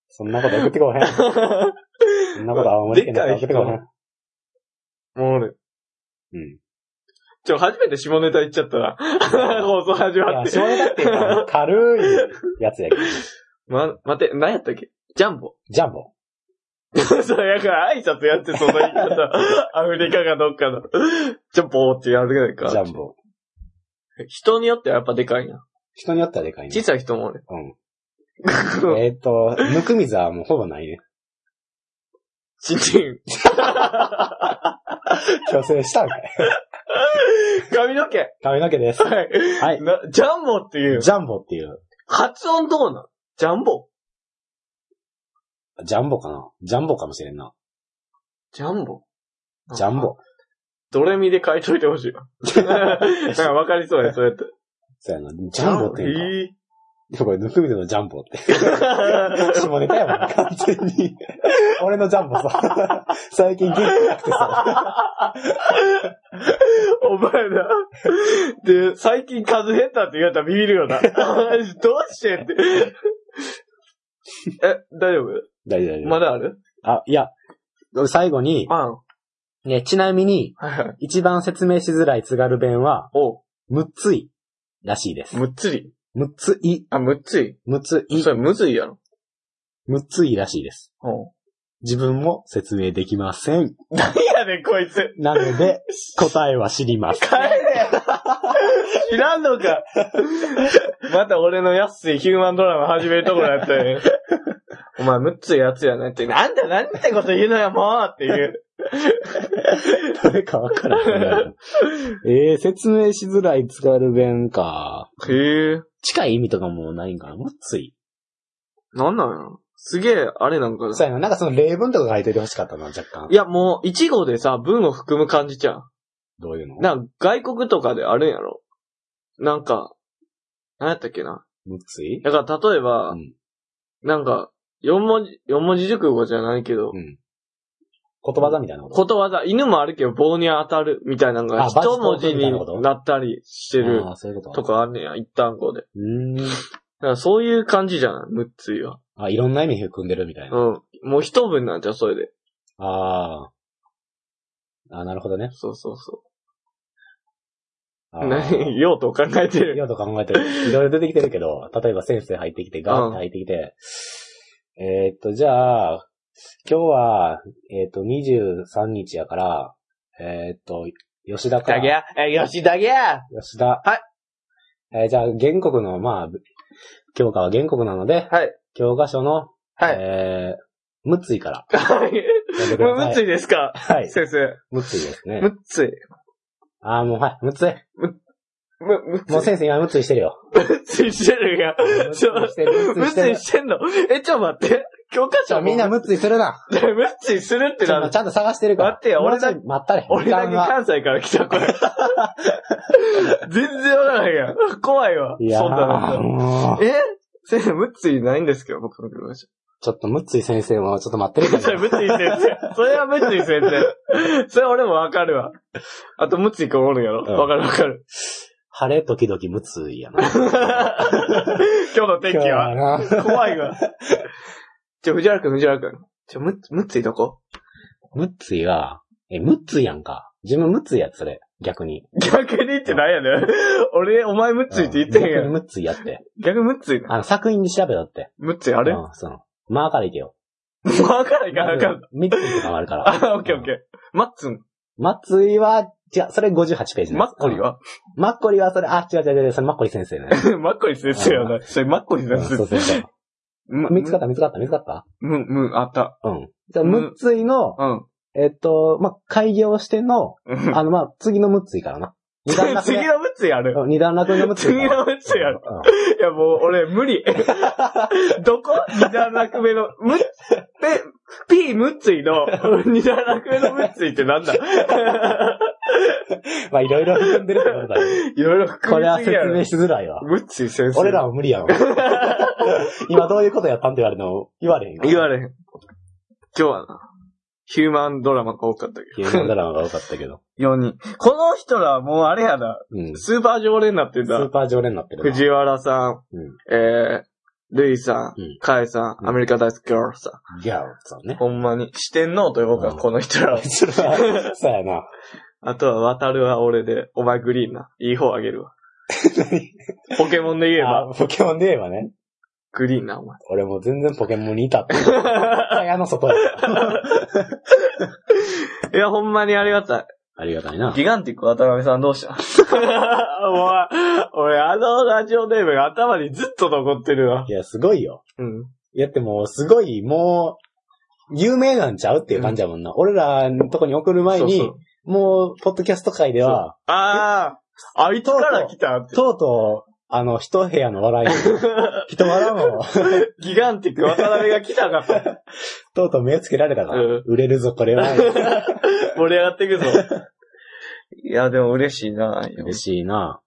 S2: そんなこと送ってこうへん。そんなこと青森県なんか送ってこうへ
S1: で
S2: ん。
S1: もう俺
S2: うん。
S1: ちょ、初めて下ネタ言っちゃったら、 放送始
S2: い
S1: まって。
S2: や、下ネタっていうか、軽いやつやけ ど。
S1: ま、待て、何やったっけジャンボ。
S2: ジャンボ。
S1: そう、やから挨拶やって、その言い 方。アフリカかどっかの。ジャンボーってやるやん
S2: ジ
S1: か。
S2: ャンボ。
S1: 人によってはやっぱでかいな。
S2: 人によってはでかいね
S1: 小。さい人もおる。
S2: うん。えっと、ぬくみずはもうほぼないね。
S1: チンチン。
S2: 虚勢したん かい。
S1: 髪の毛。
S2: 髪の毛です。
S1: はい。
S2: はい。
S1: なジャンボっていう。
S2: ジャンボっていう。
S1: 発音どうなんジャンボ。
S2: ジャンボかなジャンボかもしれんな。
S1: ジャンボ。
S2: ジャンボ。
S1: ドレミで書いといてほしいわ。なんかわかりそうや、そうやって。
S2: そうやな。ジャンボっていうか。
S1: い
S2: いやこれ、ぬくみでのジャンボ って。
S1: う
S2: 下ネタやもん、完全 に。俺のジャンボさ、 最近元気なくてさ。
S1: お前ら。で、最近数減ったって言われたらビビるよな。 どうしてって。え、大丈夫
S2: 大丈夫、大丈夫。
S1: まだある
S2: あ、いや、俺最後に、
S1: あん。
S2: ね、ちなみに、
S1: はいはい。
S2: 一番説明しづらい津軽弁は、
S1: おう
S2: むっつい、らしいです。
S1: むっつり。
S2: むっつい、
S1: あ、むっつい。
S2: むっつい
S1: そ、れむずいやろ。
S2: むっついらしいです。
S1: おう
S2: 自分も説明できません。
S1: 何やねん、こいつ。
S2: なの で、答えは知りません。
S1: 帰れ知らんのか。また俺の安いヒューマンドラマ始めるところやったよね。お前、むっついやつやなって。なんだ、なんてこと言うのよ、もうっていう。
S2: どれかわからん。えー、説明しづらい津軽弁か。
S1: へえ。
S2: 近い意味とかもないんかなむっつい。
S1: なんなんやろすげえ、あれなんかな。
S2: そうやな。なんかその例文とか書いててほしかったな、若干
S1: い。や、もう、一号でさ、文を含む感じじゃん。
S2: どういうの
S1: なんか、外国とかであるんやろ。なんか、なんやったっけな。
S2: むっつい
S1: だから、例えば、
S2: うん
S1: なんか、四文字、四文字熟語じゃないけど、
S2: うん。言葉だみたいなこと
S1: ことわざ、犬もあるけど棒に当たるみたいなのが
S2: あバチ
S1: 一
S2: 当
S1: 文
S2: て
S1: 字
S2: みた
S1: に
S2: いなこと
S1: なったりしてる
S2: あーそういうこ
S1: と。
S2: と
S1: かあんねや、一単語で。
S2: うーん。
S1: だからそういう感じじゃないむっついは。
S2: あ、いろんな意味含んでるみたいな。
S1: うん。もう一文なんじゃ、それで。
S2: あー。あ、なるほどね。
S1: そうそうそ
S2: あ
S1: う。
S2: ー
S1: 何用途を考えて
S2: い
S1: る。
S2: ろいろ考えてる。いろいろ出てきてるけど、例えば先生入ってきて、ガーって入ってきて、えーっと、じゃあ、今日は、えーっと、23日やから、えーっと、吉田か
S1: だぎ
S2: ら、
S1: ゃえ、吉田ぎゃ
S2: 吉田。
S1: はい。
S2: えーじゃあ、原告の、まあ、教科は原告なので、
S1: はい。
S2: 教科書の、
S1: はい。
S2: えー、むついから。やってく
S1: もう
S2: ださ
S1: むっ
S2: い
S1: ついですか
S2: はい。
S1: 先生。
S2: むついですね
S1: む。っつい。
S2: ああ、もうはい、むつい。
S1: む、むっ
S2: もう
S1: つい。
S2: 先生今むついして るよ。
S1: むっついしてるや
S2: む
S1: ん。
S2: つい
S1: ちょ
S2: してる、む
S1: むっ
S2: ついして
S1: つい
S2: る。
S1: してんのえ、ちょ、待って。教科
S2: ち
S1: 書
S2: ょ、みんな
S1: む
S2: むついするな。
S1: っついするって
S2: ち
S1: な
S2: ょ
S1: ん
S2: ちゃんと探してるから。
S1: 待ってよ俺だ
S2: もうちょい待ったれ。
S1: 俺だけ
S2: 時間が
S1: 関西から来た、これ。 全然わからないやん。怖いわ。
S2: いや
S1: そんな
S2: ー
S1: の。
S2: もう
S1: え先生、むっついないんですけど、僕の車。そ
S2: ちょっとむっつい先生もちょっと待ってるか
S1: れ、
S2: ら。
S1: むっつい先生。それはむっつい先生。それ俺もわかるわ。あと、むっついくんおるんやろ。
S2: うん
S1: わかるわかる。
S2: 晴れ時々むつい やな。
S1: 今日の天気は。
S2: 今日な。
S1: 怖いわ。ちょ、藤原くん、藤原くん。ちょ、むっ、むっついどこ
S2: むっついは、え、むっついやんか。自分むっついやつ、それ。逆に。
S1: 逆にってなんやねん。俺、お前むっついって言ってへんや
S2: うん逆に
S1: ん。
S2: むっついやって。
S1: 逆むっついな。
S2: あの、作品に調べろって。
S1: むっついあれ
S2: うん、その。まあからいけよ。
S1: わからんかなかん。
S2: みっついとかもあるから。
S1: あ、オッケーオッケ
S2: ー。
S1: ー。マッツン、
S2: まっついは、違う、それ58ページの
S1: マ
S2: や
S1: ッ
S2: つ。
S1: コリは
S2: うんマッコリはそれ、あ、違う違う違う、それマッコリ先生ね。
S1: マッコリ先生やな。 それマッコリ
S2: う
S1: 先
S2: んそう
S1: 生。
S2: そうそう。
S1: む
S2: 見つかった見つかった見つかった
S1: む、む、あった。
S2: うん。じゃあ、
S1: うん
S2: むっついの、
S1: うん。
S2: えっと、まあ、開業しての、あの、まあ、次のムッツイからな。二段 落
S1: 次
S2: 目。
S1: のムッツイやる。
S2: うん二段落目のムッツイ
S1: 次
S2: から。
S1: のムッツイやる。
S2: うん
S1: いや、もう俺無 理。どこ二段落目の、む、ぺ、P ムッツイの二段落目のムッツイってなんだ
S2: まあ、いろいろ含んでるってことだ よ。
S1: いろいろ含
S2: これは
S1: みすぎ
S2: 説
S1: やろ
S2: 明。しづ らいわ。
S1: ムッツイ先生。
S2: 俺らは無理やん。 今どういうことやったんって言われるの言われへん
S1: 言
S2: れ
S1: われへん。今日はな、ヒューマンドラマが多かったけど。
S2: へん。ドラマが多かったけど。
S1: 4人。この人らもうあれやな、
S2: うん。ス
S1: スーパー常連になってん
S2: ー
S1: だ。
S2: パー常連になってるな。
S1: 藤原さん、
S2: うん
S1: えー、ルイさん、
S2: うん
S1: カイさ、
S2: うんん
S1: アメリカ大好きギャルさ
S2: ギャオさん
S1: ん。
S2: ね。
S1: ほんまに、四天王と呼ぼうか、
S2: うん
S1: この人らを。
S2: それは、 そうやな。
S1: あとは、渡るは俺で、お前グリーンな。いい方あげるわ。ポケモンで言えば、
S2: あポケモンで言えばね。
S1: グリーンな、お前。
S2: 俺もう全然ポケモンにいたっ て。あやの外やから。
S1: いや、ほんまにありがたい。
S2: ありがたいな。
S1: ギガンティック渡辺さんどうした お前、俺、あのラジオネームが頭にずっと残ってるわ。
S2: いや、すごいよ。
S1: うん。
S2: いや、でも、すごい、もう、有名なんちゃうっていう感じやもんな。俺らのとこに送る前に、
S1: そうそう
S2: もう、ポッドキャスト界では、
S1: ああ、あいつから来たって。
S2: とうとう、あの、一部屋の笑い、 一笑いも、
S1: ギガンティック渡辺が来たかった。
S2: とうとう目をつけられたから、
S1: うん
S2: 売れるぞ、こ れは。
S1: 盛り上がっていくぞ。いや、でも嬉しいな。
S2: 嬉しいな。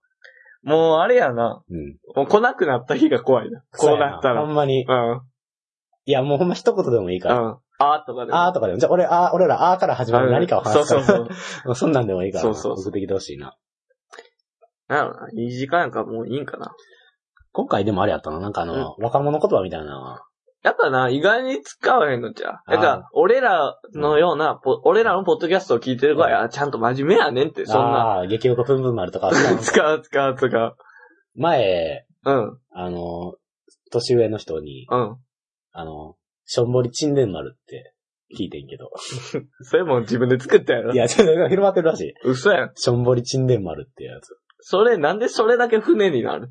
S1: もうあれやな。
S2: うん。
S1: もう来なくなった日が怖いな。こうなったら。
S2: ほ
S1: うん。
S2: んまに。いや、もうほんま一言でもいいか
S1: う
S2: ら。
S1: ん。あーとかでも。
S2: あーとかでも。じゃあ俺、あー、俺らあーから始まる何かを
S1: そ
S2: 話
S1: う
S2: すか
S1: そうそ
S2: ら。
S1: う。
S2: もうそんなんでもいいから。
S1: そうそうそう
S2: 送ってきてほしいな。
S1: なんやろな。いい時間やからもういいんかな。
S2: 今回でもあれやったな。なんかあの、若者言葉みたいなのは。
S1: やっぱな、意外に使わへんのじゃう。だか
S2: あー
S1: ら、俺らのような、ポ俺らのポッドキャストを聞いてるから、あちゃんと真面目やねんって、そんな。
S2: ああー、激横ぷんぷん丸と か。
S1: 使う、使う、使う。
S2: 前、
S1: うん、
S2: あの、年上の人に、
S1: うん。
S2: あの、しょんぼりちんでん丸って聞いてんけど。
S1: それも自分で作ったやろ
S2: い。や、ちょっと広まってるらしい。
S1: 嘘やん。
S2: しょんぼりちんでん丸っていうやつ。
S1: それ、なんでそれだけ船になる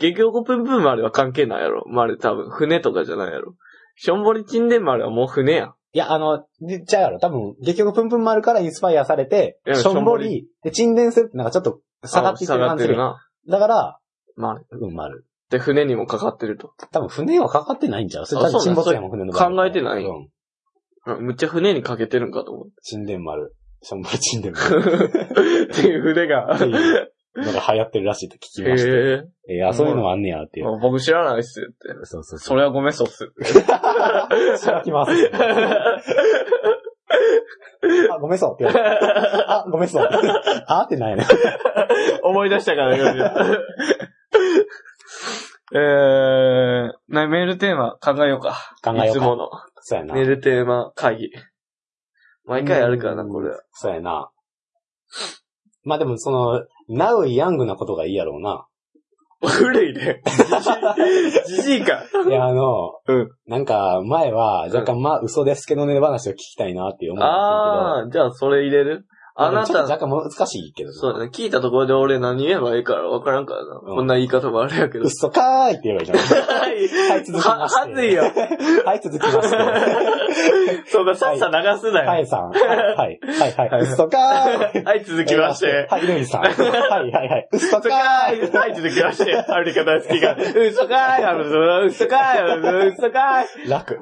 S1: 結局、プンプン丸は関係ないやろ。丸多分、船とかじゃないやろ。しょんぼりちんでん丸はもう船やん。
S2: いや、あの、じちゃうやろ。多分、結局ぷんぷん丸からインスパイアされて
S1: い、や
S2: しょんぼり、で、ちんでんするってなんかちょっと下がっていって
S1: あ下
S2: る
S1: が
S2: 感
S1: っ
S2: じ
S1: て
S2: す
S1: る
S2: る。
S1: な。
S2: だから、
S1: 丸。っ
S2: うん、丸。
S1: て船にもかかってると。
S2: 多分、船はかかってないんちゃうそれ
S1: あ
S2: 多分
S1: そうな
S2: 沈
S1: ん
S2: 没やもん、船の場合
S1: 考えてない
S2: うん。
S1: うんむっちゃ船にかけてるんかと思う。
S2: ちんでん丸。しょんぼりちんでん
S1: っ
S2: 丸。
S1: ていう船が。
S2: っていうのが流行ってるらしいって聞き
S1: え
S2: ました。
S1: え
S2: いや、そういうのもあんねやっていう。
S1: あ僕知らないっすよって。
S2: そうそうそ
S1: それはごめんそうっす。
S2: う。しらきます。あ、ごめんそうって言われた。あ、ごめんそう。 あってないね。
S1: 思い出したから ね。えー、なメールテーマ考えようか。
S2: 考えようか
S1: いつもの。
S2: そうやな
S1: メ。ールテーマ会議。毎回やるからな、これ。
S2: そうやな。まあでもその、ナウイヤングなことがいいやろ うな。
S1: 古いね。じじいじじいか。
S2: いや、あの、
S1: うん
S2: なんか前は若干まあ嘘ですけどね話を聞きたいなって思うんで
S1: あー、じゃあそれ入れるあな
S2: すけど。まあでもちょったと、若干難しいけどな
S1: そうだね。聞いたところで俺何言えばいいから分からんからな。
S2: うん
S1: こんな言い方もあれやけど。
S2: 嘘かーいって言えばいいじゃ ん。は、
S1: はい
S2: 続きまして。
S1: はずいよ。
S2: はい、続きまして。
S1: そうか、さっさ流すなよ。
S2: はいさん。はい、はい、はいは
S1: はい
S2: い。嘘かーい。
S1: はい、続きまして。
S2: はい、ルイさん。はい、はい、はい。嘘
S1: 嘘
S2: か
S1: かーいはい、続きまして。アメリカ大好きが。嘘かーいあの、嘘かーいあの、嘘かーい
S2: ーい楽。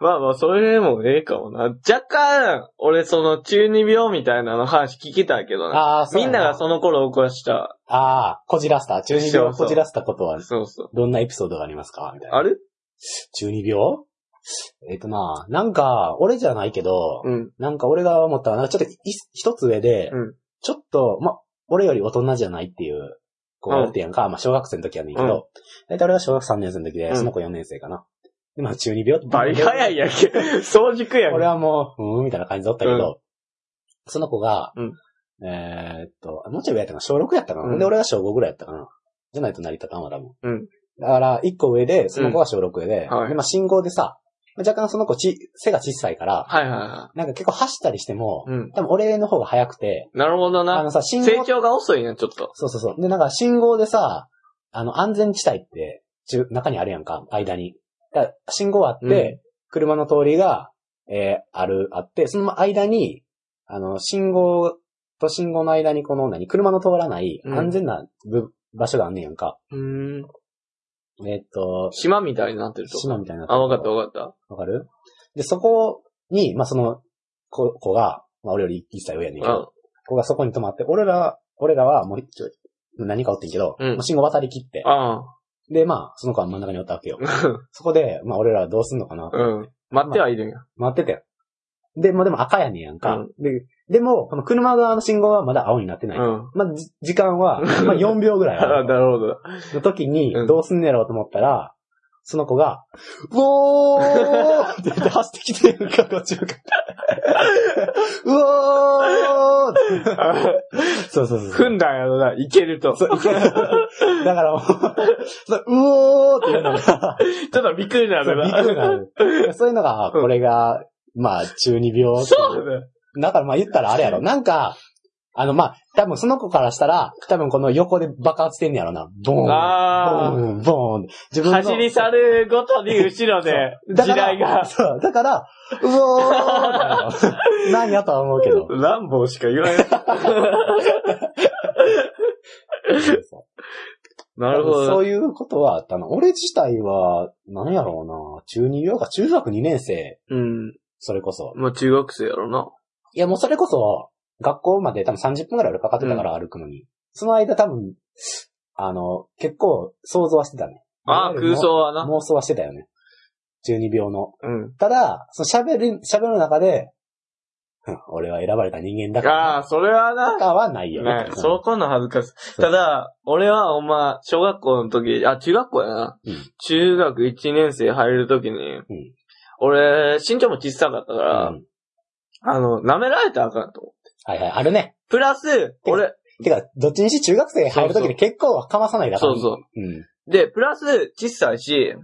S1: まあまあ、それでもええかもな。若干、俺その中二病みたいなの話聞きたいけどな。
S2: ああ、そう
S1: み
S2: や
S1: ん
S2: な
S1: ながその頃起こした。
S2: ああ、こじらした。中二
S1: そ
S2: 病
S1: うそう
S2: こじらしたことは、
S1: そうそう。
S2: どんなエピソードがありますかみたいな。
S1: あれ
S2: 中二病えっ、とな、なんか、俺じゃないけど、
S1: うん。
S2: なんか俺が思ったのは、なんかちょっとい一つ上で、
S1: うん
S2: ちょっと、ま、俺より大人じゃないっていう子がおってやんか、まあ、小学生の時やねんけど、大体俺が小学3年生の時
S1: う
S2: で、
S1: ん
S2: その子4年生かな。で、まあ、中二病って。
S1: バリ早 いやんけ。早熟 やん
S2: 俺
S1: け。
S2: はもう、うーん、みたいな感じだったけど、その子が、
S1: うん
S2: えーっと、もうちょい上やったかな、小6やったかな。
S1: うん
S2: で、俺が小5ぐらいやったかな。じゃないと成り立たんわ、多分。
S1: うん
S2: だから、1個上で、その子は小6上で、
S1: うんはい
S2: で、まあ、信号でさ、若干その子ち、背が小さいから、
S1: はいはいは
S2: なんか結構走ったりしても、
S1: い。うん。
S2: 多分俺の方が早くて、
S1: なるほど
S2: あ
S1: な。
S2: のさ、信
S1: 成
S2: 号、
S1: 長が遅いね、ちょっと。
S2: そうそうそう。で、なんか信号でさ、あの、安全地帯って、中、中にあるやんか、間に。だから信号あって、
S1: うん
S2: 車の通りが、えーある、あって、その間に、あの、信号と信号の間にこの、何、車の通らない
S1: うん
S2: 安全な部、場所があんねんやんか。
S1: うーん。
S2: えーっと、
S1: 島みたいになってると。
S2: 島みたいな。
S1: あ、わかった。わかっ
S2: わかるで、そこに、まあ、その、子子が、まあ、俺より一歳上やねんけ
S1: た。
S2: ど、
S1: あ
S2: ここがそこに止まって、俺ら、俺らはもうちょい、何かおってんけど、
S1: うん
S2: もう信号渡り切って、
S1: あ
S2: で、まあ、その子は真ん中におったわけよ。
S1: ー。
S2: そこで、まあ、俺らはどうすんのかな、
S1: うん。待ってはいるんや。
S2: 待ってたよ。で、まあ、でも赤やねんやんか。
S1: うん
S2: で、でも、この車側の信号はまだ青になってない。
S1: うん。
S2: まあ、じ時間は、まあ、4秒ぐらいあ
S1: あ
S2: る
S1: なるほ ど。
S2: の時に
S1: う、ん
S2: どうすんねやろうと思ったら、その 子が、うおーって言って走ってきてるか、こっち向かって。 うおーってそうそうそうそう。
S1: 踏んだんやろな、いけると。ち
S2: そ
S1: ょ
S2: う、いけ る。だからもう、そううおーっていうのが、
S1: っとびっくりな
S2: そう
S1: る
S2: びっ
S1: な。
S2: くりなる。そういうのが、これが、まあ、中二病ってい
S1: そうだ。
S2: だからまあ言ったらあれやろ。なんか、あのまあ、多分その子からしたら、多分この横で爆発してんねやろな。ボーン。
S1: あー
S2: ボーン、ボーン。自分の。
S1: 走り去るごとに後ろで、
S2: だ
S1: 時
S2: から
S1: 代が。
S2: そう、だから、うおーだよ なんやとは思うけど。
S1: ランボーしか言 わない。なるほ
S2: そ
S1: ど
S2: う
S1: な。
S2: いうことはあったな。俺自体は、なんやろうな。中二病か、中学2年生、
S1: うん。
S2: それこそ。
S1: まあ中学生やろな。
S2: いや、もうそれこそ、学校まで多分30分くらい俺かかってたから歩くのに。その間多分、あの、結構想像はしてたね。
S1: ああ、空想はな。
S2: 妄想はしてたよね。12秒の。
S1: うん。
S2: ただ、その喋る、喋る中で、ふん俺は選ばれた人間だから
S1: ああ、それはな
S2: な、と。かはないよね
S1: ね。、そこの恥ずかしさ。
S2: そう
S1: ただ、俺はほんま、小学校の時、あ、中学校やな。
S2: うん
S1: 中学1年生入る時に、
S2: ん
S1: 俺、身長も小さかったか
S2: うん。
S1: ら、あの、舐められたらあかんと思う。
S2: はいはい、あるね。
S1: プラス、
S2: か
S1: 俺、
S2: てか、どっちにし中学生入るときに結構はかまさないだから。。
S1: そうそう
S2: うん。
S1: う。で、プラス、小さいし、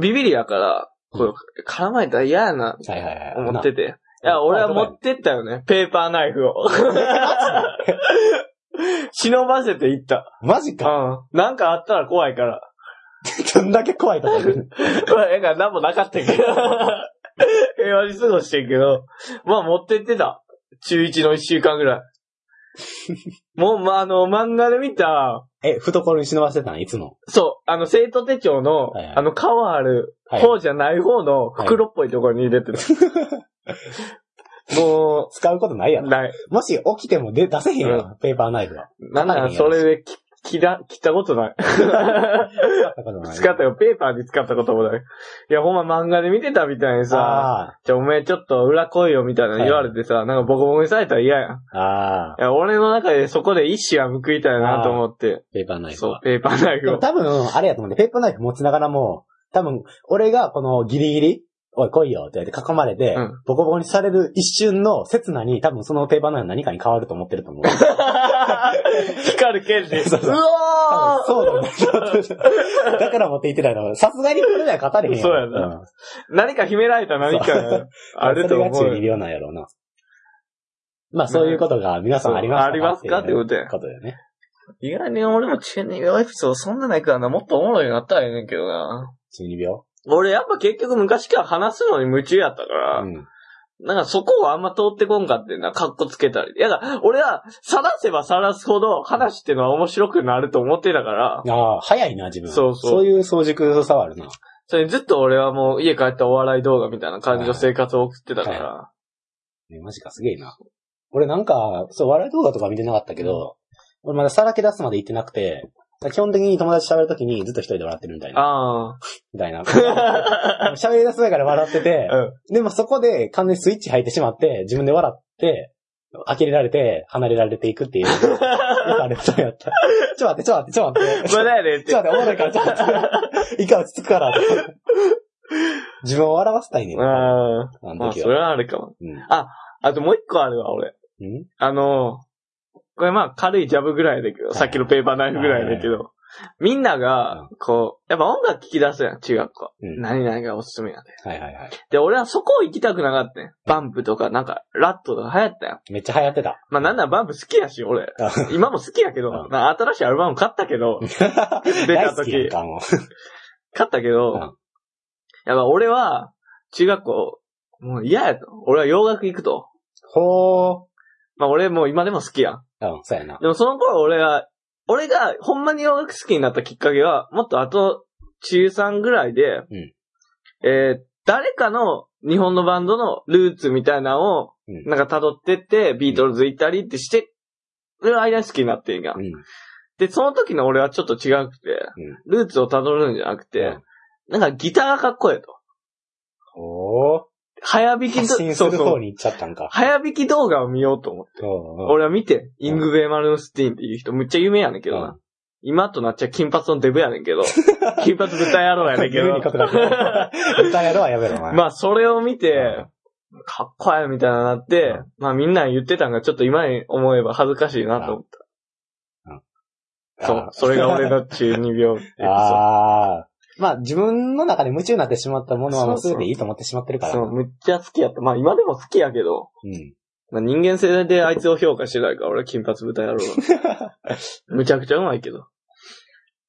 S1: ビビりやから、こ
S2: う
S1: う絡まれたら嫌やな、
S2: はいはいはい。
S1: 思ってて。い
S2: な
S1: や、俺は持ってったよね。ペーパーナイフを。 忍ばせていった。
S2: マジか。
S1: うん。なんかあったら怖いから。
S2: どんだけ怖いとか言う
S1: ま あ、なんか何もなかったけど。 平和に過ごしてんけど。まあ持ってってた。中1の1週間ぐ らい。もう、まあ、あの、漫画で見た、
S2: え、懐に忍ばせてたのいつも。
S1: そう、あの、生徒手帳の、
S2: はいはい
S1: あの、顔ある
S2: はい
S1: 方じゃない方の袋っぽいところに入れてた。も
S2: 使うことないや
S1: う、
S2: ろ。
S1: ない。
S2: もし起きても出出せへんやろ、ペーパーナイフは。
S1: なんならそれでき、きだ、切ったことない。
S2: 使ったことな い。
S1: 使ったよ、ペーパーで使ったこともない。いや、ほんま漫画で見てたみたいにさ、
S2: あ
S1: じゃあおめえちょっと裏来いよみたいなの言われてさ、なんかボコボコにされたら嫌やん。い
S2: あ、ああ、
S1: や、俺の中でそこで一矢は報いたいなと思って、
S2: ペーパーナイフ
S1: そう
S2: は、。
S1: ペーパーナイ
S2: で
S1: フ
S2: も
S1: を。
S2: 多分、あれやと思うんで、ペーパーナイフ持ちながらも、多分、俺がこのギリギリ、おい来いよって言われて囲まれて、
S1: うん
S2: ボコボコにされる一瞬の刹那に、多分そのペーパーナイフ何かに変わると思ってると 思う。
S1: 光る剣で。
S2: そうそう
S1: わー
S2: そうだね。だから持って行ってないの。さすがにこれでは勝たれへんやろ
S1: そうやな。何か秘められた何かがあると思
S2: それが中
S1: う
S2: 二。病なんやろうな。まあそういうことが皆さんありますか
S1: ありますかってこと
S2: と
S1: や。
S2: ことだよね。
S1: 意外に俺も中二病エピソードそんなないからな、もっとおもろいようになったらええねんけどな。
S2: 中二病
S1: 俺やっぱ結局昔から話すのに夢中やったから、
S2: うん。
S1: なんかそこをあんま通ってこんかってんな、格好つけたり。いやだから、俺は、晒せば晒すほど話ってのは面白くなると思ってたから、
S2: ああ、早いな、自分。
S1: そうそう
S2: そういう早熟さはあるな。
S1: それずっと俺はもう家帰ったらお笑い動画みたいな感じの生活を送ってたから、
S2: ね、マジか、すげえな。俺なんか、そう、笑い動画とか見てなかったけど、俺まださらけ出すまで行ってなくて、基本的に友達と喋るときにずっと一人で笑ってるみたいな。
S1: あ
S2: みたいな。
S1: あ。
S2: 喋り出す前から笑ってて、で、まあ、そこで完全にスイッチ入ってしまって、自分で笑って、呆れられて、離れられていく っていう。よくあれそうやった。ちょ待って、ちょ待って、ちょ待って。
S1: 無駄やでっ
S2: ち
S1: て
S2: ょ。待って、おもろいから、ちょ待って。一回落ち着くから。自分を笑わせたいねん。
S1: あ
S2: あ
S1: あ。ま
S2: の
S1: あ、
S2: 時
S1: そ
S2: は。
S1: れはあるかも。
S2: うん
S1: あともう一個あるわ、俺。
S2: うん
S1: あの、これまあ軽いジャブぐらいだけど、
S2: い
S1: さっきのペーパーナイフぐらいだけど、みんなが、こう、やっぱ音楽聴き出すやん、中学校。
S2: うん
S1: 何々がおすすめやで。
S2: はいはいはい。
S1: で、俺はそこを行きたくなかったね。バンプとか、なんか、ラットとか流行ったやん。
S2: めっちゃ流行ってた。
S1: まあなんならバンプ好きやし、俺。
S2: あ
S1: 今も好きやけど、
S2: うん
S1: な新しいアルバム買ったけ ど、出た
S2: 大好きやん
S1: 時、
S2: か、もう。
S1: 買ったけ
S2: うん
S1: ど、やっぱ俺は、中学校、もう嫌やと。俺は洋楽行くと。
S2: ほー。
S1: まあ俺もう今でも好きやん。
S2: うん、そうやな。
S1: でもその頃俺が、俺がほんまに洋楽好きになったきっかけは、もっと後、中3ぐらいで、
S2: ん
S1: えー誰かの日本のバンドのルーツみたいなのを、
S2: うん
S1: なんか辿ってって、ビートルズ行ったりってして、る間に好きになってんが
S2: う。ん。
S1: で、その時の俺はちょっと違くて、ルーツを辿るんじゃなくて、なんかギターがかっこいいと。
S2: ほー。
S1: 早弾き
S2: 発
S1: ど、
S2: 信す
S1: そう
S2: る
S1: そ
S2: 方
S1: う。
S2: に行っちゃったんか。
S1: 早弾き動画を見ようと思って。
S2: 俺
S1: 俺は見て、イングベイ・マルンスティーンっていう人、むっちゃ有名やねんけどな。今となっちゃ金髪のデブやねんけ ど、金髪豚野郎やねんけ
S2: 急
S1: ど、
S2: に角度が 歌やろはやめろ、お前。
S1: まあそれを見て
S2: う、
S1: かっこええみたいななって
S2: うん、
S1: まあみんな言ってたんがちょっと今に思えば恥ずかしいなと思っ
S2: あ
S1: た。そう、それが俺 の中二病エピソー
S2: ああ。まあ自分の中で夢中になってしまったものはもう
S1: そうそう
S2: すぐでいいと思ってしまってるか
S1: ド。
S2: ら。
S1: そう、むっちゃ好きやった。まあ今でも好きやけど、
S2: うん。
S1: まあ人間性であいつを評価してないから俺金髪豚野郎だ。 むちゃくちゃうまいけど。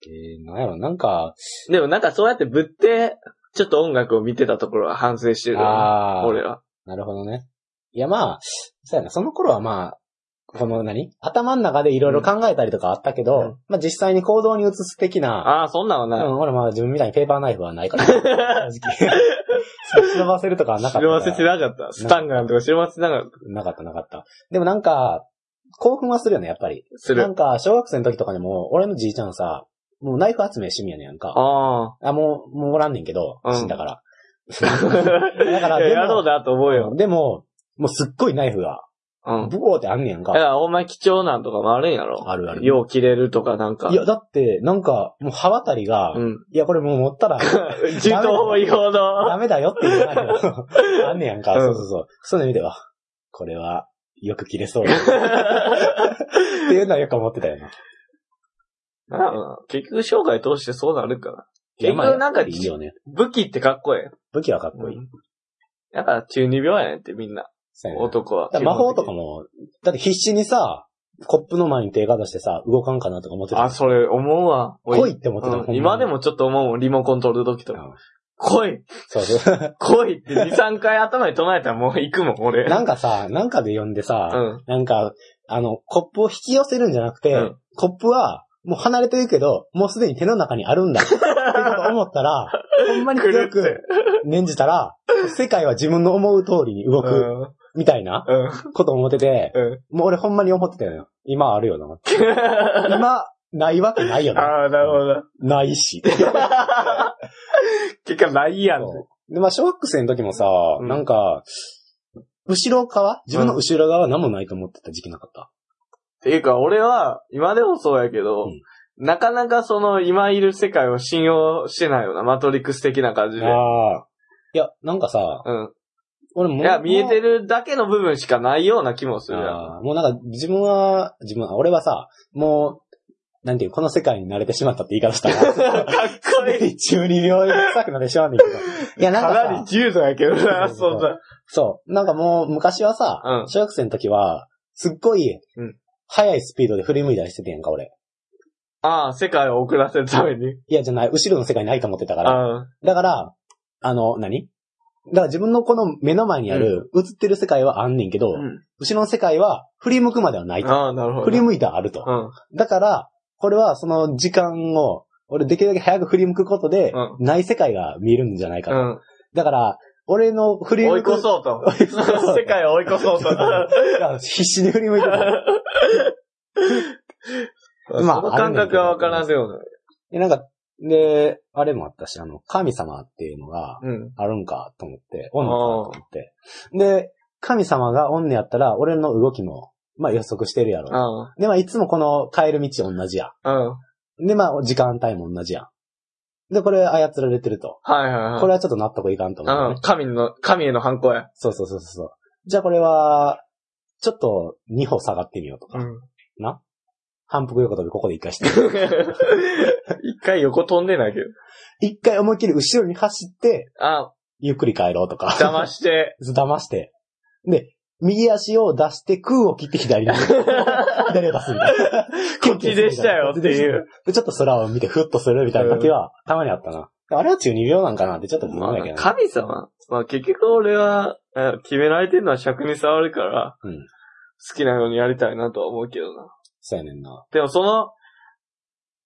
S2: えー、なんやろ、なんか、
S1: でもなんかそうやってぶって、ちょっと音楽を見てたところは反省してるよな。
S2: ああ、
S1: 俺は。
S2: なるほどね。いやまあ、そうやな、その頃はまあ、この何頭の中でいろいろ考えたりとかあったけど、
S1: うん
S2: まあ実際に行動に移す的な、
S1: ああ、そんなんは
S2: う
S1: ない。
S2: ん、俺まあ自分みたいにペーパーナイフはな いから、正直。忍ばせるとかはなかったか
S1: 忍
S2: ら。
S1: ばせてなかった。スタンガンとか忍ばせてなかった。
S2: なかったなかった。でもなんか、興奮はするよね、やっぱり。
S1: す
S2: な
S1: る。
S2: んか、小学生の時とかにも、俺のじいちゃんさ、もうナイフ集め趣味やねんか。
S1: ああ。
S2: あ、もう、もうおらんねんけど、
S1: うん
S2: 死んだから。
S1: だ
S2: からで も
S1: やろうだと思うよ。
S2: でも、もうすっごいナイフが、
S1: うん。
S2: ブオーってあんねん
S1: だか
S2: か。
S1: ら、ほんまに貴重なんとかもあるんやろ。
S2: あるある
S1: よう切れるとかなんか。
S2: いや、だって、なんか、もう刃渡りが、
S1: うん。
S2: いや、これもう持 ったら、
S1: 自動用の。
S2: ダメだよっていうナイフが あんねやんか。
S1: うん
S2: そうそうそう。そういうの見てわ。これは、よく切れそう だ。っていうのはよく思ってたよな。
S1: なんやろな結局生涯通してそうなるから。
S2: いやまあ
S1: 結局なんか
S2: やっぱりいいよね。
S1: 武器ってかっこえ
S2: 武器はかっ
S1: え。
S2: こいい。
S1: だから中二病やねんってみんな。
S2: そうやな
S1: 男は。
S2: だから魔法とかも、だって必死にさ、コップの前に手が出してさ、動かんかなとか思ってた。
S1: あ、それ思うわ。おい
S2: 来いって思ってた、
S1: うん今で
S2: も。
S1: もちょっと思うもん、リモコン取るときと
S2: う
S1: か
S2: ん。
S1: 来い
S2: そうそう。
S1: 来いって2、3回頭に唱えたらもう行くもん、俺。
S2: なんかさ、なんかで読んでさ、
S1: うん。
S2: なんか、あの、コップを引き寄せるんじゃなくて、
S1: うん
S2: コップは、もう離れてるけど、もうすでに手の中にあるんだ。っていうことを 思ったら、ほんまに強
S1: 狂っ
S2: く念じたら、世界は自分の思う通りに動
S1: う
S2: く、
S1: ん。
S2: みたいな
S1: うん。
S2: ことを思ってて、
S1: うん。
S2: もう俺ほんまに思ってたのよ。今ある よな。今、ないわけないよな。
S1: ああ、なるほど。
S2: ないし。
S1: 結果ないやん。
S2: そうで、まあ、小学生の時もさ、
S1: うん
S2: なんか、後ろ側自分の後ろ側何もないと思ってた時期なかった。
S1: っていうか、俺は、今でもそうやけど、
S2: うん
S1: なかなかその、今いる世界を信用してないよな、マトリックス的な感じで。
S2: ああ。いや、なんかさ、
S1: う
S2: 俺も
S1: ん。
S2: う。
S1: いや、見えて
S2: る
S1: るだけの部分しかないような気もするやん。
S2: もうなんか、自分は、自分は、俺はさ、もう、なんていう、この世界に慣れてしまったって言い方した
S1: かっ
S2: ら、
S1: こいい。
S2: 中二病臭くなってしまうんだけど。いや、なん
S1: か
S2: か
S1: なり
S2: さ、
S1: 重度やけどな、そんな。
S2: そう、なんかもう、昔はさ、
S1: うん
S2: 小学生の時は、すっごい
S1: うん、
S2: 速いスピードで振り向いたりしててんか、俺。
S1: ああ、世界を遅らせるために。
S2: いや、じゃない、後ろの世界にないと思ってたから、
S1: あ
S2: だから、あの、何だから自分のこの目の前にある、映ってる世界はあんねんけど、
S1: あ、うん。
S2: 後ろの世界は振り向くまではないと。
S1: ああ、なるほど。
S2: 振り向いたらあると。
S1: うん。
S2: だから、これはその時間を、俺できるだけ早く振り向くことで、
S1: う
S2: ない世界が見えるんじゃないかと。
S1: うん。
S2: だから、俺の振 り
S1: 追い
S2: 向く。
S1: 越そうと。
S2: 追い越そう
S1: 世界を追い越そうと。
S2: だから必死に振り向いて た。まあ
S1: その感覚はわからんでもない。
S2: でなんか、で、あれもあったし、あの、神様っていうのが、
S1: うん。
S2: あるんかと思って、おんのかと思って。で、神様がおんねやったら、俺の動きも、まあ予測してるやろ。
S1: あ
S2: で、まあいつもこの帰る道同じや。
S1: あ。うん。
S2: で、まあ時間帯も同じや。で、これ操られてると。
S1: はいはいはい。
S2: これはちょっと納得いかんと思う、ね
S1: うん。神の、神への反抗や。
S2: そうそうそうそう。じゃあこれは、ちょっと2歩下がってみようとか。
S1: ん。
S2: 反復横跳びここで一回して。
S1: 一回横飛んでないけど。
S2: 一回思いっきり後ろに走って、
S1: あ、
S2: ゆっくり帰ろうとか。
S1: 騙して。
S2: 騙して。で、右足を出して、空を切って 左に。左を出すみたいな。
S1: こっちでしたよっていう。
S2: で、ちょっと空を見て、ふっとするみたいな時は、たまにあったな。あれは中二病なんかなってちょっと微
S1: ま
S2: 妙
S1: あ
S2: やけど、ね。
S1: 神様。まあ結局俺は、え決められてるのは尺に触るから、
S2: うん
S1: 好きなようにやりたいなとは思うけどな。
S2: そうやねんな。
S1: でもその、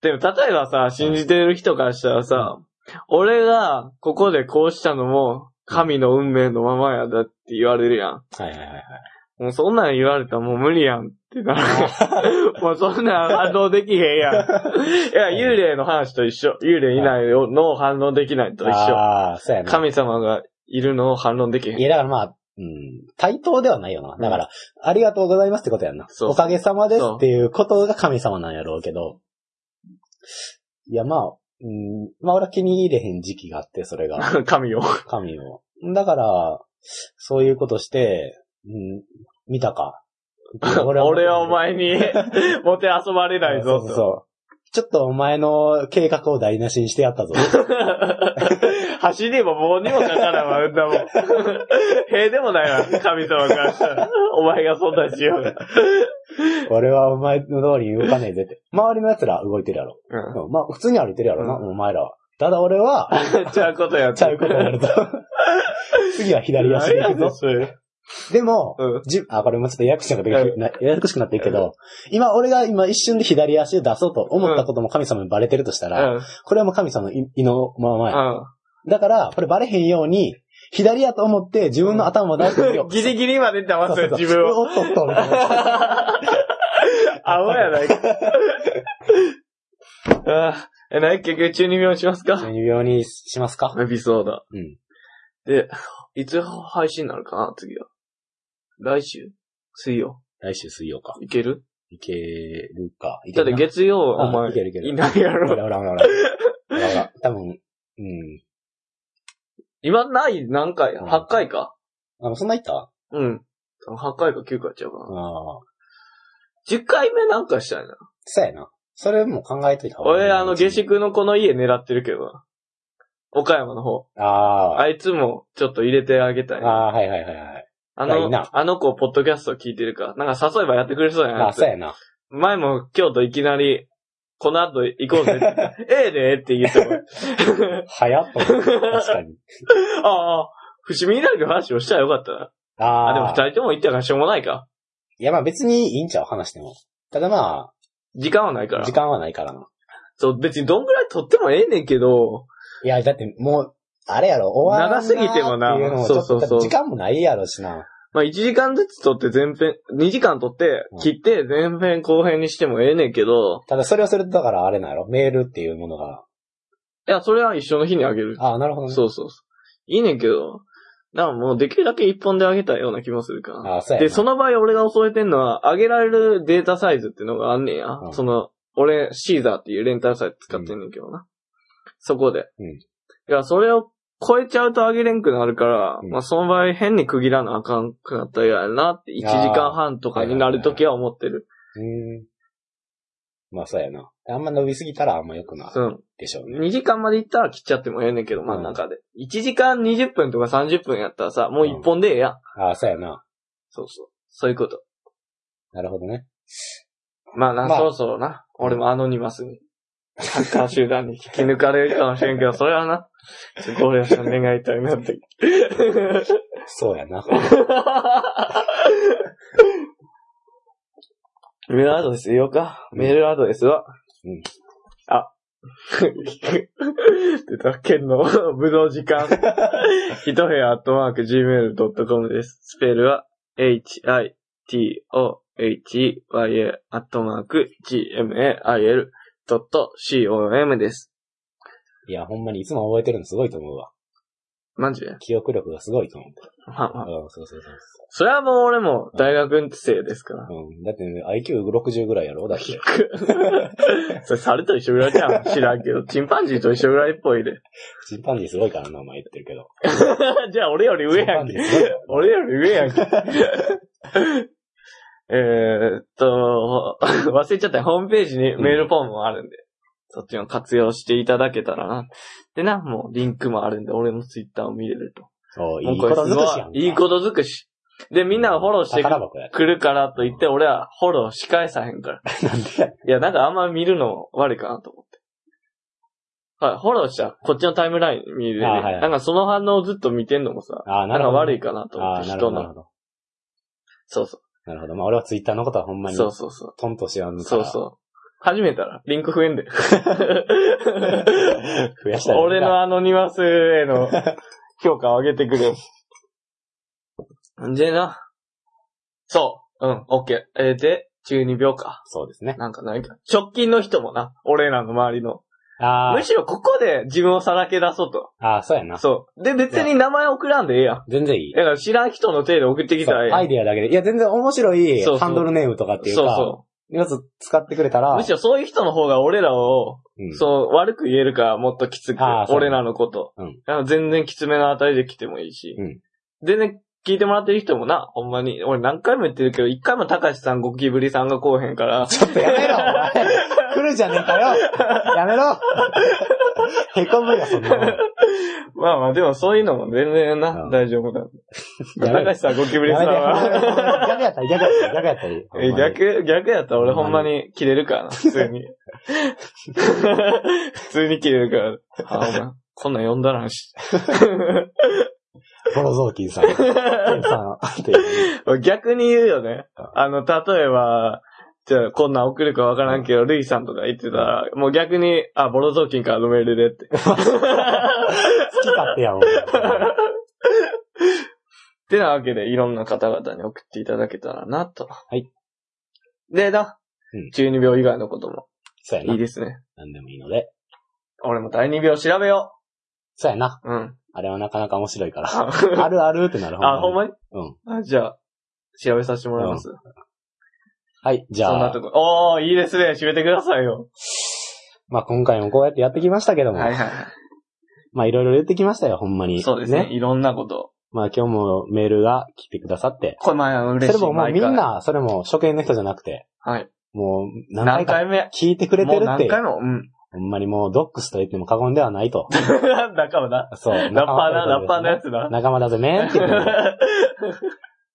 S1: でも例えばさ、信じてる人からしたらさ、俺がここでこうしたのも、神の運命のままやだって言われるやん。
S2: はいはいはいはい。
S1: もうそんなん言われたらもう無理やんってなる。 もうそんなん反応できへんやん。いや、幽霊の話と一緒。幽霊いないのを反応できないと一緒。
S2: ああ、そうやな。
S1: 神様がいるのを反論できへ
S2: い
S1: ん。
S2: や、だからまあ、うん、対等ではないよな。だから、ありがとうございますってことやんな。
S1: そう
S2: おかげさまです
S1: そう
S2: っていうことが神様なんやろうけど。いや、まあ、うん、まあ俺は気に入れへん時期があって、それが。
S1: 神を。
S2: 神を。だから、そういうことして、うん、見たか。
S1: 俺はお前 にもて遊ばれないぞ
S2: そうそう
S1: と。
S2: そう。ちょっとお前の計画を台無しにしてやっ たぞ。
S1: 走りも棒にもかからんわ、うんだ もん。へえでもないわ、神様からしたら。お前がそんなんしよう。
S2: 俺はお前の通りに動かねえぜって。周りの奴ら動いてるやろ。
S1: う
S2: うんまあ、普通に歩いてるやろな、
S1: う
S2: お前らは。ただ俺は、
S1: ん。ちゃうことやって
S2: ちゃうことになると。次は左足で行くぞ。
S1: 何やねんそれ
S2: でも、
S1: うん。
S2: じ、あ、これもちょっとややこしくなってきて、なややこしくなっていくけど、今、俺が今一瞬で左足で出そうと思ったことも神様にバレてるとした
S1: う
S2: ら、
S1: ん。
S2: これはもう神様の意意のままや。
S1: う
S2: だから、これバレへんように、左やと思って自分の頭を出してみよ
S1: ん。
S2: う。
S1: ギリギリまで騙す
S2: そう
S1: よ、
S2: そう
S1: 自分 を。
S2: おっとっと、みたいな。
S1: 青や ないか。あーえ、ない結局中二病しますか
S2: 微妙にしますか
S1: エピソード。
S2: うん。
S1: で、いつ配信になるかな、次は。来週水曜。
S2: 来週水曜か。
S1: いける
S2: いけるか。い
S1: だって
S2: るな
S1: 月曜、
S2: あ
S1: お前
S2: いけるいけ、る
S1: いないや
S2: ほ
S1: ろ。
S2: らほらほらほら。ほらほら。多分、うん。
S1: 今ない何回
S2: うん
S1: ?8 回か。
S2: あの、そんないったあ
S1: うん。8回か9回ちゃうかな。
S2: あ。
S1: 10回目なんかしたいな。
S2: そうやな。それも考えといた方がいい
S1: 俺、
S2: な。
S1: あの、下宿のこの家狙ってるけどな。岡山の方。
S2: あ
S1: あいつも、ちょっと入れてあげたい
S2: あ。あ
S1: な。
S2: あ、はいはいはいはい。
S1: あ
S2: いやいいな
S1: の、あの子、ポッドキャスト聞いてるから。なんか誘えばやってくれそうや
S2: あ
S1: な
S2: あ、そうやな。
S1: 前も京都いきなり、この後行こうぜ って。ええでって言っても。
S2: 早っと思った。確 かに。
S1: ああ、伏見稲荷の話をしたらよかったな。
S2: あ
S1: あ
S2: あ。
S1: でも二人とも行ったからしょうもないか。
S2: いや、まあ別にいいんちゃう、話しても。ただま
S1: 時間はないか
S2: あ、
S1: ら
S2: 時。間はないからな。
S1: そう、別にどんぐらい撮ってもええねんけど、
S2: いや、だってもう、あれやろ、終わらんな
S1: 長すぎてもな
S2: っていうのも
S1: そうそうそう
S2: ちょっとだって時間もないやろしな。
S1: まあ1時間ずつ撮って前編、2時間撮って
S2: うん、
S1: 切って前編後編にしてもええねんけど、
S2: ただそれをすると、だからあれなんやろ、メールっていうものが。
S1: いや、それは一緒の日にあげる。
S2: ああ、なるほどね。
S1: そうそうそう。いいねんけど、だからもうできるだけ一本であげたいような気もするから。
S2: ああ、そうやな。
S1: で、その場合俺が恐れてんのは、上げられるデータサイズってのがあんねんや。
S2: うん
S1: その、俺、シーザーっていうレンタルサイト使ってんねんけどな。そこで。
S2: うん
S1: いや、それを超えちゃうと上げれんくなるから、
S2: うん
S1: まあ、その場合変に区切らなあかんくなったら嫌やなって、1時間半とかになるときは思ってる。
S2: うん。まあ、そうやな。あんま伸びすぎたらあんま良くない
S1: うん。
S2: でしょうね。
S1: 2時間まで行ったら切っちゃってもええねんけど、真ん中で。1時間20分とか30分やったらさ、もう1本でええやん。
S2: ああ、そうやな。
S1: そうそう。そういうこと。
S2: なるほどね。
S1: まあな、
S2: まあ
S1: そろそろな。俺もアノニマスに、サッカー集 団に引き抜かれるかもしれんけど、それはな、ちょっとゴールさん願いたいなって。
S2: そうやな。
S1: メールアドレス言おうか。メールアドレスは、
S2: うん
S1: あ、 出た、県の 武道時 間、ひと部屋アットマーク gmail.com です。スペルは、h-i-t-o-h-e-y-a アットマーク gmail.com です。
S2: いや、ほんまにいつも覚えてるのすごいと思うわ。
S1: マジで
S2: 記憶力がすごいと思う。
S1: まあまあ。
S2: うん、そうそうそう
S1: それはもう俺も大学生ですから。
S2: そう。うん。だって、ね、IQ60 ぐらいやろだって。
S1: それ猿と一緒ぐらいじゃん。知らんけど。チンパンジーと一緒ぐらいっぽいで。
S2: チンパンジーすごいからな、お前言ってるけど。
S1: じゃあ俺より上やんけ
S2: チンパンジーすごいよ。
S1: 俺より上やんけ。 えーっと、忘れちゃったよ。ホームページにメールフォームもあるんで。そっちも活用していただけたらな。でな、もうリンクもあるんで、俺のツイッターを見れると。
S2: そう、
S1: も
S2: いうい
S1: こ
S2: こ
S1: れ
S2: と
S1: す
S2: 尽
S1: ご
S2: く
S1: い
S2: しやんか。
S1: いいこと尽くし。で、みんながフォローしてく
S2: 宝箱やで。
S1: 来るからと言って、俺はフォローし返さへんから。
S2: なんでやねん
S1: いや、なんかあんま見るの悪いかなと思って。はい、フォローしたらこっちのタイムライン見るで、
S2: あはいはい
S1: なんかその反応をずっと見てんのもさ、
S2: ああ、
S1: な
S2: なんる
S1: か
S2: ほど。
S1: 悪いかなと思
S2: あ
S1: っ
S2: あ、
S1: て、
S2: なるほ
S1: 人
S2: ど、なる
S1: の。
S2: ほど。
S1: そうそ
S2: なるほど。まあ、俺はツイッターのことはほんま
S1: う。
S2: に、
S1: そうそうそう。
S2: トンとしやんから。
S1: そうそう。始めたら、リンク増え んで。
S2: 増やしたらいいな
S1: 俺のアノニマスへ の評価を上げてくれ。んでな。そう。うん、オッケー。えーで、12秒か。
S2: そうですね。
S1: なんかないか。直近の人もな、俺らの周りの。
S2: あ
S1: むしろここで自分をさらけ出そうと。
S2: あ、ああ、そうやな。
S1: そう。で、別に名前送らんでええやん。
S2: 全然いい。
S1: だから知らん人の手で送ってきた
S2: そう
S1: らええや
S2: ア
S1: ん
S2: イディアだけで。いや、全然面白い
S1: そうそう
S2: ハンドルネームとかっていう
S1: そう
S2: か、
S1: そ
S2: やつ使ってくれたら、
S1: う。むしろそういう人の方が俺らを、
S2: うん
S1: そう、悪く言えるからもっときつく
S2: あー、そう
S1: 俺らのこと。
S2: うん
S1: だから全然きつめのあたりで来てもいいし。
S2: うん
S1: 全然聞いてもらってる人もな、ほんまに。俺何回も言ってるけど、一回もたかしさんゴキブリさんが来おへん から。
S2: ちょっとやめろ、お前。来るじゃねえかよ。やめろ。へこむよ、そんなもん。
S1: まあまあ、でもそういうのも全然
S2: う
S1: な、
S2: ん
S1: 大丈夫だ。
S2: や
S1: た
S2: め
S1: か
S2: ろ
S1: しさんゴキブリ
S2: や
S1: さ
S2: め
S1: ん
S2: て
S1: は。
S2: 逆やったら、逆やったら、逆やったらいい。ほんま
S1: え
S2: に
S1: 逆、逆やったら俺ほんまに切れるからな、普通 に。普通に切れるから。あ、お前、こんなん呼んだらんし。
S2: ボロ雑巾さん。ケンさん、っていう。
S1: 逆に言うよね
S2: うん。
S1: あの、例えば、じゃあ、こんなん送るかわからんけど、ルイさんとか言ってたら、もう逆に、あ、ボロ雑巾からのメールでって。
S2: 好き勝手やもん。
S1: ってなわけで、いろんな方々に送っていただけたらな、と。
S2: い
S1: でな
S2: うん、
S1: 12秒以外のことも、
S2: そうや
S1: い。
S2: ない
S1: ですね。
S2: なんでもいいので。
S1: 俺も第2秒調べよ
S2: そうやな。
S1: う。 うん。
S2: あれはなかなか面白いから。
S1: あ、
S2: あるあるってなる
S1: あほん
S2: ま
S1: まに
S2: うん。
S1: あじゃあ、調べさせてもらいます。
S2: はい、じ
S1: そん
S2: ゃ
S1: な
S2: あ
S1: と、こ。おー、いいですね。締めてくださいよ。
S2: まあ今回もこうやってやってきましたけども、
S1: はいはいは
S2: まあいろいろ言ってきましたよ、ほんまに。
S1: い。そうですね。。いろんなこと。
S2: まあ今日もメールが来てくださって、
S1: これ前は
S2: そ
S1: 嬉しい。
S2: れももう
S1: 毎
S2: み
S1: 回
S2: ん。な、それも初見の人じゃなくて、
S1: はい。
S2: もう何
S1: 何
S2: 回か
S1: 回目
S2: 聞いてくれて
S1: もう
S2: るっ
S1: 何
S2: て、
S1: 回も、うん。
S2: ほんまにもうドックスと言っても過言ではないと。
S1: だからな。
S2: そう。ラ
S1: ラッパーな、ラッパーのやつな。
S2: 仲間だぜ、めんって言ってる
S1: は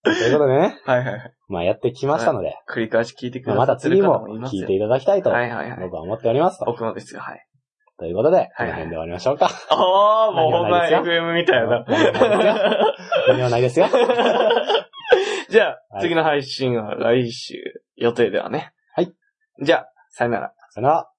S2: ということでね、
S1: いはいはい。
S2: まあやってきましたので、
S1: 繰り返し聞いてく
S2: まあ
S1: だ
S2: ま
S1: さ
S2: た
S1: ってる
S2: 次
S1: 方
S2: も
S1: もいます
S2: 聞い
S1: よ
S2: て。いただきたいと、
S1: はいはいはい。
S2: 僕は思っておりますと。
S1: 奥のですが、はい。
S2: ということで、こ
S1: はい
S2: の辺で終わりましょうか。
S1: ああ、もうほんまに
S2: 何も
S1: FM みたいな。
S2: 何もないですよ。
S1: じゃ
S2: は
S1: あ、
S2: い
S1: 次の配信は来週予定ではね。
S2: はい。
S1: じゃあ、さよなら。
S2: それでは